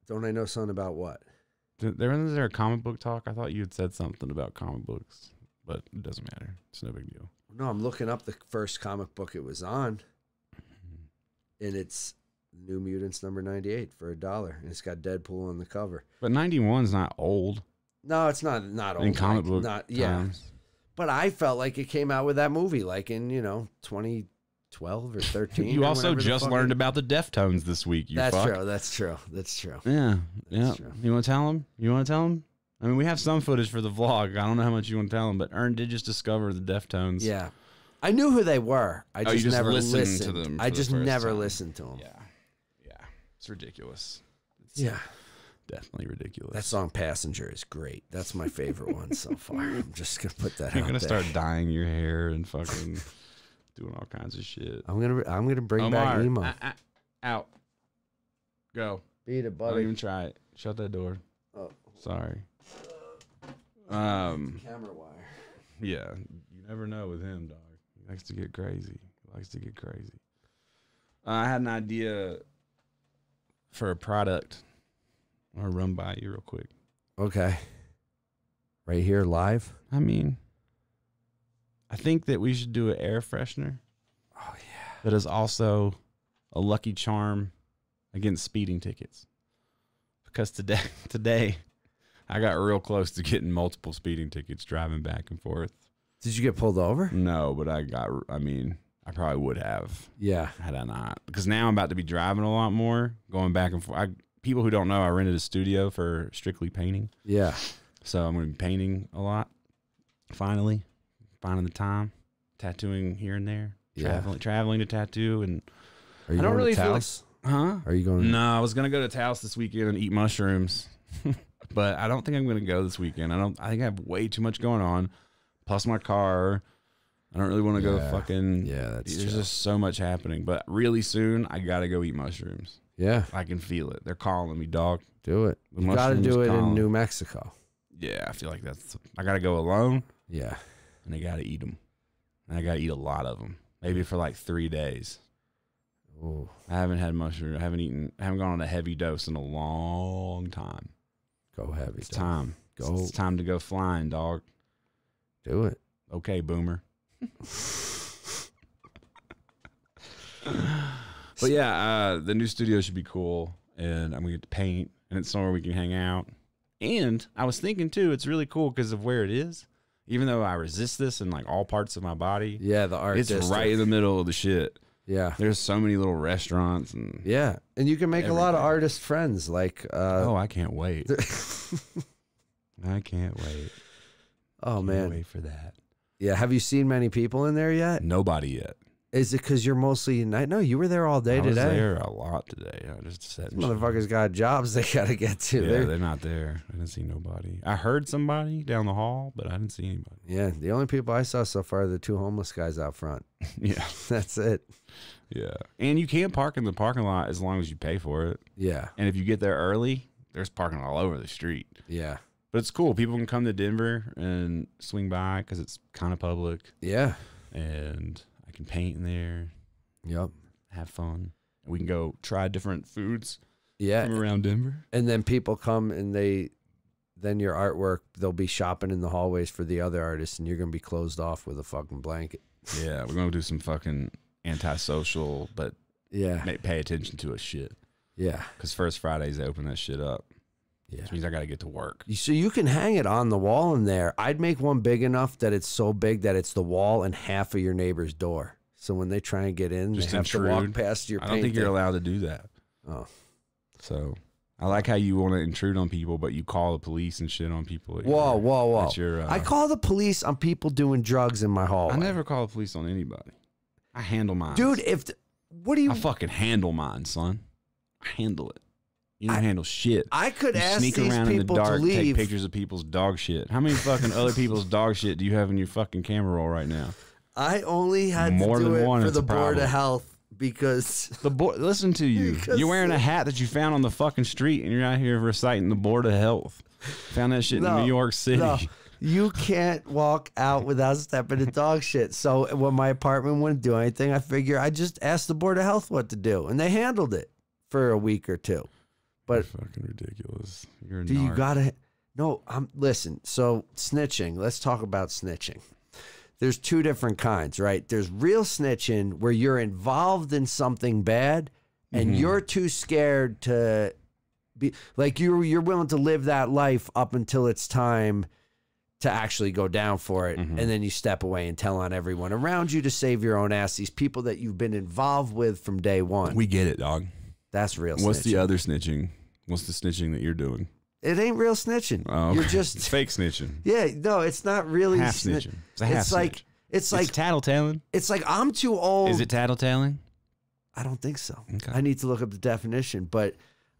[SPEAKER 1] Don't I know something about what?
[SPEAKER 2] Th- There was there a comic book talk. I thought you had said something about comic books, but it doesn't matter. It's no big deal.
[SPEAKER 1] No, I'm looking up the first comic book it was on, and it's New Mutants number 98 for a dollar, and it's got Deadpool on the cover.
[SPEAKER 2] But 91's not old
[SPEAKER 1] No, it's not not old
[SPEAKER 2] in comic
[SPEAKER 1] like,
[SPEAKER 2] book
[SPEAKER 1] Not yeah,
[SPEAKER 2] times.
[SPEAKER 1] but I felt like it came out with that movie like in you know 2012 or 13.
[SPEAKER 2] You
[SPEAKER 1] or
[SPEAKER 2] also
[SPEAKER 1] whenever the
[SPEAKER 2] just
[SPEAKER 1] fuck
[SPEAKER 2] learned
[SPEAKER 1] it-
[SPEAKER 2] about the Deftones this week. You
[SPEAKER 1] That's
[SPEAKER 2] fuck.
[SPEAKER 1] true. That's true. That's true.
[SPEAKER 2] Yeah, yeah.
[SPEAKER 1] That's true.
[SPEAKER 2] You want to tell him? You want to tell him? I mean, we have some footage for the vlog. I don't know how much you want to tell him, but Ern did just discover the Deftones.
[SPEAKER 1] Yeah, I knew who they were. I
[SPEAKER 2] Oh,
[SPEAKER 1] just,
[SPEAKER 2] you just
[SPEAKER 1] never
[SPEAKER 2] listened to
[SPEAKER 1] listened
[SPEAKER 2] them
[SPEAKER 1] I
[SPEAKER 2] for the
[SPEAKER 1] just
[SPEAKER 2] first
[SPEAKER 1] never
[SPEAKER 2] time.
[SPEAKER 1] listened to them.
[SPEAKER 2] yeah, yeah. It's ridiculous. It's
[SPEAKER 1] yeah.
[SPEAKER 2] definitely ridiculous.
[SPEAKER 1] That song "Passenger" is great. That's my favorite one so far. I'm just gonna put that.
[SPEAKER 2] You're
[SPEAKER 1] out
[SPEAKER 2] gonna
[SPEAKER 1] there.
[SPEAKER 2] start dyeing your hair and fucking doing all kinds of shit.
[SPEAKER 1] I'm gonna I'm gonna bring
[SPEAKER 2] Omar,
[SPEAKER 1] back emo.
[SPEAKER 2] ah, ah, out. Go.
[SPEAKER 1] Beat it,
[SPEAKER 2] Don't even try it. Shut that door.
[SPEAKER 1] Oh.
[SPEAKER 2] Sorry. Um.
[SPEAKER 1] Camera wire.
[SPEAKER 2] Yeah. You never know with him, dog. He likes to get crazy. He likes to get crazy. Uh, I had an idea for a product. I'll run by you real quick.
[SPEAKER 1] Okay. Right here, live.
[SPEAKER 2] I mean, I think that we should do an air freshener
[SPEAKER 1] Oh yeah.
[SPEAKER 2] that is also a lucky charm against speeding tickets. Because today, today, I got real close to getting multiple speeding tickets driving back and forth.
[SPEAKER 1] Did you get pulled over?
[SPEAKER 2] No, but I got. I mean, I probably would have
[SPEAKER 1] Yeah.
[SPEAKER 2] had I not. Because now I'm about to be driving a lot more, going back and forth. I, people who don't know, I rented a studio for strictly painting,
[SPEAKER 1] Yeah.
[SPEAKER 2] so I'm going to be painting a lot. Finally, finding the time, tattooing here and there,
[SPEAKER 1] Yeah.
[SPEAKER 2] traveling, traveling to tattoo, and
[SPEAKER 1] Are you
[SPEAKER 2] I don't
[SPEAKER 1] going
[SPEAKER 2] really
[SPEAKER 1] to
[SPEAKER 2] feel like-
[SPEAKER 1] Taos?
[SPEAKER 2] huh?
[SPEAKER 1] Are you going?
[SPEAKER 2] No, I was gonna go to Taos this weekend and eat mushrooms, but I don't think I'm gonna go this weekend. I don't. I think I have way too much going on. Plus my car. I don't really want to go
[SPEAKER 1] Yeah.
[SPEAKER 2] fucking.
[SPEAKER 1] Yeah, that's
[SPEAKER 2] There's
[SPEAKER 1] true.
[SPEAKER 2] just so much happening. But really soon, I gotta go eat mushrooms.
[SPEAKER 1] Yeah.
[SPEAKER 2] I can feel it. They're calling me, dog.
[SPEAKER 1] Do it.
[SPEAKER 2] The
[SPEAKER 1] You got to
[SPEAKER 2] mushrooms
[SPEAKER 1] do it
[SPEAKER 2] column.
[SPEAKER 1] in New Mexico.
[SPEAKER 2] Yeah, I feel like that's. I gotta go alone,
[SPEAKER 1] Yeah.
[SPEAKER 2] and I gotta eat them, and I gotta eat a lot of them. Maybe for like three days.
[SPEAKER 1] Ooh.
[SPEAKER 2] I haven't had mushroom. I haven't eaten. I haven't gone on a heavy dose in a long time.
[SPEAKER 1] Go heavy.
[SPEAKER 2] It's
[SPEAKER 1] dog.
[SPEAKER 2] time.
[SPEAKER 1] Go
[SPEAKER 2] It's time to go flying, dog.
[SPEAKER 1] do it.
[SPEAKER 2] Okay, boomer. but yeah, uh, the new studio should be cool, and I'm gonna get to paint, and it's somewhere we can hang out. And I was thinking too, it's really cool because of where it is. Even though I resist this in like all parts of my body,
[SPEAKER 1] Yeah. The art.
[SPEAKER 2] it's
[SPEAKER 1] district.
[SPEAKER 2] right in the middle of the shit.
[SPEAKER 1] Yeah.
[SPEAKER 2] There's so many little restaurants and
[SPEAKER 1] Yeah. And you can make a lot of
[SPEAKER 2] Everything.
[SPEAKER 1] artist friends. Like. Uh,
[SPEAKER 2] oh, I can't wait. I can't wait.
[SPEAKER 1] oh
[SPEAKER 2] Can't
[SPEAKER 1] man.
[SPEAKER 2] wait for that.
[SPEAKER 1] Yeah. Have you seen many people in there yet?
[SPEAKER 2] Nobody yet.
[SPEAKER 1] Is it because you're mostly night? No, you were there all day
[SPEAKER 2] I was
[SPEAKER 1] today.
[SPEAKER 2] there a lot today. I just sat. and chilled.
[SPEAKER 1] Motherfuckers got jobs they gotta get to.
[SPEAKER 2] Yeah,
[SPEAKER 1] They're-
[SPEAKER 2] they're not there. I didn't see nobody. I heard somebody down the hall, but I didn't see anybody.
[SPEAKER 1] yeah, the only people I saw so far are the two homeless guys out front.
[SPEAKER 2] Yeah,
[SPEAKER 1] That's it.
[SPEAKER 2] yeah. And you can park in the parking lot as long as you pay for it.
[SPEAKER 1] Yeah,
[SPEAKER 2] And if you get there early, there's parking all over the street.
[SPEAKER 1] yeah,
[SPEAKER 2] But it's cool. People can come to Denver and swing by because it's kind of public,
[SPEAKER 1] yeah.
[SPEAKER 2] and I can paint in there,
[SPEAKER 1] Yep.
[SPEAKER 2] have fun. And we can go try different foods
[SPEAKER 1] Yeah.
[SPEAKER 2] Mm. from around Denver.
[SPEAKER 1] And then people come and they then your artwork they'll be shopping in the hallways for the other artists, and you're gonna be closed off with a fucking blanket.
[SPEAKER 2] Yeah, we're gonna do some fucking antisocial, but
[SPEAKER 1] Yeah,
[SPEAKER 2] ma- pay attention to it shit.
[SPEAKER 1] yeah,
[SPEAKER 2] Cause first Fridays they open that shit up,
[SPEAKER 1] yeah.
[SPEAKER 2] which means I gotta get to work.
[SPEAKER 1] So you can hang it on the wall in there. I'd make one big enough that it's so big that it's the wall and half of your neighbor's door. So when they try and get in,
[SPEAKER 2] Just
[SPEAKER 1] they have to walk
[SPEAKER 2] intrude.
[SPEAKER 1] past your.
[SPEAKER 2] I don't think
[SPEAKER 1] painting.
[SPEAKER 2] you're allowed to do that.
[SPEAKER 1] Oh.
[SPEAKER 2] So I like how you want to intrude on people, but you call the police and shit on people. at
[SPEAKER 1] Whoa,
[SPEAKER 2] your-
[SPEAKER 1] whoa, whoa!
[SPEAKER 2] at your, uh,
[SPEAKER 1] I call the police on people doing drugs in my hallway.
[SPEAKER 2] I never call the police on anybody. I handle mine,
[SPEAKER 1] dude. If th- what do you?
[SPEAKER 2] I fucking handle mine, son. I handle it. You don't
[SPEAKER 1] I-
[SPEAKER 2] handle shit.
[SPEAKER 1] I could
[SPEAKER 2] You
[SPEAKER 1] ask
[SPEAKER 2] sneak
[SPEAKER 1] these
[SPEAKER 2] around
[SPEAKER 1] people
[SPEAKER 2] in the dark,
[SPEAKER 1] to leave.
[SPEAKER 2] take pictures of people's dog shit. How many fucking other people's dog shit do you have in your fucking camera roll right now?
[SPEAKER 1] I only had
[SPEAKER 2] More
[SPEAKER 1] to do
[SPEAKER 2] than
[SPEAKER 1] it
[SPEAKER 2] one,
[SPEAKER 1] for
[SPEAKER 2] it's
[SPEAKER 1] the
[SPEAKER 2] a
[SPEAKER 1] board of
[SPEAKER 2] problem.
[SPEAKER 1] health because
[SPEAKER 2] The board, listen to you.
[SPEAKER 1] Because-
[SPEAKER 2] You're wearing a hat that you found on the fucking street, and you're out here reciting the board of health. Found that shit
[SPEAKER 1] No,
[SPEAKER 2] in New York City.
[SPEAKER 1] no, you can't walk out without stepping in dog shit. So when my apartment wouldn't do anything, I figure I just asked the board of health what to do, and they handled it for a week or two. But
[SPEAKER 2] fucking ridiculous. You're a
[SPEAKER 1] Do you
[SPEAKER 2] narc.
[SPEAKER 1] gotta? No, I'm listen. So snitching. Let's talk about snitching. There's two different kinds, right? There's real snitching where you're involved in something bad, and
[SPEAKER 2] Mm-hmm.
[SPEAKER 1] you're too scared to be like you. You're willing to live that life up until it's time to actually go down for it,
[SPEAKER 2] Mm-hmm.
[SPEAKER 1] and then you step away and tell on everyone around you to save your own ass. These people that you've been involved with from day one.
[SPEAKER 2] We get it, dog.
[SPEAKER 1] that's real.
[SPEAKER 2] What's
[SPEAKER 1] snitching.
[SPEAKER 2] the other snitching? What's the snitching that you're doing?
[SPEAKER 1] It ain't real snitching.
[SPEAKER 2] Oh, okay.
[SPEAKER 1] You're just
[SPEAKER 2] It's fake snitching.
[SPEAKER 1] Yeah, no, it's not really
[SPEAKER 2] Half
[SPEAKER 1] sni-
[SPEAKER 2] snitching. It's a half
[SPEAKER 1] it's like
[SPEAKER 2] snitch.
[SPEAKER 1] it's like it's,
[SPEAKER 2] tattletaling.
[SPEAKER 1] like I'm too old.
[SPEAKER 2] Is it tattletaling?
[SPEAKER 1] I don't think so.
[SPEAKER 2] Okay.
[SPEAKER 1] I need to look up the definition, but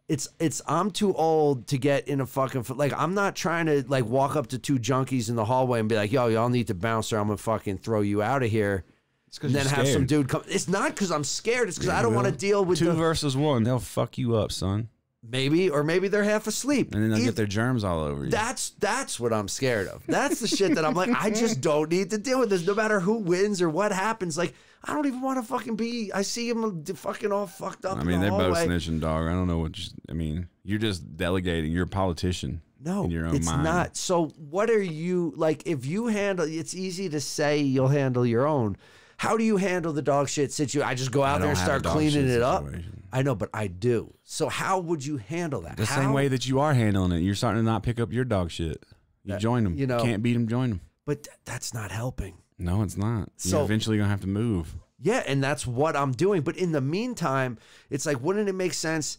[SPEAKER 1] it's it's I'm too old to get in a fucking f- like I'm not trying to like walk up to two junkies in the hallway and be like, "Yo, y'all need to bounce or I'm gonna fucking throw you out of here."
[SPEAKER 2] It's
[SPEAKER 1] And then have some dude come. It's not because I'm scared. It's because I don't
[SPEAKER 2] well,
[SPEAKER 1] want to deal with
[SPEAKER 2] Two
[SPEAKER 1] the,
[SPEAKER 2] versus one, they'll fuck you up, son.
[SPEAKER 1] maybe or maybe they're half asleep.
[SPEAKER 2] And then they'll
[SPEAKER 1] Either-
[SPEAKER 2] get their germs all over you.
[SPEAKER 1] That's that's what I'm scared of. That's the shit that I'm like, I just don't need to deal with this. No matter who wins or what happens, like I don't even want to fucking be. I see him d- fucking all fucked up.
[SPEAKER 2] I mean,
[SPEAKER 1] in the
[SPEAKER 2] they're both
[SPEAKER 1] hallway.
[SPEAKER 2] snitching, dog. I don't know what. You, I mean, you're just delegating. You're a politician.
[SPEAKER 1] No,
[SPEAKER 2] in your own
[SPEAKER 1] it's
[SPEAKER 2] mind.
[SPEAKER 1] not. So what are you like? If you handle, it's easy to say you'll handle your own. How do you handle the dog shit situation? I just go out
[SPEAKER 2] I
[SPEAKER 1] there and
[SPEAKER 2] don't have
[SPEAKER 1] start
[SPEAKER 2] a dog
[SPEAKER 1] cleaning
[SPEAKER 2] shit
[SPEAKER 1] it up.
[SPEAKER 2] situation.
[SPEAKER 1] I know, but I do. So how would you handle that?
[SPEAKER 2] The
[SPEAKER 1] How-
[SPEAKER 2] same way that you are handling it, you're starting to not pick up your dog shit. You join them.
[SPEAKER 1] you know-
[SPEAKER 2] can't beat them. Join them.
[SPEAKER 1] but th- that's not helping.
[SPEAKER 2] No, it's not.
[SPEAKER 1] So-
[SPEAKER 2] you're eventually gonna have to move.
[SPEAKER 1] Yeah, and that's what I'm doing. But in the meantime, it's like, wouldn't it make sense?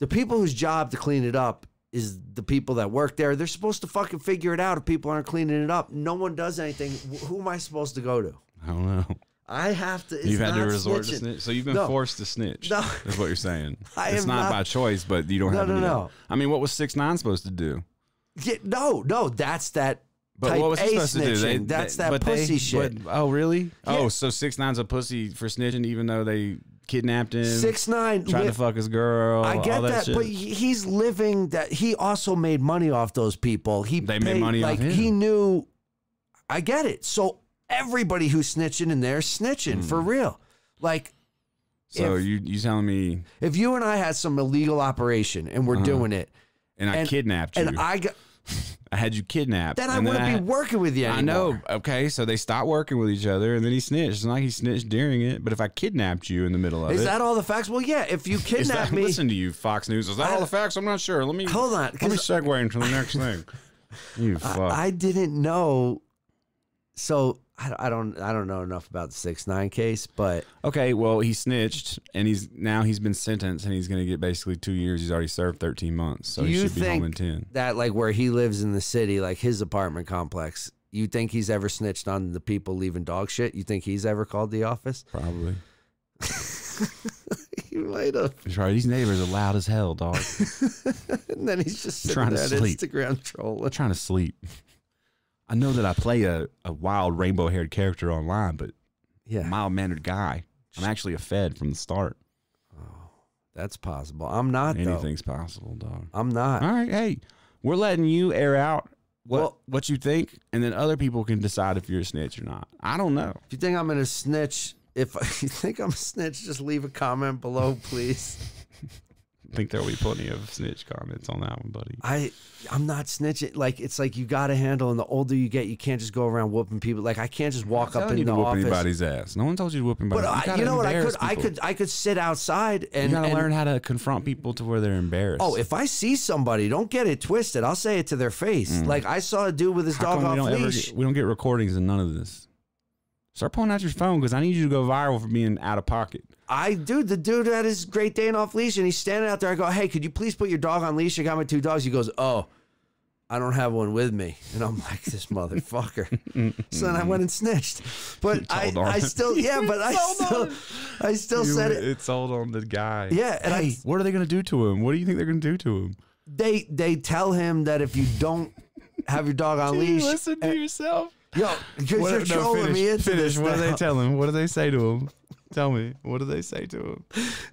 [SPEAKER 1] The people whose job to clean it up is the people that work there. They're supposed to fucking figure it out if people aren't cleaning it up. No one does anything. Wh- Who am I supposed to go to?
[SPEAKER 2] I don't know.
[SPEAKER 1] I have to. It's
[SPEAKER 2] you've had to
[SPEAKER 1] not
[SPEAKER 2] resort to
[SPEAKER 1] snitching.
[SPEAKER 2] snitch. So you've been
[SPEAKER 1] No.
[SPEAKER 2] forced to snitch.
[SPEAKER 1] No.
[SPEAKER 2] Is what you're saying.
[SPEAKER 1] I
[SPEAKER 2] it's
[SPEAKER 1] am
[SPEAKER 2] not,
[SPEAKER 1] not-
[SPEAKER 2] by choice, but you don't
[SPEAKER 1] No,
[SPEAKER 2] have
[SPEAKER 1] no,
[SPEAKER 2] to. do
[SPEAKER 1] no.
[SPEAKER 2] that. I mean, what was six nine supposed to do?
[SPEAKER 1] Yeah, no, no, that's that.
[SPEAKER 2] But
[SPEAKER 1] type
[SPEAKER 2] what was
[SPEAKER 1] A
[SPEAKER 2] he supposed to do?
[SPEAKER 1] snitching.
[SPEAKER 2] They-
[SPEAKER 1] that's
[SPEAKER 2] they-
[SPEAKER 1] that
[SPEAKER 2] but they-
[SPEAKER 1] pussy shit.
[SPEAKER 2] but- oh, really?
[SPEAKER 1] Yeah.
[SPEAKER 2] Oh, so six nine's a pussy for snitching, even though they kidnapped him,
[SPEAKER 1] Six nine.
[SPEAKER 2] tried to fuck his girl.
[SPEAKER 1] I get
[SPEAKER 2] all Oh, that,
[SPEAKER 1] that,
[SPEAKER 2] shit.
[SPEAKER 1] but he- he's living that. He also made money off those people. He
[SPEAKER 2] They made money off
[SPEAKER 1] like
[SPEAKER 2] him.
[SPEAKER 1] he knew. I get it. So everybody who's snitching in there is snitching for
[SPEAKER 2] Hmm.
[SPEAKER 1] real. Like
[SPEAKER 2] so
[SPEAKER 1] if-
[SPEAKER 2] you you telling me,
[SPEAKER 1] if you and I had some illegal operation and
[SPEAKER 2] Uh-huh.
[SPEAKER 1] we're doing it,
[SPEAKER 2] and I
[SPEAKER 1] And-
[SPEAKER 2] kidnapped you,
[SPEAKER 1] and I got,
[SPEAKER 2] I had you kidnapped,
[SPEAKER 1] then I
[SPEAKER 2] and
[SPEAKER 1] wouldn't
[SPEAKER 2] I-
[SPEAKER 1] be working with you. Anymore.
[SPEAKER 2] I know. Okay, so they stopped working with each other, and then he snitched. It's not like he snitched during it, but if I kidnapped you in the middle of
[SPEAKER 1] Is
[SPEAKER 2] it,
[SPEAKER 1] that all the facts? Well, yeah. If you
[SPEAKER 2] Is
[SPEAKER 1] kidnap
[SPEAKER 2] that-
[SPEAKER 1] me,
[SPEAKER 2] Listen to you, Fox News. Is that
[SPEAKER 1] I-
[SPEAKER 2] all the facts? I'm not sure. Let me
[SPEAKER 1] hold on,
[SPEAKER 2] Let me
[SPEAKER 1] because
[SPEAKER 2] segue into the next thing. You fuck.
[SPEAKER 1] I didn't know. So I, I don't I don't know enough about the six nine case, but
[SPEAKER 2] okay, well he snitched, and he's now he's been sentenced, and he's going to get basically two years. He's already served 13 months, so
[SPEAKER 1] Do
[SPEAKER 2] he
[SPEAKER 1] you
[SPEAKER 2] should be home
[SPEAKER 1] think
[SPEAKER 2] in 10.
[SPEAKER 1] that like where he lives in the city, like his apartment complex, you think he's ever snitched on the people leaving dog shit? You think he's ever called the office?
[SPEAKER 2] Probably.
[SPEAKER 1] he might have.
[SPEAKER 2] He's right. These neighbors are loud as hell, dog.
[SPEAKER 1] And then he's just sitting
[SPEAKER 2] Trying to
[SPEAKER 1] there on
[SPEAKER 2] sleep.
[SPEAKER 1] Instagram
[SPEAKER 2] I'm
[SPEAKER 1] trolling.
[SPEAKER 2] Oh, trying to sleep. I know that I play a, a wild rainbow haired character online, but
[SPEAKER 1] Yeah,
[SPEAKER 2] mild mannered guy. I'm actually a Fed from the start.
[SPEAKER 1] that's possible. I'm not
[SPEAKER 2] Anything's possible, dog.
[SPEAKER 1] though. I'm not.
[SPEAKER 2] All right, hey, we're letting you air out what
[SPEAKER 1] Well-
[SPEAKER 2] what you think, and then other people can decide if you're a snitch or not. I don't know.
[SPEAKER 1] If you think I'm gonna snitch, if you think I'm a snitch, just leave a comment below, please.
[SPEAKER 2] think there'll be plenty of snitch comments on that one, buddy.
[SPEAKER 1] I I'm not snitching. Like it's like you got to handle. And the older you get, you can't just go around whooping people. Like I can't just walk up
[SPEAKER 2] Telling
[SPEAKER 1] in
[SPEAKER 2] you
[SPEAKER 1] the
[SPEAKER 2] to whoop
[SPEAKER 1] office.
[SPEAKER 2] anybody's ass. No one told you to whoop anybody.
[SPEAKER 1] But I,
[SPEAKER 2] gotta
[SPEAKER 1] you know what? I could
[SPEAKER 2] embarrass
[SPEAKER 1] I
[SPEAKER 2] people.
[SPEAKER 1] could I could sit outside and,
[SPEAKER 2] You gotta
[SPEAKER 1] and-
[SPEAKER 2] learn how to confront people to where they're embarrassed.
[SPEAKER 1] Oh, if I see somebody, don't get it twisted. I'll say it to their face. Like I saw a dude with his
[SPEAKER 2] Mm. How
[SPEAKER 1] dog
[SPEAKER 2] come we
[SPEAKER 1] off
[SPEAKER 2] don't ever
[SPEAKER 1] leash.
[SPEAKER 2] get, we don't get recordings of none of this. Start pulling out your phone because I need you to go viral for being out of pocket.
[SPEAKER 1] I dude, the dude had his Great Dane off leash and he's standing out there. I go, hey, could you please put your dog on leash? I got my two dogs. He goes, oh, I don't have one with me, and I'm like this motherfucker. so then I went and snitched, but I,
[SPEAKER 2] told on
[SPEAKER 1] I
[SPEAKER 2] him.
[SPEAKER 1] still yeah, but I still I still said it.
[SPEAKER 2] It's all on the guy.
[SPEAKER 1] Yeah, and I
[SPEAKER 2] What are they gonna do to him? What do you think they're gonna do to him?
[SPEAKER 1] they they tell him that if you don't have your dog on leash,
[SPEAKER 2] listen to yourself.
[SPEAKER 1] yo, because you're trolling me into this.
[SPEAKER 2] What do they
[SPEAKER 1] now.
[SPEAKER 2] tell him? What do they say to him? Tell me. What do they say to him?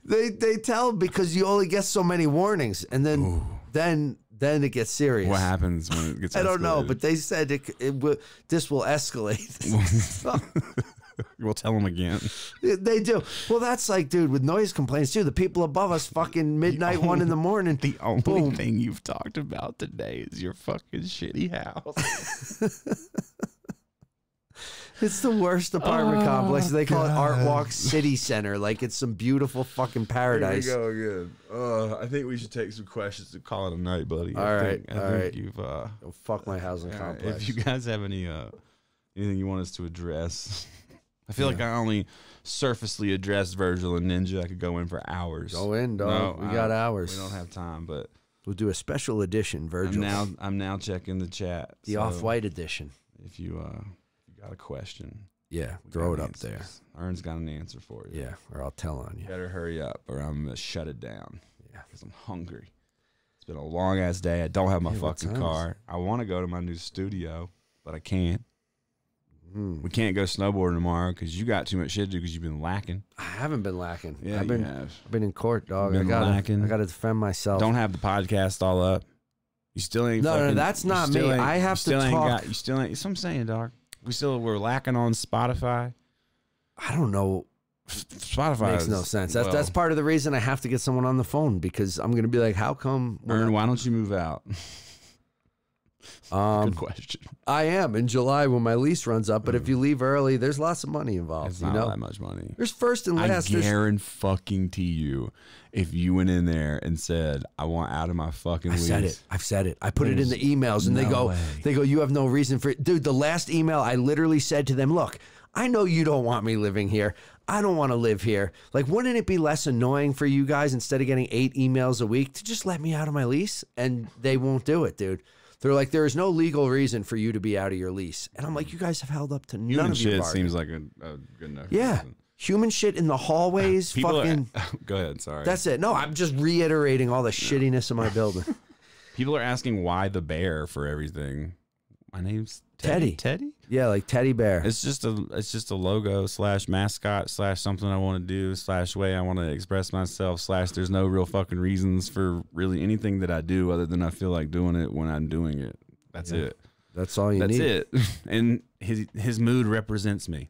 [SPEAKER 1] they they tell because you only get so many warnings, and then then then it gets serious.
[SPEAKER 2] What happens when it gets?
[SPEAKER 1] I don't know,
[SPEAKER 2] escalated?
[SPEAKER 1] but they said it, it will, this will escalate.
[SPEAKER 2] we'll tell him again.
[SPEAKER 1] they do. Well, that's like, dude, with noise complaints too. The people above us, fucking midnight, one in the morning.
[SPEAKER 2] The only
[SPEAKER 1] Boom.
[SPEAKER 2] thing you've talked about today is your fucking shitty house.
[SPEAKER 1] It's the worst apartment
[SPEAKER 2] Oh,
[SPEAKER 1] complex. They call it Art
[SPEAKER 2] God.
[SPEAKER 1] Walk City Center. Like it's some beautiful fucking paradise.
[SPEAKER 2] Here we go again. Uh, I think we should take some questions and call it a night, buddy.
[SPEAKER 1] All
[SPEAKER 2] I
[SPEAKER 1] right,
[SPEAKER 2] Think, I
[SPEAKER 1] all
[SPEAKER 2] think
[SPEAKER 1] right.
[SPEAKER 2] You've, uh, all
[SPEAKER 1] Oh, fuck my housing
[SPEAKER 2] right,
[SPEAKER 1] complex.
[SPEAKER 2] if you guys have any uh, anything you want us to address, I feel like I only surfacely addressed Virgil and Ninja. I could go in for hours.
[SPEAKER 1] Go in, dog.
[SPEAKER 2] No,
[SPEAKER 1] we
[SPEAKER 2] I
[SPEAKER 1] got
[SPEAKER 2] don't-
[SPEAKER 1] hours.
[SPEAKER 2] We don't have time, but
[SPEAKER 1] We'll do a special edition,
[SPEAKER 2] I'm
[SPEAKER 1] Virgil.
[SPEAKER 2] now I'm now checking the chat.
[SPEAKER 1] the
[SPEAKER 2] so
[SPEAKER 1] off-white edition.
[SPEAKER 2] If you uh, you got a question,
[SPEAKER 1] Yeah,
[SPEAKER 2] we
[SPEAKER 1] throw it
[SPEAKER 2] got
[SPEAKER 1] up there.
[SPEAKER 2] answers. Ern's got an answer for you.
[SPEAKER 1] Yeah, or I'll tell on you.
[SPEAKER 2] Better hurry up or I'm gonna shut it down.
[SPEAKER 1] Yeah.
[SPEAKER 2] Because I'm hungry. It's been a long ass day. I don't have my
[SPEAKER 1] Yeah, what
[SPEAKER 2] fucking
[SPEAKER 1] time is
[SPEAKER 2] car. I want to go to my new studio, but I can't.
[SPEAKER 1] Mm.
[SPEAKER 2] We can't go snowboarding tomorrow because you got too much shit to do because you've been lacking.
[SPEAKER 1] I haven't been lacking.
[SPEAKER 2] Yeah,
[SPEAKER 1] I've been
[SPEAKER 2] you have.
[SPEAKER 1] I've been in court, dog.
[SPEAKER 2] Been
[SPEAKER 1] I gotta
[SPEAKER 2] lacking.
[SPEAKER 1] I gotta defend myself.
[SPEAKER 2] Don't have the podcast all up. You still ain't.
[SPEAKER 1] No, no,
[SPEAKER 2] fucking-
[SPEAKER 1] that's
[SPEAKER 2] you
[SPEAKER 1] not
[SPEAKER 2] still
[SPEAKER 1] me.
[SPEAKER 2] ain't-
[SPEAKER 1] I
[SPEAKER 2] you
[SPEAKER 1] have to
[SPEAKER 2] still ain't
[SPEAKER 1] talk.
[SPEAKER 2] Got, you still ain't. So I'm saying, dog. We still we're lacking on Spotify.
[SPEAKER 1] I don't know.
[SPEAKER 2] Spotify
[SPEAKER 1] makes
[SPEAKER 2] is-
[SPEAKER 1] no sense. That's
[SPEAKER 2] well,
[SPEAKER 1] that's part of the reason I have to get someone on the phone because I'm gonna be like, how come? we're
[SPEAKER 2] Ern, why don't you move out?
[SPEAKER 1] not- um,
[SPEAKER 2] Good question.
[SPEAKER 1] I am in July when my lease runs up, but if you leave early, there's lots of money involved.
[SPEAKER 2] Mm. It's
[SPEAKER 1] you
[SPEAKER 2] not
[SPEAKER 1] know,
[SPEAKER 2] that much money.
[SPEAKER 1] there's first and
[SPEAKER 2] I
[SPEAKER 1] last. There's,
[SPEAKER 2] guarantee fucking to you, if you went in there and said, "I want out of my fucking,"
[SPEAKER 1] I said
[SPEAKER 2] lease,"
[SPEAKER 1] it. I've said it. I put it in the emails, and they
[SPEAKER 2] no
[SPEAKER 1] go,
[SPEAKER 2] way.
[SPEAKER 1] they go, you have no reason for it, dude. The last email, I literally said to them, look, I know you don't want me living here. I don't want to live here. Like, wouldn't it be less annoying for you guys instead of getting eight emails a week to just let me out of my lease? And they won't do it, dude. They're like, there is no legal reason for you to be out of your lease. And I'm like, you guys have held up to none
[SPEAKER 2] Human
[SPEAKER 1] of your
[SPEAKER 2] shit
[SPEAKER 1] bargain.
[SPEAKER 2] seems like a, a good enough.
[SPEAKER 1] yeah.
[SPEAKER 2] reason.
[SPEAKER 1] Human shit in the hallways,
[SPEAKER 2] People are-
[SPEAKER 1] fucking.
[SPEAKER 2] go ahead. Sorry.
[SPEAKER 1] That's it. No, I'm just reiterating all the shittiness of my building.
[SPEAKER 2] People are asking why the bear for everything. My name's
[SPEAKER 1] Teddy.
[SPEAKER 2] Teddy. Teddy.
[SPEAKER 1] Yeah, like teddy bear.
[SPEAKER 2] It's just a it's just a logo slash mascot slash something I want to do slash way I want to express myself slash there's no real fucking reasons for really anything that I do other than I feel like doing it when I'm doing it. That's it.
[SPEAKER 1] That's all you
[SPEAKER 2] That's
[SPEAKER 1] need.
[SPEAKER 2] it. And his his mood represents me.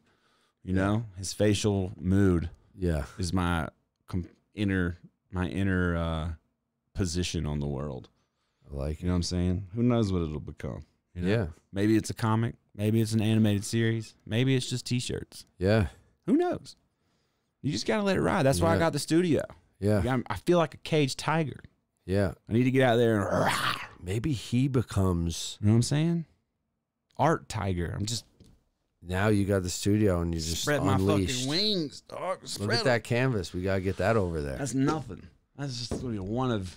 [SPEAKER 2] You know, his facial mood
[SPEAKER 1] Yeah.
[SPEAKER 2] is my com- inner my inner uh, position on the world.
[SPEAKER 1] I like
[SPEAKER 2] You
[SPEAKER 1] it.
[SPEAKER 2] know what I'm saying? Who knows what it'll become? You know?
[SPEAKER 1] Yeah.
[SPEAKER 2] Maybe it's a comic. Maybe it's an animated series. Maybe it's just T-shirts.
[SPEAKER 1] Yeah.
[SPEAKER 2] Who knows? You just gotta let it ride. That's why
[SPEAKER 1] Yeah.
[SPEAKER 2] I got the studio.
[SPEAKER 1] Yeah.
[SPEAKER 2] Yeah, I'm, I feel like a caged tiger.
[SPEAKER 1] Yeah.
[SPEAKER 2] I need to get out there and. Rah!
[SPEAKER 1] Maybe he becomes
[SPEAKER 2] You know what I'm saying? Art tiger. I'm just
[SPEAKER 1] now you got the studio and you just
[SPEAKER 2] spread my
[SPEAKER 1] unleashed.
[SPEAKER 2] fucking wings, dog.
[SPEAKER 1] Look
[SPEAKER 2] Spread
[SPEAKER 1] at
[SPEAKER 2] 'em.
[SPEAKER 1] that canvas. We gotta get that over there.
[SPEAKER 2] That's nothing. That's just gonna be one of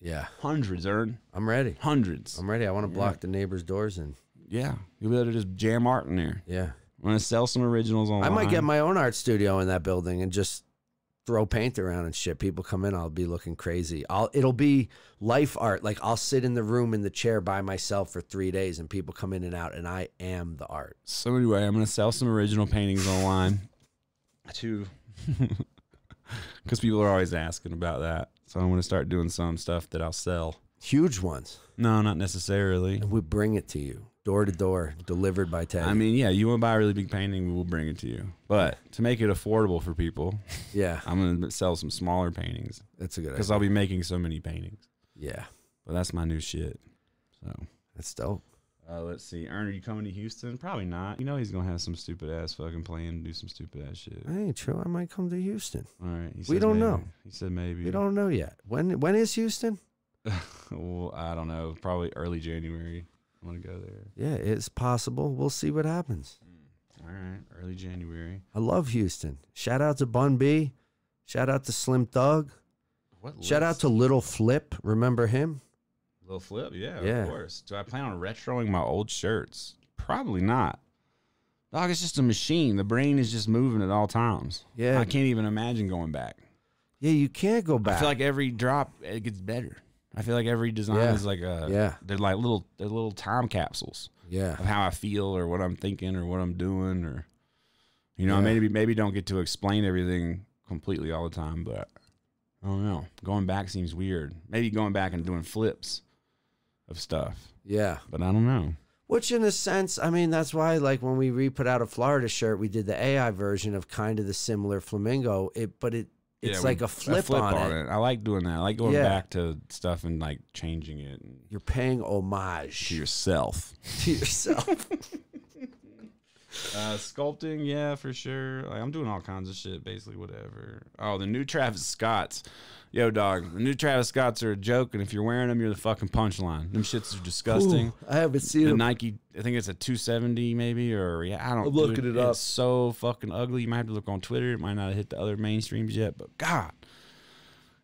[SPEAKER 1] yeah.
[SPEAKER 2] hundreds, Ern.
[SPEAKER 1] I'm ready.
[SPEAKER 2] Hundreds.
[SPEAKER 1] I'm ready. I wanna block the neighbors' doors in.
[SPEAKER 2] Yeah, you'll be able to just jam art in there.
[SPEAKER 1] Yeah.
[SPEAKER 2] I'm gonna sell some originals online.
[SPEAKER 1] I might get my own art studio in that building and just throw paint around and shit. People come in, I'll be looking crazy. I'll it'll be life art. Like I'll sit in the room in the chair by myself for three days and people come in and out and I am the art.
[SPEAKER 2] So anyway, I'm gonna sell some original paintings online. To, because people are always asking about that. So I'm gonna start doing some stuff that I'll sell.
[SPEAKER 1] Huge ones.
[SPEAKER 2] No, not necessarily.
[SPEAKER 1] And we bring it to you. door to door, delivered by Teddy.
[SPEAKER 2] I mean, yeah, you want to buy a really big painting, we will bring it to you. But to make it affordable for people,
[SPEAKER 1] yeah,
[SPEAKER 2] I'm going to sell some smaller paintings
[SPEAKER 1] that's a good
[SPEAKER 2] because
[SPEAKER 1] idea.
[SPEAKER 2] I'll be making so many paintings.
[SPEAKER 1] Yeah,
[SPEAKER 2] But that's my new shit. So
[SPEAKER 1] that's dope.
[SPEAKER 2] uh, let's see. Ern, are you coming to Houston? Probably not. You know he's going to have some stupid ass fucking plan to do some stupid ass shit.
[SPEAKER 1] I ain't true. I might come to Houston.
[SPEAKER 2] All right. He
[SPEAKER 1] We don't
[SPEAKER 2] maybe.
[SPEAKER 1] know.
[SPEAKER 2] He said maybe.
[SPEAKER 1] We don't know yet. When when is Houston?
[SPEAKER 2] well, I don't know. Probably early January. I'm going to go there.
[SPEAKER 1] Yeah, it's possible. We'll see what happens.
[SPEAKER 2] All right. Early January.
[SPEAKER 1] I love Houston. Shout out to Bun B. Shout out to Slim Thug.
[SPEAKER 2] What
[SPEAKER 1] Shout out to Little Flip. Remember him?
[SPEAKER 2] Little Flip, yeah,
[SPEAKER 1] Yeah.
[SPEAKER 2] of course. Do I plan on retroing my old shirts? Probably not. Dog, it's just a machine. The brain is just moving at all times.
[SPEAKER 1] Yeah.
[SPEAKER 2] I can't even imagine going back.
[SPEAKER 1] Yeah, you can't go back.
[SPEAKER 2] I feel like every drop it gets better. I feel like every design
[SPEAKER 1] Yeah.
[SPEAKER 2] is like a
[SPEAKER 1] Yeah.
[SPEAKER 2] They're like little they're little time capsules
[SPEAKER 1] yeah.
[SPEAKER 2] of how I feel or what I'm thinking or what I'm doing or you know I
[SPEAKER 1] Yeah.
[SPEAKER 2] maybe maybe don't get to explain everything completely all the time, but I don't know. Going back seems weird. Maybe going back and doing flips of stuff.
[SPEAKER 1] Yeah.
[SPEAKER 2] but I don't know.
[SPEAKER 1] Which, in a sense, I mean, that's why, like, when we re put out a Florida shirt, we did the AI version of kind of the similar flamingo. It, but it, it's like a flip, on, it.
[SPEAKER 2] I like doing that. I like going
[SPEAKER 1] Yeah.
[SPEAKER 2] back to stuff and like changing it
[SPEAKER 1] You're paying homage
[SPEAKER 2] to yourself.
[SPEAKER 1] to yourself.
[SPEAKER 2] Uh, sculpting, yeah, for sure. Like, I'm doing all kinds of shit, basically whatever. Oh, the new Travis Scotts, yo dog. The new Travis Scotts are a joke, and if you're wearing them, you're the fucking punchline. Them shits are disgusting.
[SPEAKER 1] Ooh, I haven't seen
[SPEAKER 2] The
[SPEAKER 1] him.
[SPEAKER 2] Nike, I think it's a 270 maybe, or yeah, I don't.
[SPEAKER 1] I'm looking it up.
[SPEAKER 2] It's so fucking ugly. You might have to look on Twitter. It might not have hit the other mainstreams yet, but God,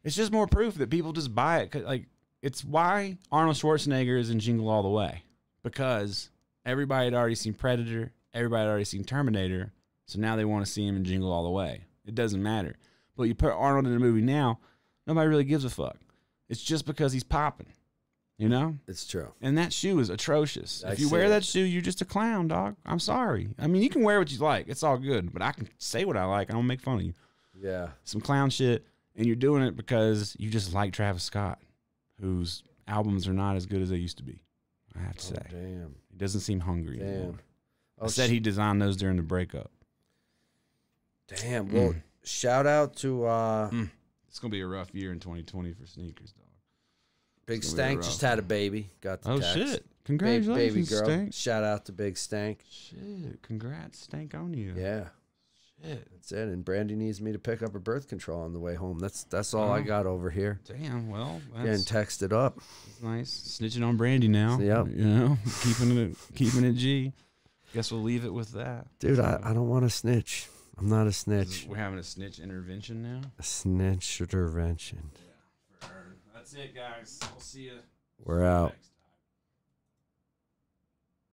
[SPEAKER 2] it's just more proof that people just buy it. 'Cause, Like it's why Arnold Schwarzenegger is in Jingle All the Way because everybody had already seen Predator, everybody had already seen Terminator, so now they want to see him in Jingle All the Way. It doesn't matter. But you put Arnold in a movie now, nobody really gives a fuck. It's just because he's popping, you know.
[SPEAKER 1] It's true.
[SPEAKER 2] And that shoe is atrocious.
[SPEAKER 1] I
[SPEAKER 2] if you
[SPEAKER 1] see
[SPEAKER 2] wear
[SPEAKER 1] it.
[SPEAKER 2] that shoe, you're just a clown, dog. I'm sorry. I mean, you can wear what you like. It's all good, but I can say what I like. I don't make fun of you.
[SPEAKER 1] Yeah.
[SPEAKER 2] Some clown shit, and you're doing it because you just like Travis Scott, whose albums are not as good as they used to be. I have to
[SPEAKER 1] Oh,
[SPEAKER 2] say.
[SPEAKER 1] damn.
[SPEAKER 2] He doesn't seem hungry
[SPEAKER 1] Damn.
[SPEAKER 2] anymore.
[SPEAKER 1] Oh,
[SPEAKER 2] I said he designed those during the breakup.
[SPEAKER 1] Damn. Well, shout out to uh,
[SPEAKER 2] It's going to be a rough year in 2020 for sneakers, dog.
[SPEAKER 1] Big
[SPEAKER 2] It's gonna be
[SPEAKER 1] Stank.
[SPEAKER 2] rough.
[SPEAKER 1] Just had a baby. Got the
[SPEAKER 2] Oh,
[SPEAKER 1] text.
[SPEAKER 2] shit.
[SPEAKER 1] Ba- baby
[SPEAKER 2] Congratulations,
[SPEAKER 1] girl.
[SPEAKER 2] Stank.
[SPEAKER 1] Shout out to Big Stank.
[SPEAKER 2] Shit. Congrats, Stank, on you.
[SPEAKER 1] Yeah,
[SPEAKER 2] Shit.
[SPEAKER 1] that's it. And Brandy needs me to pick up her birth control on the way home. That's that's all I
[SPEAKER 2] Oh.
[SPEAKER 1] got over here.
[SPEAKER 2] Damn, well,
[SPEAKER 1] Getting
[SPEAKER 2] that's
[SPEAKER 1] texted up.
[SPEAKER 2] It's nice. Snitching on Brandy now.
[SPEAKER 1] Yep.
[SPEAKER 2] You know, keeping it keeping it G. Guess we'll leave it with that.
[SPEAKER 1] Dude, I, I don't want to snitch. I'm not a snitch.
[SPEAKER 2] We're having a snitch intervention now.
[SPEAKER 1] A snitch intervention.
[SPEAKER 2] That's it, guys. We'll see you
[SPEAKER 1] We're out.
[SPEAKER 2] next.